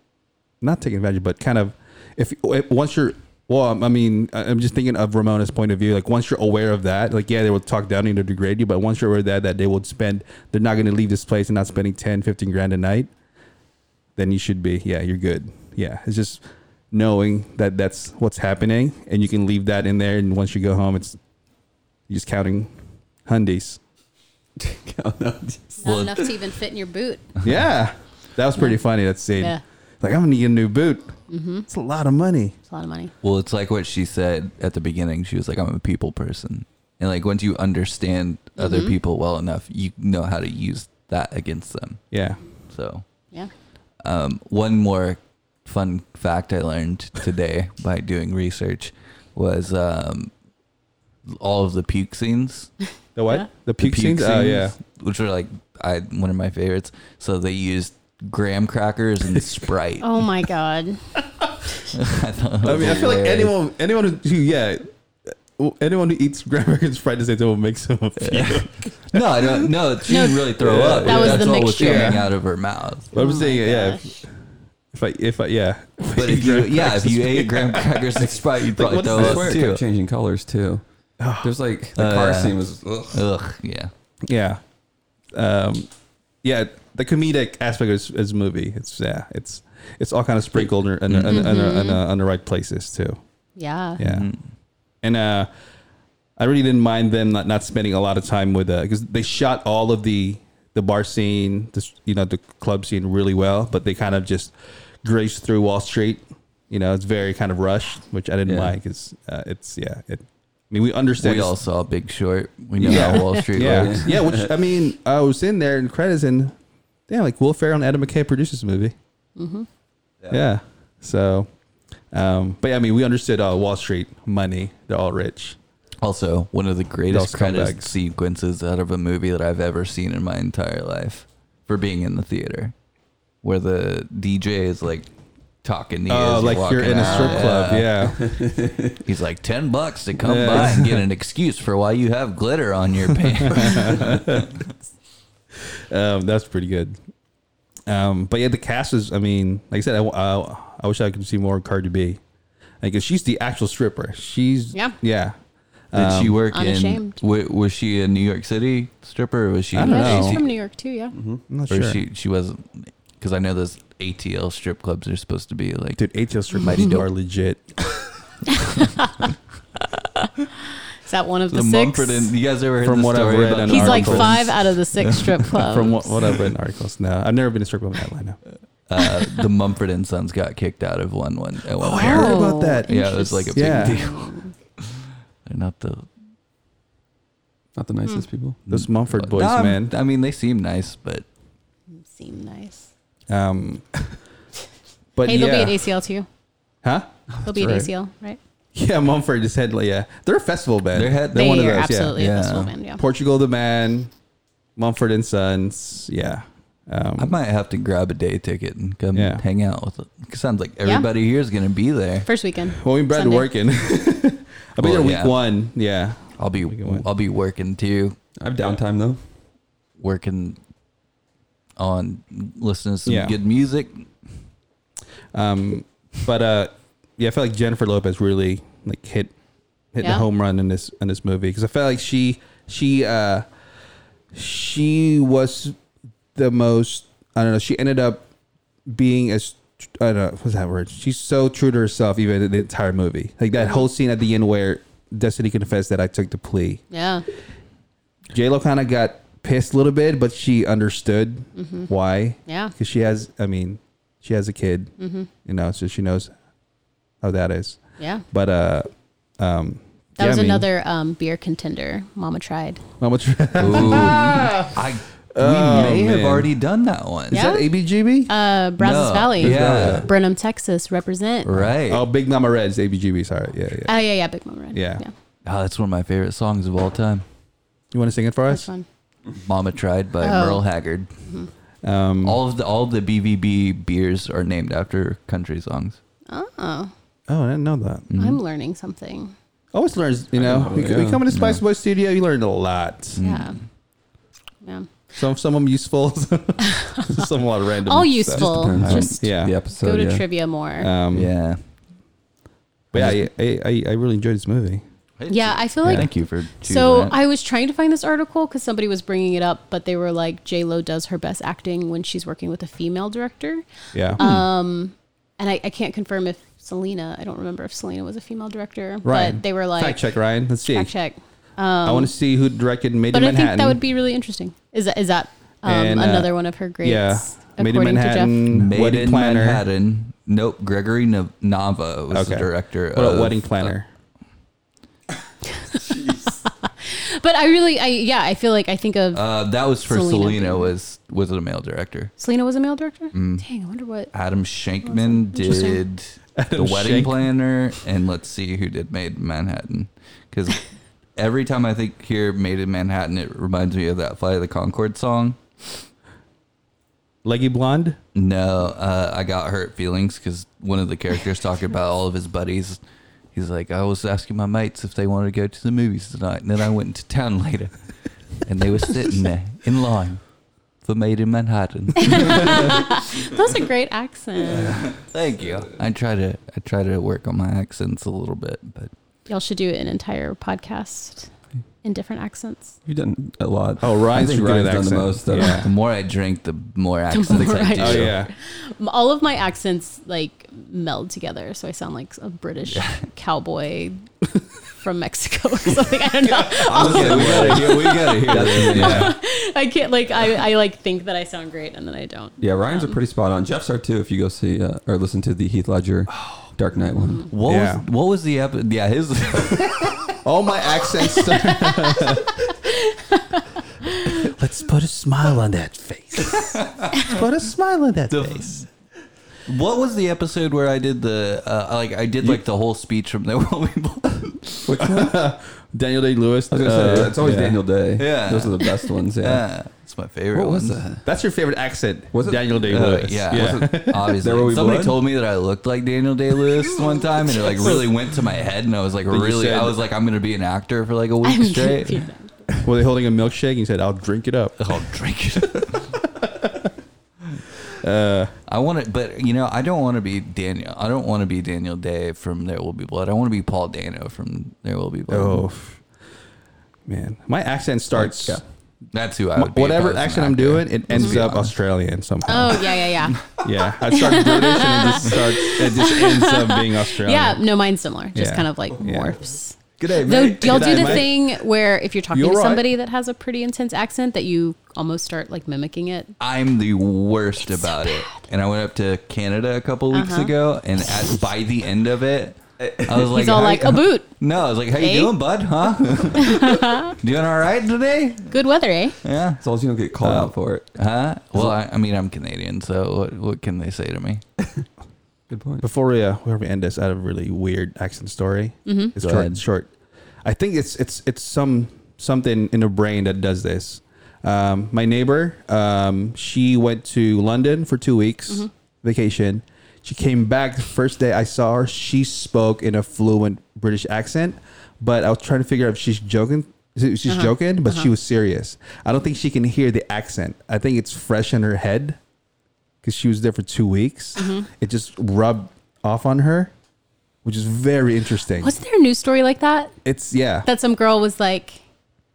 [SPEAKER 2] not take advantage, but kind of if, if once you're well, um, I mean, I- I'm just thinking of Ramona's point of view. Like once you're aware of that, like yeah, they will talk down and degrade you, but once you're aware of that, that they will spend, they're not going to leave this place and not spending 10, 15 grand a night. Then you should be, yeah, you're good. Yeah, it's just knowing that that's what's happening, and you can leave that in there. And once you go home, it's you're just counting hundies.
[SPEAKER 5] Not enough to even fit in your boot.
[SPEAKER 2] Yeah, that was pretty funny. That scene.
[SPEAKER 5] Yeah. Mm-hmm.
[SPEAKER 2] Like I'm gonna need a new boot. It's a lot of money.
[SPEAKER 5] It's a lot of money.
[SPEAKER 4] Well, it's like what she said at the beginning. She was like, "I'm a people person," and like once you understand other people well enough, you know how to use that against them.
[SPEAKER 2] Yeah.
[SPEAKER 4] So,
[SPEAKER 5] Yeah.
[SPEAKER 4] um, one more fun fact I learned today by doing research was um, all of the puke scenes.
[SPEAKER 2] The what?
[SPEAKER 5] Yeah.
[SPEAKER 2] The puke, scenes? Oh yeah.
[SPEAKER 4] which are like I one of my favorites. So they used graham crackers and Sprite.
[SPEAKER 5] Oh my god.
[SPEAKER 2] I mean, I feel like
[SPEAKER 4] Hilarious.
[SPEAKER 2] anyone, anyone who, yeah, uh, anyone who eats grandma's and fried potato will make some. Of it.
[SPEAKER 4] No, I don't. No, she didn't really throw
[SPEAKER 2] Yeah,
[SPEAKER 4] up.
[SPEAKER 5] that was
[SPEAKER 4] That's
[SPEAKER 5] the
[SPEAKER 4] all
[SPEAKER 5] mixture.
[SPEAKER 4] was coming out of her mouth.
[SPEAKER 2] But I'm
[SPEAKER 5] Oh
[SPEAKER 2] saying,
[SPEAKER 5] my
[SPEAKER 2] yeah,
[SPEAKER 5] gosh.
[SPEAKER 2] if, if I, if I, yeah, e-,
[SPEAKER 4] But if you, yeah, if you ate graham crackers and Sprite, you'd probably
[SPEAKER 2] what
[SPEAKER 4] throw
[SPEAKER 2] is
[SPEAKER 3] I
[SPEAKER 2] this
[SPEAKER 4] up
[SPEAKER 3] swear it kept
[SPEAKER 4] too.
[SPEAKER 3] changing colors too. There's like the
[SPEAKER 4] Oh,
[SPEAKER 3] car
[SPEAKER 4] yeah.
[SPEAKER 3] scene was ugh.
[SPEAKER 4] Ugh, yeah.
[SPEAKER 2] yeah, um, yeah, the comedic aspect of this movie, it's yeah, it's it's all kind of sprinkled in, in, in, in, in, in,
[SPEAKER 5] Mm-hmm.
[SPEAKER 2] in the right places too.
[SPEAKER 5] Yeah.
[SPEAKER 2] Yeah. Mm-hmm. And uh, I really didn't mind them not, not spending a lot of time with because they shot all of the the bar scene, this you know the club scene really well, but they kind of just graced through Wall Street. You know, it's very kind of rushed, which I didn't
[SPEAKER 4] Yeah.
[SPEAKER 2] like. It's uh, it's yeah. It, I mean, we understand.
[SPEAKER 4] We all saw Big Short. We know
[SPEAKER 2] Yeah.
[SPEAKER 4] how Wall Street
[SPEAKER 2] yeah,
[SPEAKER 4] works.
[SPEAKER 2] yeah. Which I mean, I was in there in credits and damn, like Will Ferrell and Adam McKay produced this movie. Mm-hmm. Yeah. So, um, but yeah, I mean, we understood uh, Wall Street money. They're all rich.
[SPEAKER 4] Also, one of the greatest
[SPEAKER 2] Those
[SPEAKER 4] credit
[SPEAKER 2] scumbags.
[SPEAKER 4] sequences out of a movie that I've ever seen in my entire life for being in the theater, where the DJ is like talking to you.
[SPEAKER 2] Oh,
[SPEAKER 4] as
[SPEAKER 2] like you're
[SPEAKER 4] walking
[SPEAKER 2] in a strip
[SPEAKER 4] out.
[SPEAKER 2] club. Yeah.
[SPEAKER 4] He's like ten bucks to come
[SPEAKER 2] Yeah.
[SPEAKER 4] by and get an excuse for why you have glitter on your pants.
[SPEAKER 2] Um, that's pretty good. Um, but yeah, the cast is, I mean, like I said, I, I, I wish I could see more Cardi B. Because she's the actual stripper. She's,
[SPEAKER 5] Yeah.
[SPEAKER 2] Yeah.
[SPEAKER 4] Did
[SPEAKER 2] Um,
[SPEAKER 4] she work in?
[SPEAKER 5] unashamed.
[SPEAKER 4] W- was she a New York City stripper? or Was she?
[SPEAKER 2] I don't
[SPEAKER 5] Yeah,
[SPEAKER 2] know. Mm-hmm.
[SPEAKER 5] she's from New York too, yeah.
[SPEAKER 2] I'm not
[SPEAKER 4] Or
[SPEAKER 2] sure.
[SPEAKER 4] she she wasn't because I know those ATL strip clubs are supposed to be like
[SPEAKER 2] Dude, ATL strip
[SPEAKER 4] Mighty
[SPEAKER 2] clubs
[SPEAKER 4] dope.
[SPEAKER 2] are legit.
[SPEAKER 5] Is that one of the,
[SPEAKER 4] the
[SPEAKER 5] six?
[SPEAKER 4] Mumford and you guys ever heard
[SPEAKER 2] From
[SPEAKER 4] the
[SPEAKER 2] what I've
[SPEAKER 4] story
[SPEAKER 2] read
[SPEAKER 4] about
[SPEAKER 2] in
[SPEAKER 5] He's like
[SPEAKER 2] articles.
[SPEAKER 5] five out of the six strip clubs.
[SPEAKER 2] From what, what I've read in articles. No, I've never been a strip club in Atlanta.
[SPEAKER 4] uh, the Mumford and Sons got kicked out of one one at
[SPEAKER 5] Oh.
[SPEAKER 4] one point.
[SPEAKER 2] heard about that.
[SPEAKER 4] Yeah, it was like a big
[SPEAKER 2] Yeah.
[SPEAKER 4] deal. They're not the
[SPEAKER 3] not the
[SPEAKER 5] Hmm.
[SPEAKER 3] nicest people.
[SPEAKER 2] Those Mumford boys,
[SPEAKER 4] Nah,
[SPEAKER 2] man.
[SPEAKER 4] I mean, they seem nice, but
[SPEAKER 5] Seem nice.
[SPEAKER 2] Um, but
[SPEAKER 5] Hey,
[SPEAKER 2] yeah.
[SPEAKER 5] they'll be at ACL too.
[SPEAKER 2] Huh?
[SPEAKER 5] They'll be at
[SPEAKER 2] right.
[SPEAKER 5] ACL, right?
[SPEAKER 2] Yeah, Mumford just had, like, yeah. They're a festival band.
[SPEAKER 4] they're head.
[SPEAKER 5] They
[SPEAKER 4] They're one of
[SPEAKER 5] are
[SPEAKER 4] those.
[SPEAKER 5] absolutely
[SPEAKER 4] yeah.
[SPEAKER 5] a festival
[SPEAKER 4] Yeah.
[SPEAKER 5] band, yeah.
[SPEAKER 2] Portugal the Man, Mumford and Sons. Yeah. Um,
[SPEAKER 4] I might have to grab a day ticket and come
[SPEAKER 2] Yeah.
[SPEAKER 4] hang out with it. 'Cause sounds like everybody here is gonna be there.
[SPEAKER 5] First weekend.
[SPEAKER 2] Well, we Brad
[SPEAKER 5] Sunday.
[SPEAKER 2] working. I'll be
[SPEAKER 4] Well,
[SPEAKER 2] there week
[SPEAKER 4] yeah.
[SPEAKER 2] one. Yeah.
[SPEAKER 4] I'll be
[SPEAKER 2] went.
[SPEAKER 4] I'll be working too,
[SPEAKER 3] I have downtime though.
[SPEAKER 4] working on listening to some
[SPEAKER 2] Yeah.
[SPEAKER 4] good music.
[SPEAKER 2] Um, but uh, yeah, I felt like Jennifer Lopez really like hit hit the
[SPEAKER 5] Yeah.
[SPEAKER 2] home run in this in this movie because I felt like she she uh she was the most I don't know. She ended up being as I don't know what's that word. She's so true to herself even in the entire movie. Like that whole scene at the end where Destiny confessed that I took the plea.
[SPEAKER 5] Yeah.
[SPEAKER 2] J Lo kind of got pissed a little bit, but she understood why.
[SPEAKER 5] Mm-hmm. Yeah. Mm-hmm.
[SPEAKER 2] because she has. I mean, she has a kid. You know, so she knows how that is.
[SPEAKER 5] Yeah.
[SPEAKER 2] But uh, um,
[SPEAKER 5] That
[SPEAKER 2] yeah,
[SPEAKER 5] was
[SPEAKER 2] I mean,
[SPEAKER 5] another um, beer contender. Mama tried.
[SPEAKER 2] Mama Tr-
[SPEAKER 4] Ooh. I, we may
[SPEAKER 2] Oh, man.
[SPEAKER 4] have already done that one.
[SPEAKER 5] Yeah.
[SPEAKER 2] Is that ABGB?
[SPEAKER 5] Uh, Brazos
[SPEAKER 4] No,
[SPEAKER 5] Valley.
[SPEAKER 4] yeah.
[SPEAKER 5] Brenham, Texas. Represent.
[SPEAKER 4] Right.
[SPEAKER 2] oh,
[SPEAKER 4] Oh.
[SPEAKER 2] Big Mama Red's ABGB. Sorry. Yeah, yeah.
[SPEAKER 5] Oh yeah, yeah. Big Mama Red.
[SPEAKER 2] Yeah.
[SPEAKER 5] yeah.
[SPEAKER 4] Ah, that's one of my favorite songs of all time.
[SPEAKER 2] You want to sing it for
[SPEAKER 5] That's
[SPEAKER 2] us?
[SPEAKER 5] fun.
[SPEAKER 4] Mama Tried by
[SPEAKER 5] Oh.
[SPEAKER 4] Merle Haggard.
[SPEAKER 2] Um,
[SPEAKER 4] All of the all of the BVB beers are named after country songs.
[SPEAKER 5] Oh,
[SPEAKER 2] oh, I didn't know that.
[SPEAKER 4] Mm-hmm.
[SPEAKER 5] I'm learning something.
[SPEAKER 2] Always learns. You know, we, we
[SPEAKER 3] yeah.
[SPEAKER 2] come into Spice Boy Studio. You learned a lot.
[SPEAKER 4] Mm.
[SPEAKER 5] Yeah. Yeah.
[SPEAKER 2] Some some of them useful. some a lot of random.
[SPEAKER 5] All
[SPEAKER 2] stuff.
[SPEAKER 5] useful.
[SPEAKER 3] depends on-
[SPEAKER 5] Just
[SPEAKER 2] Yeah.
[SPEAKER 3] the episode.
[SPEAKER 5] go to
[SPEAKER 3] yeah.
[SPEAKER 5] trivia more.
[SPEAKER 4] Uh,
[SPEAKER 2] Um,
[SPEAKER 4] Yeah.
[SPEAKER 2] But yeah, I, I, I really enjoyed this movie.
[SPEAKER 5] yeah, I feel like
[SPEAKER 4] Thank you for choosing
[SPEAKER 5] So
[SPEAKER 4] that.
[SPEAKER 5] I was trying to find this article because somebody was bringing it up, but they were like, "J Lo does her best acting when she's working with a female director,"
[SPEAKER 2] Yeah.
[SPEAKER 5] Hmm. Um, and I, I can't confirm if Selena. I don't remember if Selena was a female director,
[SPEAKER 2] Ryan,
[SPEAKER 5] but they were like,
[SPEAKER 2] fact check Ryan. Let's see.
[SPEAKER 5] fact check.
[SPEAKER 2] I want to see who directed Made
[SPEAKER 5] But
[SPEAKER 2] in
[SPEAKER 5] I
[SPEAKER 2] Manhattan.
[SPEAKER 5] think that would be really interesting. Is that is that um,
[SPEAKER 2] And, uh,
[SPEAKER 5] another one of her greats?
[SPEAKER 2] yeah. Made in
[SPEAKER 5] according to Jeff?
[SPEAKER 2] Manhattan.
[SPEAKER 4] Made
[SPEAKER 2] wedding
[SPEAKER 4] in
[SPEAKER 2] planner.
[SPEAKER 4] Manhattan. Nope, Gregory Nav- Nava was the director
[SPEAKER 2] What about
[SPEAKER 4] of
[SPEAKER 2] wedding planner.
[SPEAKER 3] Uh,
[SPEAKER 5] But I really, I yeah, I feel like I think of
[SPEAKER 4] Uh, that was for
[SPEAKER 5] Selena
[SPEAKER 4] Selena,
[SPEAKER 5] Gomez.
[SPEAKER 4] was was a male director.
[SPEAKER 5] Selena was a male director. Dang, I wonder what.
[SPEAKER 4] Adam Shankman
[SPEAKER 5] Interesting.
[SPEAKER 4] did the wedding
[SPEAKER 2] Shankman.
[SPEAKER 4] planner, and let's see who did Made in Manhattan. Because every time I think here Made in Manhattan, it reminds me of that Flight of the Concord song.
[SPEAKER 2] Leggy blonde.
[SPEAKER 4] No, uh, I got hurt feelings because one of the characters talking about all of his buddies. He's like, I was asking my mates if they wanted to go to the movies tonight, and then I went to town later, and they were sitting there in line for Made in Manhattan.
[SPEAKER 5] That's a great accent.
[SPEAKER 4] Thank you. I try to I try to work on my accents a little bit, but
[SPEAKER 5] Y'all should do an entire podcast in different accents.
[SPEAKER 3] You've done a lot.
[SPEAKER 2] Oh,
[SPEAKER 3] I
[SPEAKER 2] Ryan's
[SPEAKER 3] think
[SPEAKER 2] Ryan
[SPEAKER 3] Ryan's done the
[SPEAKER 2] accent.
[SPEAKER 3] most. Though.
[SPEAKER 2] Yeah.
[SPEAKER 4] the more I drink, the more accents
[SPEAKER 5] more
[SPEAKER 4] I
[SPEAKER 5] I
[SPEAKER 4] do.
[SPEAKER 2] Oh yeah.
[SPEAKER 5] M- all of my accents like meld together so i sound like a british cowboy from mexico or something i don't know
[SPEAKER 4] Okay, we gotta hear. We gotta hear. this.
[SPEAKER 2] yeah.
[SPEAKER 5] i can't like I, I like think that i sound great and then i don't
[SPEAKER 3] Yeah, Ryan's are pretty spot on. Jeff's are too. If you go see uh, or listen to the Heath Ledger Dark Knight
[SPEAKER 5] Mm-hmm.
[SPEAKER 3] one,
[SPEAKER 4] What
[SPEAKER 2] Yeah.
[SPEAKER 4] was what was the episode? Yeah, his.
[SPEAKER 2] All my accents. Let's put a smile on that face. Let's put a smile on that face.
[SPEAKER 4] What was the episode where I did the uh, like I did like the whole speech from the Will Be Blood?
[SPEAKER 3] which one?
[SPEAKER 2] Daniel uh, Day Lewis.
[SPEAKER 3] I was gonna say, it's always Daniel Day.
[SPEAKER 4] Yeah.
[SPEAKER 3] those are the best ones. Uh, Yeah.
[SPEAKER 4] Yeah, uh, it's my favorite.
[SPEAKER 3] What was
[SPEAKER 4] one.
[SPEAKER 3] that?
[SPEAKER 2] That's your favorite accent.
[SPEAKER 3] Was it-
[SPEAKER 2] Daniel Day
[SPEAKER 4] Uh,
[SPEAKER 2] Lewis?
[SPEAKER 4] yeah,
[SPEAKER 2] yeah.
[SPEAKER 4] wasn't- obviously.
[SPEAKER 3] There Will Be
[SPEAKER 4] Somebody
[SPEAKER 3] Blood?
[SPEAKER 4] told me that I looked like Daniel Day Lewis one time, and it like really went to my head, and I was like,
[SPEAKER 2] you
[SPEAKER 4] really,
[SPEAKER 2] said-
[SPEAKER 4] I was like, I'm gonna be an actor for like a week
[SPEAKER 5] I'm
[SPEAKER 4] straight.
[SPEAKER 5] confused.
[SPEAKER 2] Were they holding a milkshake? And you said, "I'll drink it up."
[SPEAKER 4] I'll drink it. I want to, but you know, I don't want to be Daniel. I don't want to be Daniel Day from There Will Be Blood. I want to be Paul Dano from There Will Be Blood.
[SPEAKER 2] Oh man, my accent starts.
[SPEAKER 3] Yeah.
[SPEAKER 4] That's who I
[SPEAKER 2] my-
[SPEAKER 4] would be. if I
[SPEAKER 2] whatever
[SPEAKER 4] was an
[SPEAKER 2] accent I'm
[SPEAKER 4] actor.
[SPEAKER 2] doing, it ends
[SPEAKER 4] be
[SPEAKER 2] up
[SPEAKER 4] honest.
[SPEAKER 2] Australian somehow.
[SPEAKER 5] oh yeah yeah yeah
[SPEAKER 2] Yeah, I start British and it just starts. It just ends up being Australian.
[SPEAKER 5] yeah no mine's similar just
[SPEAKER 2] Yeah.
[SPEAKER 5] kind of like
[SPEAKER 2] Yeah.
[SPEAKER 5] morphs
[SPEAKER 2] Good day,
[SPEAKER 5] Though y'all do
[SPEAKER 2] G'day,
[SPEAKER 5] the
[SPEAKER 2] mate.
[SPEAKER 5] thing where if you're talking
[SPEAKER 2] You
[SPEAKER 5] to
[SPEAKER 2] alright?
[SPEAKER 5] somebody that has a pretty intense accent, that you almost start like mimicking it.
[SPEAKER 4] I'm the worst about it. And I went up to Canada a couple weeks ago, and at, by the end of it, I was like,
[SPEAKER 5] Uh-huh. He's all
[SPEAKER 4] "How
[SPEAKER 5] like,
[SPEAKER 4] you-
[SPEAKER 5] "A boot,
[SPEAKER 4] No, I was like, how
[SPEAKER 5] Eh?
[SPEAKER 4] you doing, bud? Huh? doing all right today?
[SPEAKER 5] good weather, eh?"
[SPEAKER 4] Yeah. Uh,
[SPEAKER 3] As long as you don't get called out for it.
[SPEAKER 4] Huh? Well, I, I mean, I'm Canadian, so what, what can they say to me?
[SPEAKER 3] Good point.
[SPEAKER 2] Before we, uh, before we end this, I have a really weird accent story. It's
[SPEAKER 4] Go
[SPEAKER 2] short.
[SPEAKER 4] ahead.
[SPEAKER 2] Short. I think it's it's it's some something in the brain that does this. Um, my neighbor, um, she went to London for two weeks vacation. She came back the first day I saw her. She spoke in a fluent British accent, but I was trying to figure out if she's joking. She's joking, but she was serious. I don't think she can hear the accent. I think it's fresh in her head because she was there for two weeks.
[SPEAKER 5] Mm-hmm.
[SPEAKER 2] It just rubbed off on her, which is very interesting.
[SPEAKER 5] Wasn't there a news story like that?
[SPEAKER 2] It's yeah.
[SPEAKER 5] that some girl was like,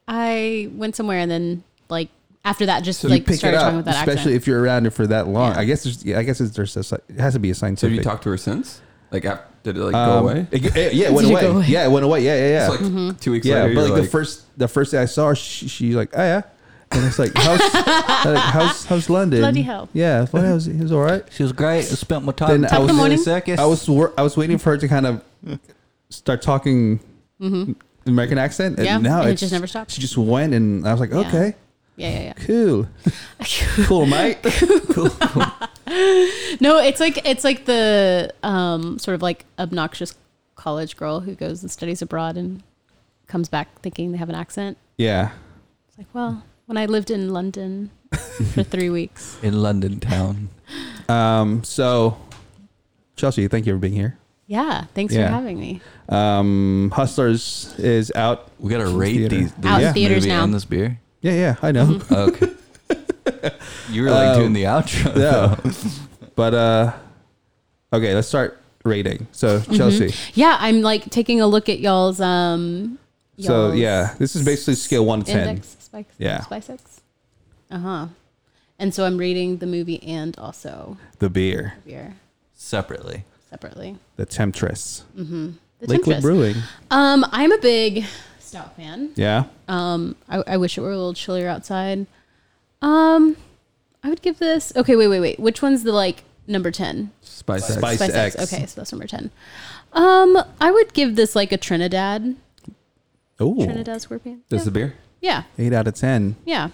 [SPEAKER 5] I went somewhere and then like after that just
[SPEAKER 2] so you
[SPEAKER 5] like
[SPEAKER 2] pick it
[SPEAKER 5] started talking
[SPEAKER 2] up,
[SPEAKER 5] with that
[SPEAKER 2] especially
[SPEAKER 5] accent.
[SPEAKER 2] if you're around it for that long.
[SPEAKER 5] Yeah.
[SPEAKER 2] I guess there's, yeah, I guess it's, there's a, sci- it has to be a
[SPEAKER 3] So have
[SPEAKER 2] scientific.
[SPEAKER 3] you talked to her since? Like, ap- did it like
[SPEAKER 2] Um,
[SPEAKER 3] go away? It's
[SPEAKER 2] It, it- yeah, it went
[SPEAKER 5] Did it
[SPEAKER 2] away.
[SPEAKER 5] go away?
[SPEAKER 2] Yeah, it went away. Yeah, yeah, yeah.
[SPEAKER 5] Mm-hmm.
[SPEAKER 3] like two weeks
[SPEAKER 2] yeah,
[SPEAKER 3] later.
[SPEAKER 2] but
[SPEAKER 3] you're
[SPEAKER 2] like, the first the first day I saw her, she, she like, oh yeah, And it's like, how's, like, how's, how's London?
[SPEAKER 5] Bloody hell.
[SPEAKER 2] Yeah, well, it was, it was all right.
[SPEAKER 4] She was great. I spent my time
[SPEAKER 2] Then I
[SPEAKER 4] talking
[SPEAKER 2] was-
[SPEAKER 4] to
[SPEAKER 5] Morning.
[SPEAKER 4] circus.
[SPEAKER 2] I was wor- I was waiting for her to kind of start talking American accent, and
[SPEAKER 5] Mm-hmm. Yeah,
[SPEAKER 2] now
[SPEAKER 5] and it
[SPEAKER 2] it's-
[SPEAKER 5] just never stopped.
[SPEAKER 2] She just went, and I was like,
[SPEAKER 5] Yeah.
[SPEAKER 2] okay,
[SPEAKER 5] Yeah, yeah, yeah.
[SPEAKER 2] cool, cool, mate.
[SPEAKER 5] No, it's like it's like the um, sort of like obnoxious college girl who goes and studies abroad and comes back thinking they have an accent.
[SPEAKER 2] yeah,
[SPEAKER 5] It's like, well, when I lived in London for three weeks,
[SPEAKER 4] in London town.
[SPEAKER 2] Um, so, Chelsea, thank you for being here.
[SPEAKER 5] yeah, thanks
[SPEAKER 2] Yeah.
[SPEAKER 5] for having me.
[SPEAKER 2] Um, Hustlers is out.
[SPEAKER 4] We gotta
[SPEAKER 2] Some
[SPEAKER 4] rate
[SPEAKER 2] theater.
[SPEAKER 4] these, these
[SPEAKER 5] Out in
[SPEAKER 4] yeah.
[SPEAKER 5] theaters
[SPEAKER 4] movie
[SPEAKER 5] now.
[SPEAKER 4] and this beer.
[SPEAKER 2] Yeah, yeah, I know.
[SPEAKER 5] Mm-hmm.
[SPEAKER 4] Okay. you were like
[SPEAKER 3] Uh,
[SPEAKER 2] Um,
[SPEAKER 4] doing the outro.
[SPEAKER 2] Yeah, but uh, okay, let's start rating. So,
[SPEAKER 5] Mm-hmm.
[SPEAKER 2] Chelsea.
[SPEAKER 5] Yeah, I'm like taking a look at y'all's um.
[SPEAKER 2] So
[SPEAKER 5] y'all's
[SPEAKER 2] yeah, this is basically scale one to ten.
[SPEAKER 5] index spikes.
[SPEAKER 2] Yeah.
[SPEAKER 5] spice X. Uh huh. And so I'm rating the movie and also
[SPEAKER 2] The beer,
[SPEAKER 5] beer
[SPEAKER 4] Separately.
[SPEAKER 5] separately.
[SPEAKER 2] the Temptress,
[SPEAKER 5] The
[SPEAKER 2] Lakewood
[SPEAKER 5] Temptress.
[SPEAKER 2] Brewing.
[SPEAKER 5] Um, I'm a big stout fan.
[SPEAKER 2] Yeah,
[SPEAKER 5] Um, I, I wish it were a little chillier outside. Um, I would give this. Okay, wait, wait, wait. Which one's the like number ten?
[SPEAKER 3] Spice X.
[SPEAKER 2] Spice,
[SPEAKER 5] Spice X.
[SPEAKER 2] X.
[SPEAKER 5] Okay, so that's number ten. Um, I would give this like a Trinidad.
[SPEAKER 2] Oh,
[SPEAKER 5] Trinidad Scorpion.
[SPEAKER 3] That's
[SPEAKER 5] Yeah.
[SPEAKER 3] the beer.
[SPEAKER 5] yeah,
[SPEAKER 2] eight out of ten.
[SPEAKER 5] yeah.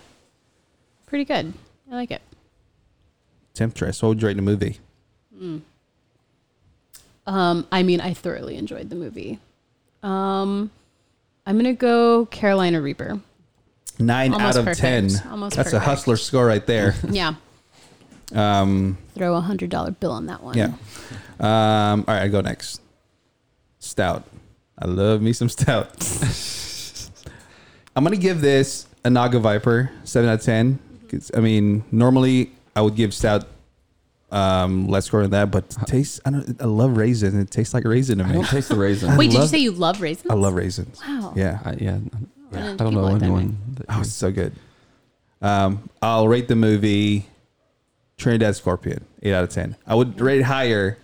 [SPEAKER 5] Pretty good. I like it.
[SPEAKER 2] Temptress. What would you rate the movie?
[SPEAKER 5] Um, I mean, I thoroughly enjoyed the movie. Um, I'm gonna go Carolina Reaper.
[SPEAKER 2] Nine
[SPEAKER 5] Almost
[SPEAKER 2] out of
[SPEAKER 5] perfect.
[SPEAKER 2] ten.
[SPEAKER 5] Almost
[SPEAKER 2] That's a
[SPEAKER 5] perfect.
[SPEAKER 2] hustler score right there.
[SPEAKER 5] Yeah,
[SPEAKER 2] um,
[SPEAKER 5] throw a hundred dollar bill on that one.
[SPEAKER 2] yeah. Um, all right, I go next. Stout. I love me some stout. I'm gonna give this a Naga Viper seven out of 10
[SPEAKER 5] Mm-hmm.
[SPEAKER 2] 'Cause, I mean, normally I would give stout um less score than that, but it tastes. I don't. I love raisin. It tastes like raisin to
[SPEAKER 3] I
[SPEAKER 2] me.
[SPEAKER 3] don't taste the raisin.
[SPEAKER 5] Wait, did you
[SPEAKER 2] love-
[SPEAKER 5] say you love raisins?
[SPEAKER 2] I love raisins.
[SPEAKER 5] Wow.
[SPEAKER 2] Yeah.
[SPEAKER 3] I, yeah. I
[SPEAKER 5] Why didn't
[SPEAKER 3] don't
[SPEAKER 5] people
[SPEAKER 3] know
[SPEAKER 5] like that
[SPEAKER 3] anyone. That
[SPEAKER 2] Oh, it's so good. Um, I'll rate the movie Trinidad Scorpion eight out of ten. I would rate it higher,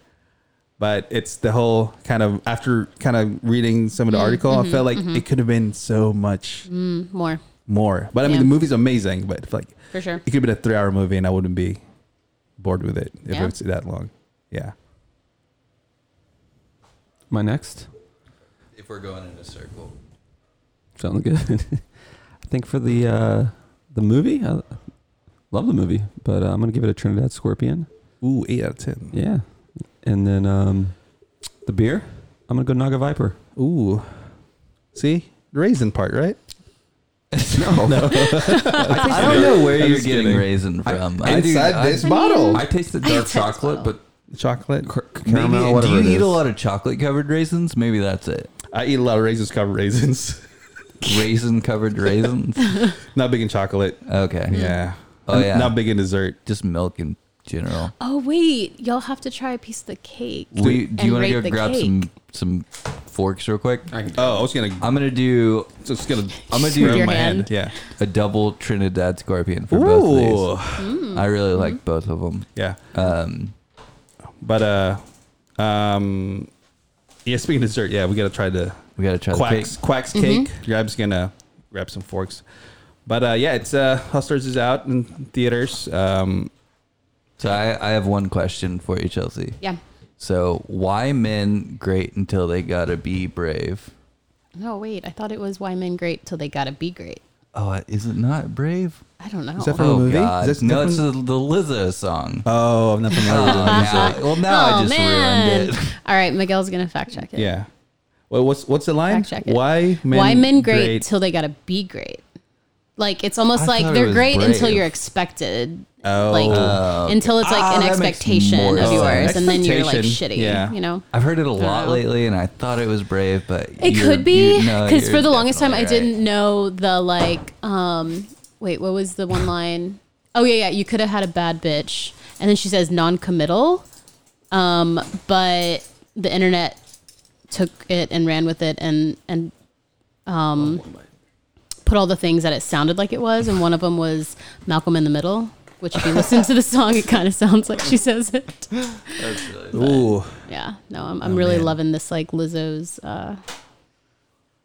[SPEAKER 2] but it's the whole kind of after kind of reading some of the article,
[SPEAKER 5] mm-hmm,
[SPEAKER 2] I felt like it could have been so much
[SPEAKER 5] Mm, More
[SPEAKER 2] more. But I mean,
[SPEAKER 5] Yeah.
[SPEAKER 2] the movie's amazing, but like
[SPEAKER 5] for sure.
[SPEAKER 2] it could have been a three-hour movie, and I wouldn't be bored with it if
[SPEAKER 5] Yeah.
[SPEAKER 2] it's that long. Yeah.
[SPEAKER 3] My next.
[SPEAKER 4] If we're going in a circle.
[SPEAKER 3] Sounds good. I think for the uh, the movie, I love the movie, but uh, I'm gonna give it a Trinidad Scorpion.
[SPEAKER 2] Ooh, eight out of ten.
[SPEAKER 3] Yeah, and then um, the beer, I'm gonna go Naga Viper.
[SPEAKER 2] Ooh, see the raisin part, right?
[SPEAKER 3] No, no.
[SPEAKER 4] I don't know where
[SPEAKER 2] I'm
[SPEAKER 4] you're
[SPEAKER 2] just
[SPEAKER 4] getting
[SPEAKER 2] kidding.
[SPEAKER 4] raisin from.
[SPEAKER 3] I do-
[SPEAKER 2] Inside
[SPEAKER 3] I-
[SPEAKER 2] this
[SPEAKER 5] I mean-
[SPEAKER 2] bottle,
[SPEAKER 3] I tasted
[SPEAKER 5] I
[SPEAKER 3] dark
[SPEAKER 5] tasted
[SPEAKER 3] chocolate, but
[SPEAKER 2] chocolate.
[SPEAKER 3] car- caramel,
[SPEAKER 4] Maybe, do
[SPEAKER 3] whatever
[SPEAKER 4] you
[SPEAKER 3] it
[SPEAKER 4] eat
[SPEAKER 3] is.
[SPEAKER 4] a lot of chocolate covered raisins? Maybe that's it.
[SPEAKER 2] I eat a lot of raisins covered raisins.
[SPEAKER 4] Raisin covered raisins.
[SPEAKER 2] Not big in chocolate.
[SPEAKER 4] Okay.
[SPEAKER 2] Yeah.
[SPEAKER 4] Mm. Oh, yeah.
[SPEAKER 2] Not big in dessert.
[SPEAKER 4] Just milk in general.
[SPEAKER 5] Oh wait, y'all have to try a piece of the cake.
[SPEAKER 4] We, do
[SPEAKER 5] and
[SPEAKER 4] you want
[SPEAKER 5] rate
[SPEAKER 4] to go
[SPEAKER 5] the
[SPEAKER 4] grab
[SPEAKER 5] cake.
[SPEAKER 4] some some forks real quick?
[SPEAKER 2] Oh, I was gonna.
[SPEAKER 4] I'm gonna do
[SPEAKER 2] just gonna.
[SPEAKER 4] I'm gonna do
[SPEAKER 2] grab
[SPEAKER 5] Your
[SPEAKER 2] my
[SPEAKER 5] hand.
[SPEAKER 2] Yeah.
[SPEAKER 4] a double Trinidad scorpion for both
[SPEAKER 2] Ooh.
[SPEAKER 4] of these. I really like both of them.
[SPEAKER 2] Yeah.
[SPEAKER 4] Um,
[SPEAKER 2] But uh, um, yeah. Speaking of dessert, yeah, we gotta try the
[SPEAKER 4] we gotta try
[SPEAKER 2] quacks
[SPEAKER 4] the Mm-hmm.
[SPEAKER 2] quacks cake. Grab's gonna grab some forks. But uh, yeah, it's uh, Hustlers is out in theaters. Um,
[SPEAKER 4] cake. So I, I have one question for you, Chelsea.
[SPEAKER 5] Yeah.
[SPEAKER 4] So why men great until they gotta be brave?
[SPEAKER 5] No, wait. I thought it was why men great till they gotta be great.
[SPEAKER 4] Oh, is it not brave?
[SPEAKER 5] I don't know.
[SPEAKER 2] Is that from-
[SPEAKER 4] Oh
[SPEAKER 2] movie?
[SPEAKER 4] God!
[SPEAKER 2] Is this
[SPEAKER 4] no, it's
[SPEAKER 2] different?
[SPEAKER 4] the, the Lizzo song.
[SPEAKER 2] oh, I'm not familiar with
[SPEAKER 4] Oh,
[SPEAKER 2] it.
[SPEAKER 4] now- well, now I just ruined it.
[SPEAKER 5] Oh, All right, Miguel's gonna fact check it.
[SPEAKER 2] Yeah. Well, what's what's the line?
[SPEAKER 5] Fact check it.
[SPEAKER 2] Why men?
[SPEAKER 5] why men great, till they gotta be great? Like it's almost
[SPEAKER 4] I thought
[SPEAKER 5] like
[SPEAKER 4] it
[SPEAKER 5] they're
[SPEAKER 4] was
[SPEAKER 5] great until
[SPEAKER 4] brave.
[SPEAKER 5] you're expected.
[SPEAKER 2] Oh.
[SPEAKER 5] Like until it's like
[SPEAKER 4] Ah,
[SPEAKER 5] an
[SPEAKER 4] that makes more
[SPEAKER 5] expectation of yours,
[SPEAKER 2] sense.
[SPEAKER 5] and then you're like
[SPEAKER 2] Expectation,
[SPEAKER 5] shitty.
[SPEAKER 2] yeah.
[SPEAKER 5] You know.
[SPEAKER 4] I've heard it a lot
[SPEAKER 5] know.
[SPEAKER 4] lately, and I thought it was brave, but
[SPEAKER 5] Uh-huh. It
[SPEAKER 4] you're-
[SPEAKER 5] could be
[SPEAKER 4] you- no,
[SPEAKER 5] because
[SPEAKER 4] you're
[SPEAKER 5] for the longest time I
[SPEAKER 4] definitely right.
[SPEAKER 5] didn't know the like. um Wait, what was the one line? Oh yeah, yeah. You could have had a bad bitch, and then she says non-committal, um, but the internet took it and ran with it and and um, put all the things that it sounded like it was, and one of them was Malcolm in the Middle. Which, if you listen to the song, it kind of sounds like she says it.
[SPEAKER 2] Ooh.
[SPEAKER 5] Yeah, no, I'm, I'm
[SPEAKER 4] Oh,
[SPEAKER 5] really loving this like Lizzo's uh,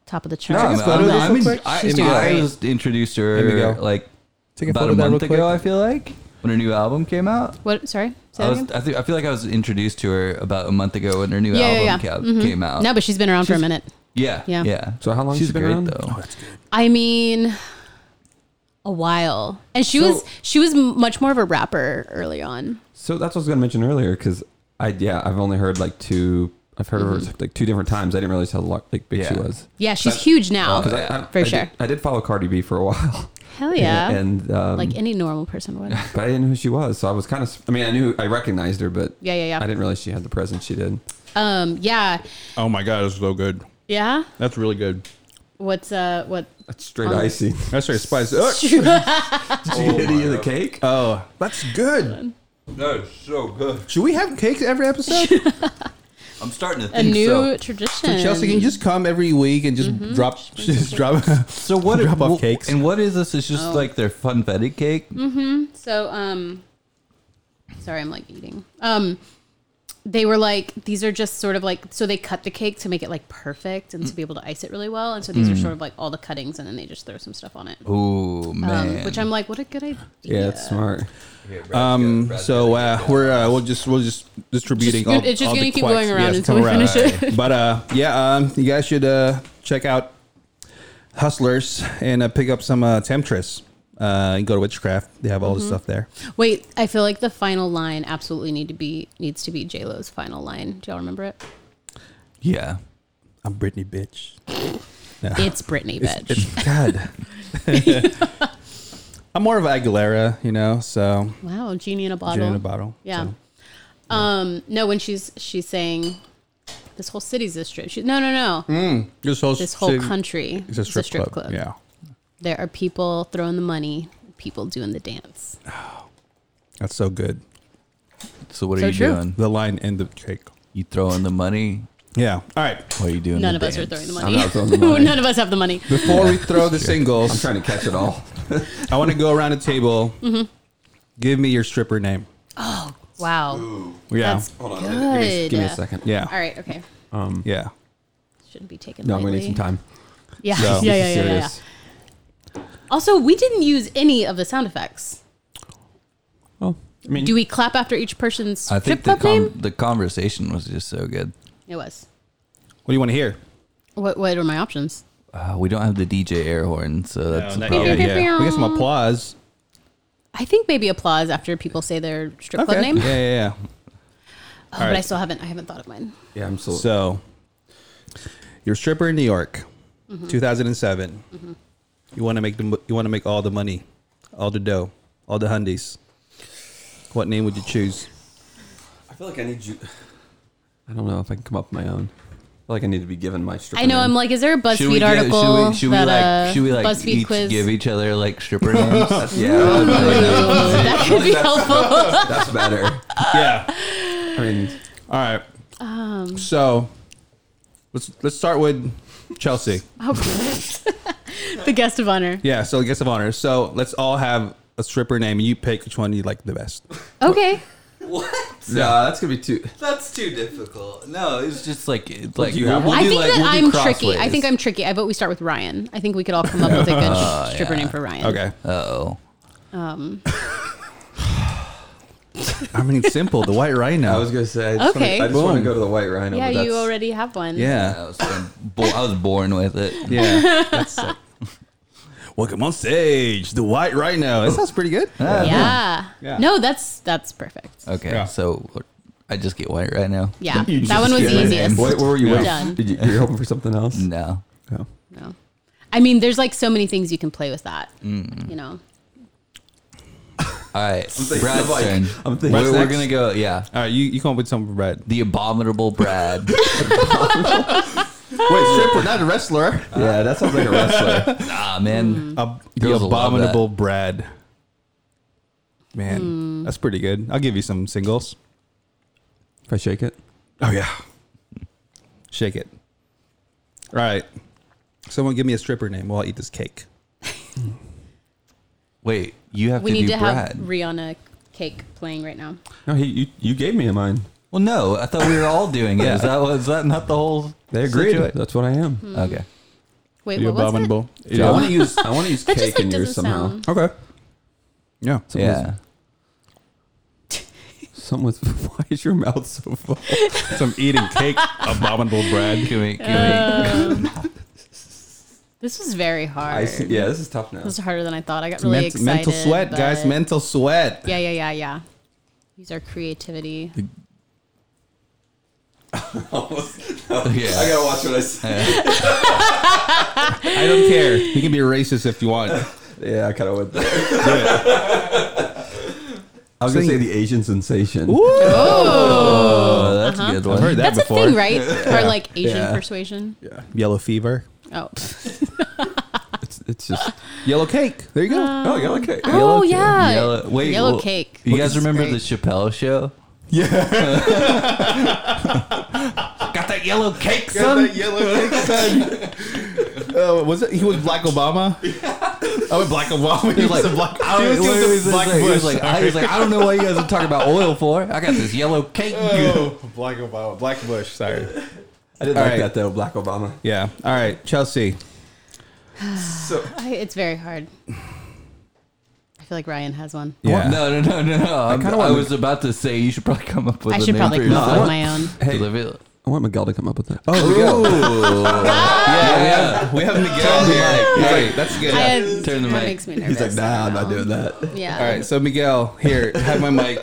[SPEAKER 5] top of the
[SPEAKER 4] No,
[SPEAKER 5] chart.
[SPEAKER 4] I'm,
[SPEAKER 2] go to
[SPEAKER 4] I'm,
[SPEAKER 2] this
[SPEAKER 4] I'm,
[SPEAKER 2] real quick.
[SPEAKER 4] I,
[SPEAKER 2] She's
[SPEAKER 5] doing
[SPEAKER 4] I
[SPEAKER 5] great.
[SPEAKER 4] was introduced to
[SPEAKER 2] Here we
[SPEAKER 4] her
[SPEAKER 2] go.
[SPEAKER 4] like
[SPEAKER 2] Take a
[SPEAKER 4] about
[SPEAKER 2] photo
[SPEAKER 4] a
[SPEAKER 2] of that
[SPEAKER 4] month
[SPEAKER 2] real quick.
[SPEAKER 4] ago. I feel like when her new album came out.
[SPEAKER 5] What? Sorry. Say
[SPEAKER 4] I
[SPEAKER 5] that
[SPEAKER 4] was.
[SPEAKER 5] again?
[SPEAKER 4] I think. I feel like I was introduced to her about a month ago when her new
[SPEAKER 5] Yeah, yeah,
[SPEAKER 4] album
[SPEAKER 5] yeah.
[SPEAKER 4] ca-
[SPEAKER 5] Mhm.
[SPEAKER 4] came out.
[SPEAKER 5] No, but she's been around for a
[SPEAKER 4] She's-
[SPEAKER 5] minute.
[SPEAKER 4] yeah,
[SPEAKER 5] Yeah.
[SPEAKER 4] yeah,
[SPEAKER 3] So how long
[SPEAKER 4] She's
[SPEAKER 3] she been
[SPEAKER 4] great
[SPEAKER 3] around?
[SPEAKER 4] though.
[SPEAKER 5] I mean, a while. And she was she was m- much more of a rapper early on.
[SPEAKER 3] So that's what I was gonna mention earlier because I yeah I've only heard like two I've heard of
[SPEAKER 5] Mm-hmm.
[SPEAKER 3] her like two different times. I didn't realize how lar- like big she
[SPEAKER 4] Yeah.
[SPEAKER 3] was.
[SPEAKER 5] Yeah, she's
[SPEAKER 3] But-
[SPEAKER 5] huge now.
[SPEAKER 3] 'Cause I, I,
[SPEAKER 5] For
[SPEAKER 3] I
[SPEAKER 5] sure.
[SPEAKER 3] Did, I did follow Cardi B for a while.
[SPEAKER 5] Hell yeah.
[SPEAKER 3] And um,
[SPEAKER 5] like any normal person would.
[SPEAKER 3] but I didn't know who she was, so I was kind of. I mean, I knew I recognized her, but
[SPEAKER 5] Yeah, yeah, yeah.
[SPEAKER 3] I didn't realize she had the presence she did.
[SPEAKER 5] Um, yeah.
[SPEAKER 2] Oh my god, it's so good.
[SPEAKER 5] Yeah.
[SPEAKER 2] That's really good.
[SPEAKER 5] What's uh what
[SPEAKER 3] That's straight
[SPEAKER 5] Um,
[SPEAKER 3] icy.
[SPEAKER 2] That's right, spice. Oh,
[SPEAKER 3] Did you get any of the cake? Uh,
[SPEAKER 2] oh, that's good.
[SPEAKER 4] That's so good.
[SPEAKER 2] Should we have cake every episode?
[SPEAKER 4] I'm starting to
[SPEAKER 5] a
[SPEAKER 4] think
[SPEAKER 5] new
[SPEAKER 4] so.
[SPEAKER 5] tradition.
[SPEAKER 2] Chelsea can you just come every week and just
[SPEAKER 5] Mm-hmm.
[SPEAKER 2] drop, just drop.
[SPEAKER 4] So what?
[SPEAKER 2] Drop off
[SPEAKER 4] wh-
[SPEAKER 2] cakes.
[SPEAKER 4] And what is this? It's just
[SPEAKER 5] Oh. Mm-hmm.
[SPEAKER 4] like their funfetti cake.
[SPEAKER 5] So, um, sorry, I'm like eating. Um, they were like, these are just sort of like, so they cut the cake to make it like perfect and to be able to ice it really well. And so these are sort of like all the cuttings and then they just throw some stuff on it.
[SPEAKER 4] Ooh man.
[SPEAKER 5] Um, which I'm like, what a good idea.
[SPEAKER 3] Yeah, that's smart.
[SPEAKER 2] Um, so uh, we're uh, we'll just we'll just distributing.
[SPEAKER 5] Just gonna-
[SPEAKER 2] all,
[SPEAKER 5] it's just
[SPEAKER 2] all the
[SPEAKER 5] gonna keep
[SPEAKER 2] quacks.
[SPEAKER 5] going around until
[SPEAKER 2] come
[SPEAKER 5] we
[SPEAKER 2] around.
[SPEAKER 5] finish it.
[SPEAKER 2] But uh, yeah, um, you guys should uh, check out Hustlers and uh, pick up some uh, Temptress. Uh, and go to Witchcraft. They have
[SPEAKER 5] Mm-hmm.
[SPEAKER 2] all the stuff there.
[SPEAKER 5] Wait, I feel like the final line absolutely need to be, needs to be JLo's final line. Do y'all remember it?
[SPEAKER 4] yeah.
[SPEAKER 2] I'm Britney, bitch.
[SPEAKER 5] It's Britney, bitch.
[SPEAKER 2] It's God. I'm more of Aguilera, you know. So
[SPEAKER 5] wow. Genie in a bottle.
[SPEAKER 2] gin in a bottle.
[SPEAKER 5] Yeah.
[SPEAKER 2] so.
[SPEAKER 5] Um, no, when she's, she's saying this whole city's a strip. She, no, no, no.
[SPEAKER 2] This whole
[SPEAKER 5] This whole
[SPEAKER 2] city
[SPEAKER 5] country
[SPEAKER 2] is a strip, club. Yeah.
[SPEAKER 5] There are people throwing the money, people doing the dance.
[SPEAKER 2] That's so good.
[SPEAKER 4] So what are
[SPEAKER 5] So
[SPEAKER 4] you
[SPEAKER 5] true.
[SPEAKER 4] doing?
[SPEAKER 2] The line and the cake.
[SPEAKER 4] You throwing the money?
[SPEAKER 2] Yeah. All right.
[SPEAKER 4] What are you doing?
[SPEAKER 5] None
[SPEAKER 4] the
[SPEAKER 5] of us are
[SPEAKER 4] dance?
[SPEAKER 5] throwing the
[SPEAKER 3] I'm
[SPEAKER 5] money.
[SPEAKER 3] not throwing the money.
[SPEAKER 5] None of us have the money.
[SPEAKER 2] Before we throw the singles,
[SPEAKER 3] I'm trying to catch it all.
[SPEAKER 2] I want to go around the table.
[SPEAKER 5] Mm-hmm.
[SPEAKER 2] Give me your stripper name.
[SPEAKER 5] Wow.
[SPEAKER 2] Yeah.
[SPEAKER 5] That's
[SPEAKER 3] Hold
[SPEAKER 5] good.
[SPEAKER 3] Give me, give me a second.
[SPEAKER 2] yeah.
[SPEAKER 5] All right. Okay.
[SPEAKER 2] Yeah.
[SPEAKER 5] Shouldn't be taken.
[SPEAKER 3] No, I'm gonna need
[SPEAKER 5] lightly.
[SPEAKER 3] some time.
[SPEAKER 5] Yeah.
[SPEAKER 2] No.
[SPEAKER 5] yeah,
[SPEAKER 3] This
[SPEAKER 5] yeah,
[SPEAKER 3] is
[SPEAKER 5] yeah, yeah, yeah.
[SPEAKER 3] serious.
[SPEAKER 5] Also, we didn't use any of the sound effects.
[SPEAKER 3] Oh, I mean,
[SPEAKER 5] Do we clap after each person's
[SPEAKER 4] I
[SPEAKER 5] strip
[SPEAKER 4] think the
[SPEAKER 5] club
[SPEAKER 4] com-
[SPEAKER 5] name?
[SPEAKER 4] the conversation was just so good.
[SPEAKER 5] It was.
[SPEAKER 2] What do you want to hear?
[SPEAKER 5] What What are my options?
[SPEAKER 4] Uh, we don't have the DJ air horn, so that's a problem.
[SPEAKER 5] yet.
[SPEAKER 2] Yeah. We get some applause.
[SPEAKER 5] I think maybe applause after people say their strip club name.
[SPEAKER 2] Yeah, yeah,
[SPEAKER 5] Oh,
[SPEAKER 2] All
[SPEAKER 5] but I
[SPEAKER 2] right.
[SPEAKER 5] still haven't. I haven't thought of mine.
[SPEAKER 3] yeah, I'm so.
[SPEAKER 2] yeah. So, your stripper in New York,
[SPEAKER 5] Mm-hmm.
[SPEAKER 2] 2007. You want to make the mo- you want to make all the money, all the dough, all the hundies. What name would you choose?
[SPEAKER 3] I feel like I need you. I don't know if I can come up with my own. I feel like I need to be given my strip.
[SPEAKER 5] I know. I'm like, is there a BuzzFeed
[SPEAKER 4] Should we, get-
[SPEAKER 5] article
[SPEAKER 4] should we, should we
[SPEAKER 5] that
[SPEAKER 4] like,
[SPEAKER 5] uh,
[SPEAKER 4] should we like
[SPEAKER 5] BuzzFeed
[SPEAKER 4] each
[SPEAKER 5] quiz?
[SPEAKER 4] give each other like stripper names?
[SPEAKER 3] Yeah,
[SPEAKER 5] that could be helpful.
[SPEAKER 3] that's better.
[SPEAKER 2] yeah.
[SPEAKER 3] I mean,
[SPEAKER 2] All right. so, let's let's start with Chelsea.
[SPEAKER 5] Oh, the guest of honor.
[SPEAKER 2] Yeah, so guest of honor. So let's all have a stripper name, and you pick which one you like the best.
[SPEAKER 5] Okay.
[SPEAKER 3] no, that's gonna be too.
[SPEAKER 4] That's too difficult. No, it's just like it's like
[SPEAKER 3] you have
[SPEAKER 4] we'll
[SPEAKER 5] I
[SPEAKER 4] do,
[SPEAKER 5] think
[SPEAKER 4] like-
[SPEAKER 5] that
[SPEAKER 4] we'll do
[SPEAKER 5] I'm
[SPEAKER 4] crossways.
[SPEAKER 5] tricky. I think I'm tricky. I vote we start with Ryan. I think we could all come up with a good
[SPEAKER 4] Uh,
[SPEAKER 5] sh- stripper name for Ryan.
[SPEAKER 2] Okay.
[SPEAKER 4] Uh-oh.
[SPEAKER 2] I mean, it's simple. The White Rhino.
[SPEAKER 3] I was gonna say. I just
[SPEAKER 5] Okay.
[SPEAKER 3] Wanna, I just want to
[SPEAKER 2] Boom.
[SPEAKER 3] go to the White Rhino.
[SPEAKER 5] Yeah,
[SPEAKER 3] but that's,
[SPEAKER 5] you already have one.
[SPEAKER 4] I
[SPEAKER 2] yeah.
[SPEAKER 4] was, bo- I was born with it.
[SPEAKER 2] Yeah. That's it. Welcome on stage, the White Rhino. That sounds pretty good.
[SPEAKER 4] Yeah.
[SPEAKER 5] Yeah.
[SPEAKER 2] Yeah.
[SPEAKER 5] No, that's that's perfect.
[SPEAKER 4] Okay,
[SPEAKER 2] Yeah.
[SPEAKER 4] so I just get white right now.
[SPEAKER 5] Yeah.
[SPEAKER 3] You
[SPEAKER 5] that
[SPEAKER 3] just
[SPEAKER 5] one was
[SPEAKER 3] get it.
[SPEAKER 5] easiest.
[SPEAKER 3] What, what were you?
[SPEAKER 2] Yeah.
[SPEAKER 3] waiting-
[SPEAKER 5] Done.
[SPEAKER 3] Did you, you were hoping for something else?
[SPEAKER 4] No.
[SPEAKER 3] No.
[SPEAKER 5] No. I mean, there's like so many things you can play with that.
[SPEAKER 4] Mm.
[SPEAKER 5] You know.
[SPEAKER 4] All right,
[SPEAKER 3] thinking
[SPEAKER 4] Brad's
[SPEAKER 3] of, like-
[SPEAKER 4] turn.
[SPEAKER 3] I'm thinking-
[SPEAKER 2] Brad's
[SPEAKER 4] we're, we're
[SPEAKER 2] next?
[SPEAKER 4] gonna go. Yeah,
[SPEAKER 2] All right, you, you come up with something for Brad.
[SPEAKER 4] the abominable Brad.
[SPEAKER 2] Wait, stripper, not a wrestler.
[SPEAKER 3] Yeah, that sounds like a wrestler.
[SPEAKER 4] ah
[SPEAKER 5] Mm-hmm.
[SPEAKER 4] man,
[SPEAKER 2] Ab- the
[SPEAKER 4] Girls will love
[SPEAKER 2] abominable Brad. Man, that's pretty good. I'll give you some singles.
[SPEAKER 3] if I shake it,
[SPEAKER 2] Oh yeah. Shake it. All right. Someone give me a stripper name while I eat this cake.
[SPEAKER 4] wait, you have
[SPEAKER 5] We
[SPEAKER 4] to
[SPEAKER 5] need
[SPEAKER 4] do
[SPEAKER 5] to
[SPEAKER 4] Brad.
[SPEAKER 5] have Rihanna cake playing right now.
[SPEAKER 3] no, he, you you gave me a mine.
[SPEAKER 4] well, no, I thought we were all doing it. Is that was that not the whole?
[SPEAKER 3] They agreed.
[SPEAKER 4] situa-
[SPEAKER 3] That's what I am.
[SPEAKER 5] Mm-hmm.
[SPEAKER 4] Okay.
[SPEAKER 5] Wait,
[SPEAKER 2] The
[SPEAKER 5] what was it?
[SPEAKER 2] abominable.
[SPEAKER 3] I want to use I want to use
[SPEAKER 5] That just
[SPEAKER 3] cake
[SPEAKER 5] like
[SPEAKER 3] in yours
[SPEAKER 5] doesn't
[SPEAKER 3] somehow.
[SPEAKER 5] sound.
[SPEAKER 2] Okay. Yeah.
[SPEAKER 3] Something
[SPEAKER 4] yeah.
[SPEAKER 3] With, something with why is your mouth so full?
[SPEAKER 2] Some eating cake, abominable bread.
[SPEAKER 4] Can we, can
[SPEAKER 5] Uh, This was very hard.
[SPEAKER 3] I see, yeah, this is tough now.
[SPEAKER 5] This was harder than I thought. I got really
[SPEAKER 2] Ment-
[SPEAKER 5] excited.
[SPEAKER 2] mental sweat, guys.
[SPEAKER 5] but-
[SPEAKER 2] Mental sweat.
[SPEAKER 5] Yeah, yeah, yeah, yeah. These are creativity.
[SPEAKER 4] we, yeah. I gotta watch
[SPEAKER 3] what I said.
[SPEAKER 2] I don't care. You can be racist if you want.
[SPEAKER 3] Yeah, I kind of went there.
[SPEAKER 2] Do it.
[SPEAKER 3] I was gonna say
[SPEAKER 2] Sing.
[SPEAKER 3] the Asian sensation.
[SPEAKER 4] Oh, that's a good
[SPEAKER 2] I've
[SPEAKER 4] one.
[SPEAKER 2] heard that
[SPEAKER 5] That's
[SPEAKER 2] before.
[SPEAKER 5] a thing, right? Or like Asian
[SPEAKER 3] Yeah.
[SPEAKER 5] persuasion.
[SPEAKER 3] Yeah,
[SPEAKER 2] Yellow fever.
[SPEAKER 5] Oh,
[SPEAKER 3] it's it's just
[SPEAKER 2] Yellow cake. There you go.
[SPEAKER 3] oh yeah, okay.
[SPEAKER 5] oh yeah.
[SPEAKER 4] Yellow, wait,
[SPEAKER 5] Yellow
[SPEAKER 4] well,
[SPEAKER 5] cake.
[SPEAKER 4] You guys remember
[SPEAKER 5] great.
[SPEAKER 4] the Chappelle show? Yeah. Got that yellow cake, son.
[SPEAKER 2] yellow cake, Oh, son. Uh, was it? He was Black Obama. I was Black Obama. He
[SPEAKER 4] He was
[SPEAKER 2] was
[SPEAKER 4] like,
[SPEAKER 2] a Black.
[SPEAKER 4] I don't-
[SPEAKER 2] He was
[SPEAKER 4] what
[SPEAKER 2] just a
[SPEAKER 4] was this
[SPEAKER 2] Black
[SPEAKER 4] like? He was
[SPEAKER 2] Bush.
[SPEAKER 4] like, I, he was like, I don't know why you guys are talking about oil for. I got this yellow cake.
[SPEAKER 2] Oh, Black Obama. Black Bush. Sorry.
[SPEAKER 3] I didn't
[SPEAKER 2] All
[SPEAKER 3] like
[SPEAKER 2] right.
[SPEAKER 3] that though. Black Obama.
[SPEAKER 2] Yeah. All right. Chelsea.
[SPEAKER 3] So
[SPEAKER 5] I, it's very hard. I feel like Ryan has one.
[SPEAKER 2] Yeah.
[SPEAKER 4] No, no, no, no, no. I'm,
[SPEAKER 3] kinda
[SPEAKER 4] I,
[SPEAKER 3] wanna-
[SPEAKER 4] was about to say you should probably come up with.
[SPEAKER 5] I
[SPEAKER 4] a
[SPEAKER 5] should
[SPEAKER 4] name
[SPEAKER 5] probably
[SPEAKER 4] for
[SPEAKER 5] come up with
[SPEAKER 4] yourself.
[SPEAKER 5] my own.
[SPEAKER 3] Hey.
[SPEAKER 4] Olivia-
[SPEAKER 3] I want Miguel to come up with that.
[SPEAKER 2] Oh, we go. yeah, we have, we have Miguel here. Hey, that's good.
[SPEAKER 5] I,
[SPEAKER 4] Turn the
[SPEAKER 5] that
[SPEAKER 4] mic.
[SPEAKER 5] makes me nervous.
[SPEAKER 3] He's like, nah,
[SPEAKER 5] I
[SPEAKER 3] I'm
[SPEAKER 5] don't
[SPEAKER 3] not
[SPEAKER 5] know.
[SPEAKER 3] doing that.
[SPEAKER 5] Yeah.
[SPEAKER 2] All right, so Miguel, here, have my mic.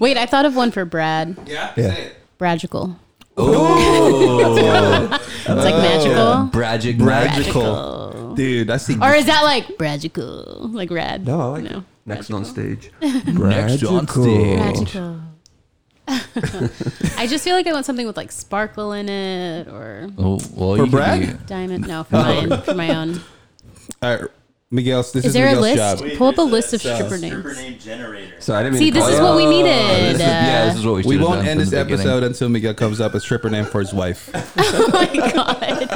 [SPEAKER 5] Wait, I thought of one for Brad.
[SPEAKER 2] Yeah,
[SPEAKER 3] Yeah.
[SPEAKER 2] say it.
[SPEAKER 5] Bragical.
[SPEAKER 4] Oh,
[SPEAKER 5] It's like magical.
[SPEAKER 4] Bragic,
[SPEAKER 5] Bragical.
[SPEAKER 2] Dude, I see.
[SPEAKER 5] Or is that like Bragical? Like rad?
[SPEAKER 3] No, I like
[SPEAKER 5] No.
[SPEAKER 3] next on stage.
[SPEAKER 4] Next on stage.
[SPEAKER 5] Magical. I just feel like I want something with like sparkle in it or
[SPEAKER 4] Oh, well,
[SPEAKER 2] For
[SPEAKER 4] you
[SPEAKER 2] Brad?
[SPEAKER 4] Could
[SPEAKER 5] diamond. No, for mine, for my own.
[SPEAKER 2] All right, Miguel, this is,
[SPEAKER 5] Is there a
[SPEAKER 2] Miguel's
[SPEAKER 5] list?
[SPEAKER 2] job.
[SPEAKER 5] Pull up a list of
[SPEAKER 2] So-
[SPEAKER 5] stripper
[SPEAKER 7] Stripper
[SPEAKER 5] names.
[SPEAKER 7] name generator.
[SPEAKER 3] So I didn't mean
[SPEAKER 5] See,
[SPEAKER 3] to
[SPEAKER 5] this
[SPEAKER 3] call
[SPEAKER 5] is
[SPEAKER 3] you
[SPEAKER 5] what we
[SPEAKER 4] be,
[SPEAKER 5] needed.
[SPEAKER 4] yeah, this is what we.
[SPEAKER 2] We
[SPEAKER 4] should've
[SPEAKER 2] won't
[SPEAKER 4] done
[SPEAKER 2] end
[SPEAKER 4] from
[SPEAKER 2] this
[SPEAKER 4] the
[SPEAKER 2] episode
[SPEAKER 4] beginning.
[SPEAKER 2] until Miguel comes up a stripper name for his wife.
[SPEAKER 5] Oh my god.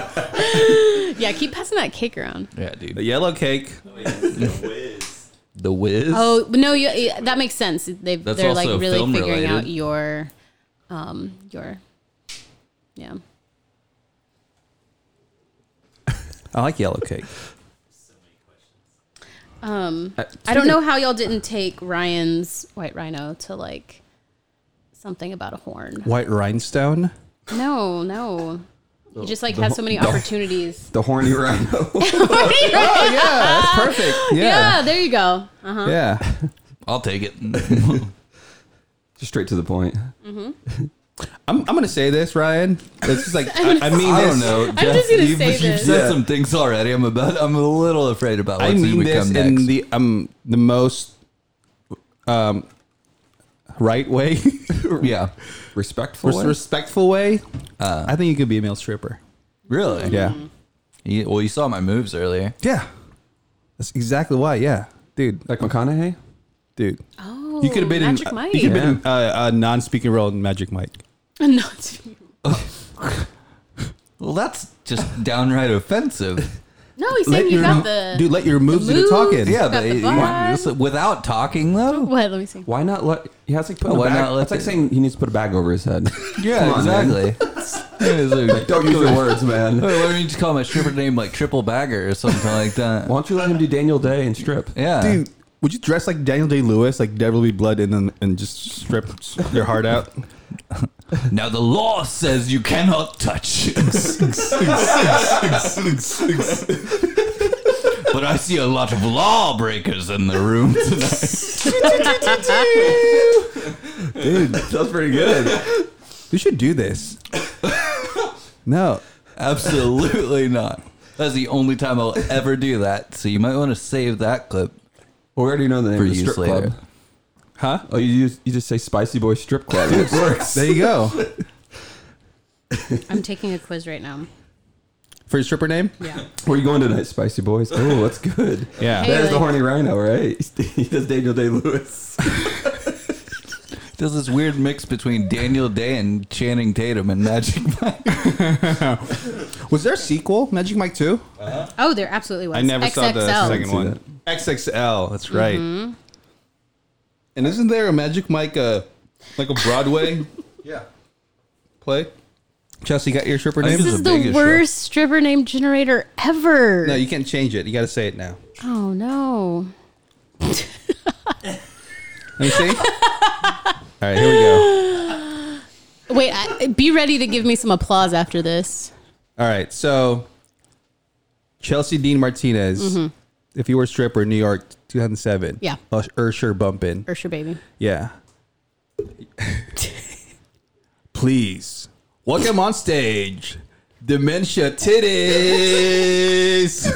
[SPEAKER 5] yeah, keep passing that cake around.
[SPEAKER 4] Yeah, dude.
[SPEAKER 2] The yellow cake.
[SPEAKER 7] Whiz.
[SPEAKER 4] The Wiz.
[SPEAKER 5] Oh no, you, yeah, that makes sense. They
[SPEAKER 4] That's
[SPEAKER 5] they're like
[SPEAKER 4] also
[SPEAKER 5] really
[SPEAKER 4] film
[SPEAKER 5] figuring out
[SPEAKER 4] related.
[SPEAKER 5] your, um, your, yeah.
[SPEAKER 2] I like yellow cake.
[SPEAKER 5] Um, I don't know how y'all didn't take Ryan's white rhino to like something about a horn.
[SPEAKER 2] White rhinestone.
[SPEAKER 5] No, no.
[SPEAKER 2] Oh,
[SPEAKER 5] You just like
[SPEAKER 3] the
[SPEAKER 5] have
[SPEAKER 3] ho-
[SPEAKER 5] so many
[SPEAKER 3] the-
[SPEAKER 5] opportunities.
[SPEAKER 3] the horny rhino.
[SPEAKER 5] yeah.
[SPEAKER 2] Oh yeah, that's perfect. Yeah,
[SPEAKER 5] there you go. Uh-huh.
[SPEAKER 2] yeah.
[SPEAKER 4] I'll take it.
[SPEAKER 3] Just straight to the point.
[SPEAKER 2] I'm, I'm gonna say this, Ryan. This is like I, I mean
[SPEAKER 4] I
[SPEAKER 2] this.
[SPEAKER 4] don't know.
[SPEAKER 5] I'm just gonna
[SPEAKER 4] you've,
[SPEAKER 5] say
[SPEAKER 4] you've
[SPEAKER 5] this.
[SPEAKER 4] said
[SPEAKER 3] Yeah.
[SPEAKER 4] some things already. I'm about. I'm a little afraid about what's
[SPEAKER 2] I mean
[SPEAKER 4] going to
[SPEAKER 2] this
[SPEAKER 4] come
[SPEAKER 2] in
[SPEAKER 4] next.
[SPEAKER 2] the um the most um right way,
[SPEAKER 4] yeah,
[SPEAKER 3] Respectful.
[SPEAKER 2] most
[SPEAKER 3] way?
[SPEAKER 2] respectful way. I think you could be a male stripper.
[SPEAKER 5] Mm-hmm.
[SPEAKER 4] really.
[SPEAKER 2] Yeah,
[SPEAKER 4] You, well, you saw my moves earlier.
[SPEAKER 2] yeah. That's exactly why. Yeah, dude,
[SPEAKER 3] like McConaughey.
[SPEAKER 2] dude.
[SPEAKER 5] Oh,
[SPEAKER 2] you could have been
[SPEAKER 5] Magic
[SPEAKER 2] in.
[SPEAKER 5] Mike.
[SPEAKER 2] You could have been uh, a non-speaking role in Magic Mike.
[SPEAKER 5] Not-
[SPEAKER 4] Well, that's just downright offensive.
[SPEAKER 5] no, he's saying you
[SPEAKER 2] your
[SPEAKER 5] got the
[SPEAKER 2] dude. Let your moves, do the
[SPEAKER 5] moves.
[SPEAKER 2] talking.
[SPEAKER 4] Yeah,
[SPEAKER 5] Got
[SPEAKER 4] but
[SPEAKER 5] the
[SPEAKER 4] you-
[SPEAKER 5] vibe.
[SPEAKER 4] this- without talking though.
[SPEAKER 5] What? Let me see.
[SPEAKER 3] Why not let? He has like put.
[SPEAKER 4] Why
[SPEAKER 3] Why
[SPEAKER 4] not
[SPEAKER 3] not?
[SPEAKER 4] let
[SPEAKER 3] That's like
[SPEAKER 4] the-
[SPEAKER 3] saying he needs to put a bag over his head.
[SPEAKER 4] Yeah,
[SPEAKER 3] Come on, man.
[SPEAKER 4] exactly. Yeah, it's like- oh,
[SPEAKER 3] Don't use your words, man. Why
[SPEAKER 4] Why don't you just call my stripper name like Triple Bagger or something like that?
[SPEAKER 3] don't you let him do Daniel Day and strip?
[SPEAKER 4] yeah,
[SPEAKER 2] Dude, would you dress like Daniel Day Lewis, like Devil Be Blood, and then and just strip your heart out?
[SPEAKER 4] Now the law says you cannot touch. but I see a lot of lawbreakers in the room tonight.
[SPEAKER 2] Dude,
[SPEAKER 3] That's pretty good.
[SPEAKER 2] you should do this. No,
[SPEAKER 4] Absolutely not. That's the only time I'll ever do that. So you might want to save that clip
[SPEAKER 3] We already know the name
[SPEAKER 4] for
[SPEAKER 3] of the
[SPEAKER 4] use
[SPEAKER 3] strip
[SPEAKER 4] later.
[SPEAKER 3] club.
[SPEAKER 2] huh?
[SPEAKER 3] Oh, you just, you just say Spicy Boy Strip Club. it works.
[SPEAKER 2] There you go.
[SPEAKER 5] I'm taking a quiz right now.
[SPEAKER 2] For your stripper name?
[SPEAKER 5] Yeah.
[SPEAKER 3] Where you going tonight, Spicy Boys? Oh, that's good.
[SPEAKER 2] Yeah.
[SPEAKER 5] Hey.
[SPEAKER 3] There's the
[SPEAKER 5] like-
[SPEAKER 3] horny rhino, right? He does Daniel Day Lewis.
[SPEAKER 4] There's this weird mix between Daniel Day and Channing Tatum and Magic Mike.
[SPEAKER 2] Was there a sequel, Magic Mike 2?
[SPEAKER 5] Oh, there absolutely was.
[SPEAKER 2] I never saw the
[SPEAKER 5] XXL.
[SPEAKER 2] second
[SPEAKER 3] See
[SPEAKER 2] one. XXL, that's right.
[SPEAKER 5] Mm-hmm.
[SPEAKER 2] And isn't there a Magic Mike, uh, like a Broadway yeah. play? Chelsea, you got your stripper
[SPEAKER 4] I
[SPEAKER 2] name?
[SPEAKER 5] This
[SPEAKER 4] This
[SPEAKER 5] is
[SPEAKER 4] is the
[SPEAKER 5] the
[SPEAKER 4] biggest
[SPEAKER 5] worst stripper name generator ever.
[SPEAKER 2] No, you can't change it. You got to say it now.
[SPEAKER 5] Oh no.
[SPEAKER 2] Let me see. All right, here we go.
[SPEAKER 5] Wait, I, be ready to give me some applause after this.
[SPEAKER 2] All right, so Chelsea Dean Martinez, if you were a stripper, New York, 2007.
[SPEAKER 5] Mm-hmm. Yeah.
[SPEAKER 2] Us- Usher bumping.
[SPEAKER 5] Ursher baby.
[SPEAKER 2] Yeah. Please welcome on stage Dementia Titties.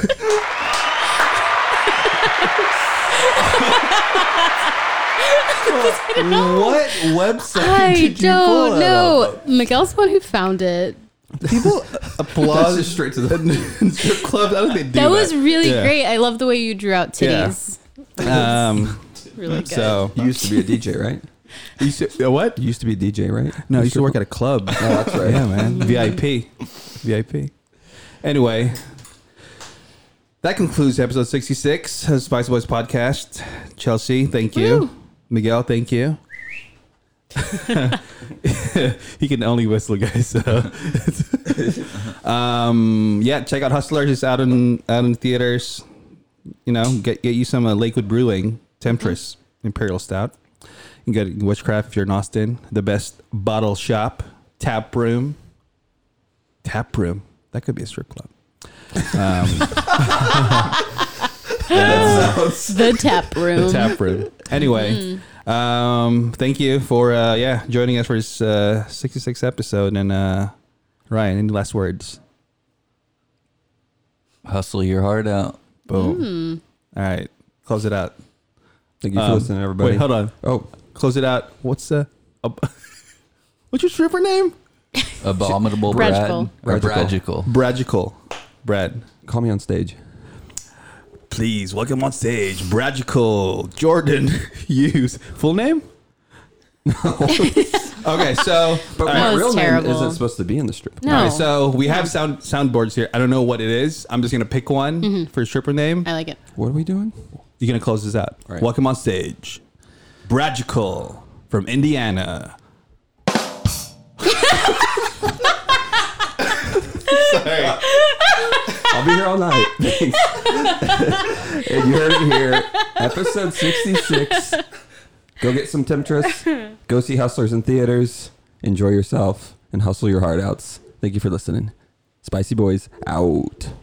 [SPEAKER 2] what website
[SPEAKER 5] I
[SPEAKER 2] did you pull
[SPEAKER 5] don't
[SPEAKER 2] that
[SPEAKER 5] know.
[SPEAKER 2] off
[SPEAKER 5] Miguel's the one who found it.
[SPEAKER 2] of? People
[SPEAKER 3] That's
[SPEAKER 2] applause
[SPEAKER 3] just straight to the
[SPEAKER 2] in strip clubs. I don't think they do
[SPEAKER 5] That was really
[SPEAKER 2] Yeah.
[SPEAKER 5] great. I love the way you drew out
[SPEAKER 2] Yeah.
[SPEAKER 5] titties.
[SPEAKER 2] Um,
[SPEAKER 5] Really good.
[SPEAKER 2] so
[SPEAKER 3] You used to be a DJ, right?
[SPEAKER 2] you used to, what?
[SPEAKER 3] You used to be a DJ, right?
[SPEAKER 2] No, I used to work at a club.
[SPEAKER 3] Oh, that's right.
[SPEAKER 2] Yeah, man. VIP. VIP. Anyway, that concludes episode 66 of Spice Boys Podcast. Chelsea, thank you.
[SPEAKER 5] Woo.
[SPEAKER 2] Miguel, thank you. he can only whistle, guys. So. um, yeah, check out Hustlers. It's out in out in theaters. You know, get get you some uh, Lakewood Brewing Temptress Imperial Stout. You can get Witchcraft if you're in Austin. The best bottle shop, tap room, tap room. That could be a strip club.
[SPEAKER 5] the tap room.
[SPEAKER 2] The tap room. Anyway, um, thank you for uh, yeah joining us for this uh, 66 episode. And uh, Ryan, any last words?
[SPEAKER 4] Hustle your heart out.
[SPEAKER 2] Boom. All right, close it out.
[SPEAKER 3] Thank you for
[SPEAKER 2] Um,
[SPEAKER 3] listening, everybody.
[SPEAKER 2] Wait, hold on.
[SPEAKER 3] Oh,
[SPEAKER 2] Close it out. What's the? ab- what's your stripper name?
[SPEAKER 4] Abominable Brad.
[SPEAKER 5] Bragical.
[SPEAKER 4] Or
[SPEAKER 3] Bragical.
[SPEAKER 4] Bragical.
[SPEAKER 2] Bragical. Brad.
[SPEAKER 3] call me on stage.
[SPEAKER 2] Please welcome on stage Bragical Jordan Hughes. Full name? okay, so
[SPEAKER 3] But
[SPEAKER 5] That was terrible.
[SPEAKER 3] isn't supposed to be in the strip.
[SPEAKER 5] no.
[SPEAKER 2] All right, so we have sound soundboards here. I don't know what it is. I'm just gonna pick one
[SPEAKER 5] Mm-hmm.
[SPEAKER 2] for a stripper name.
[SPEAKER 5] I like it.
[SPEAKER 3] What are we doing?
[SPEAKER 2] You're gonna close this out.
[SPEAKER 3] All right.
[SPEAKER 2] Welcome on stage, Bragical from Indiana. Sorry.
[SPEAKER 3] I'll be here all night. Thanks. and you heard it here. Episode 66. Go get some Temptress. Go see Hustlers in theaters. Enjoy yourself and hustle your heart outs. Thank you for listening. Spicy Boys out.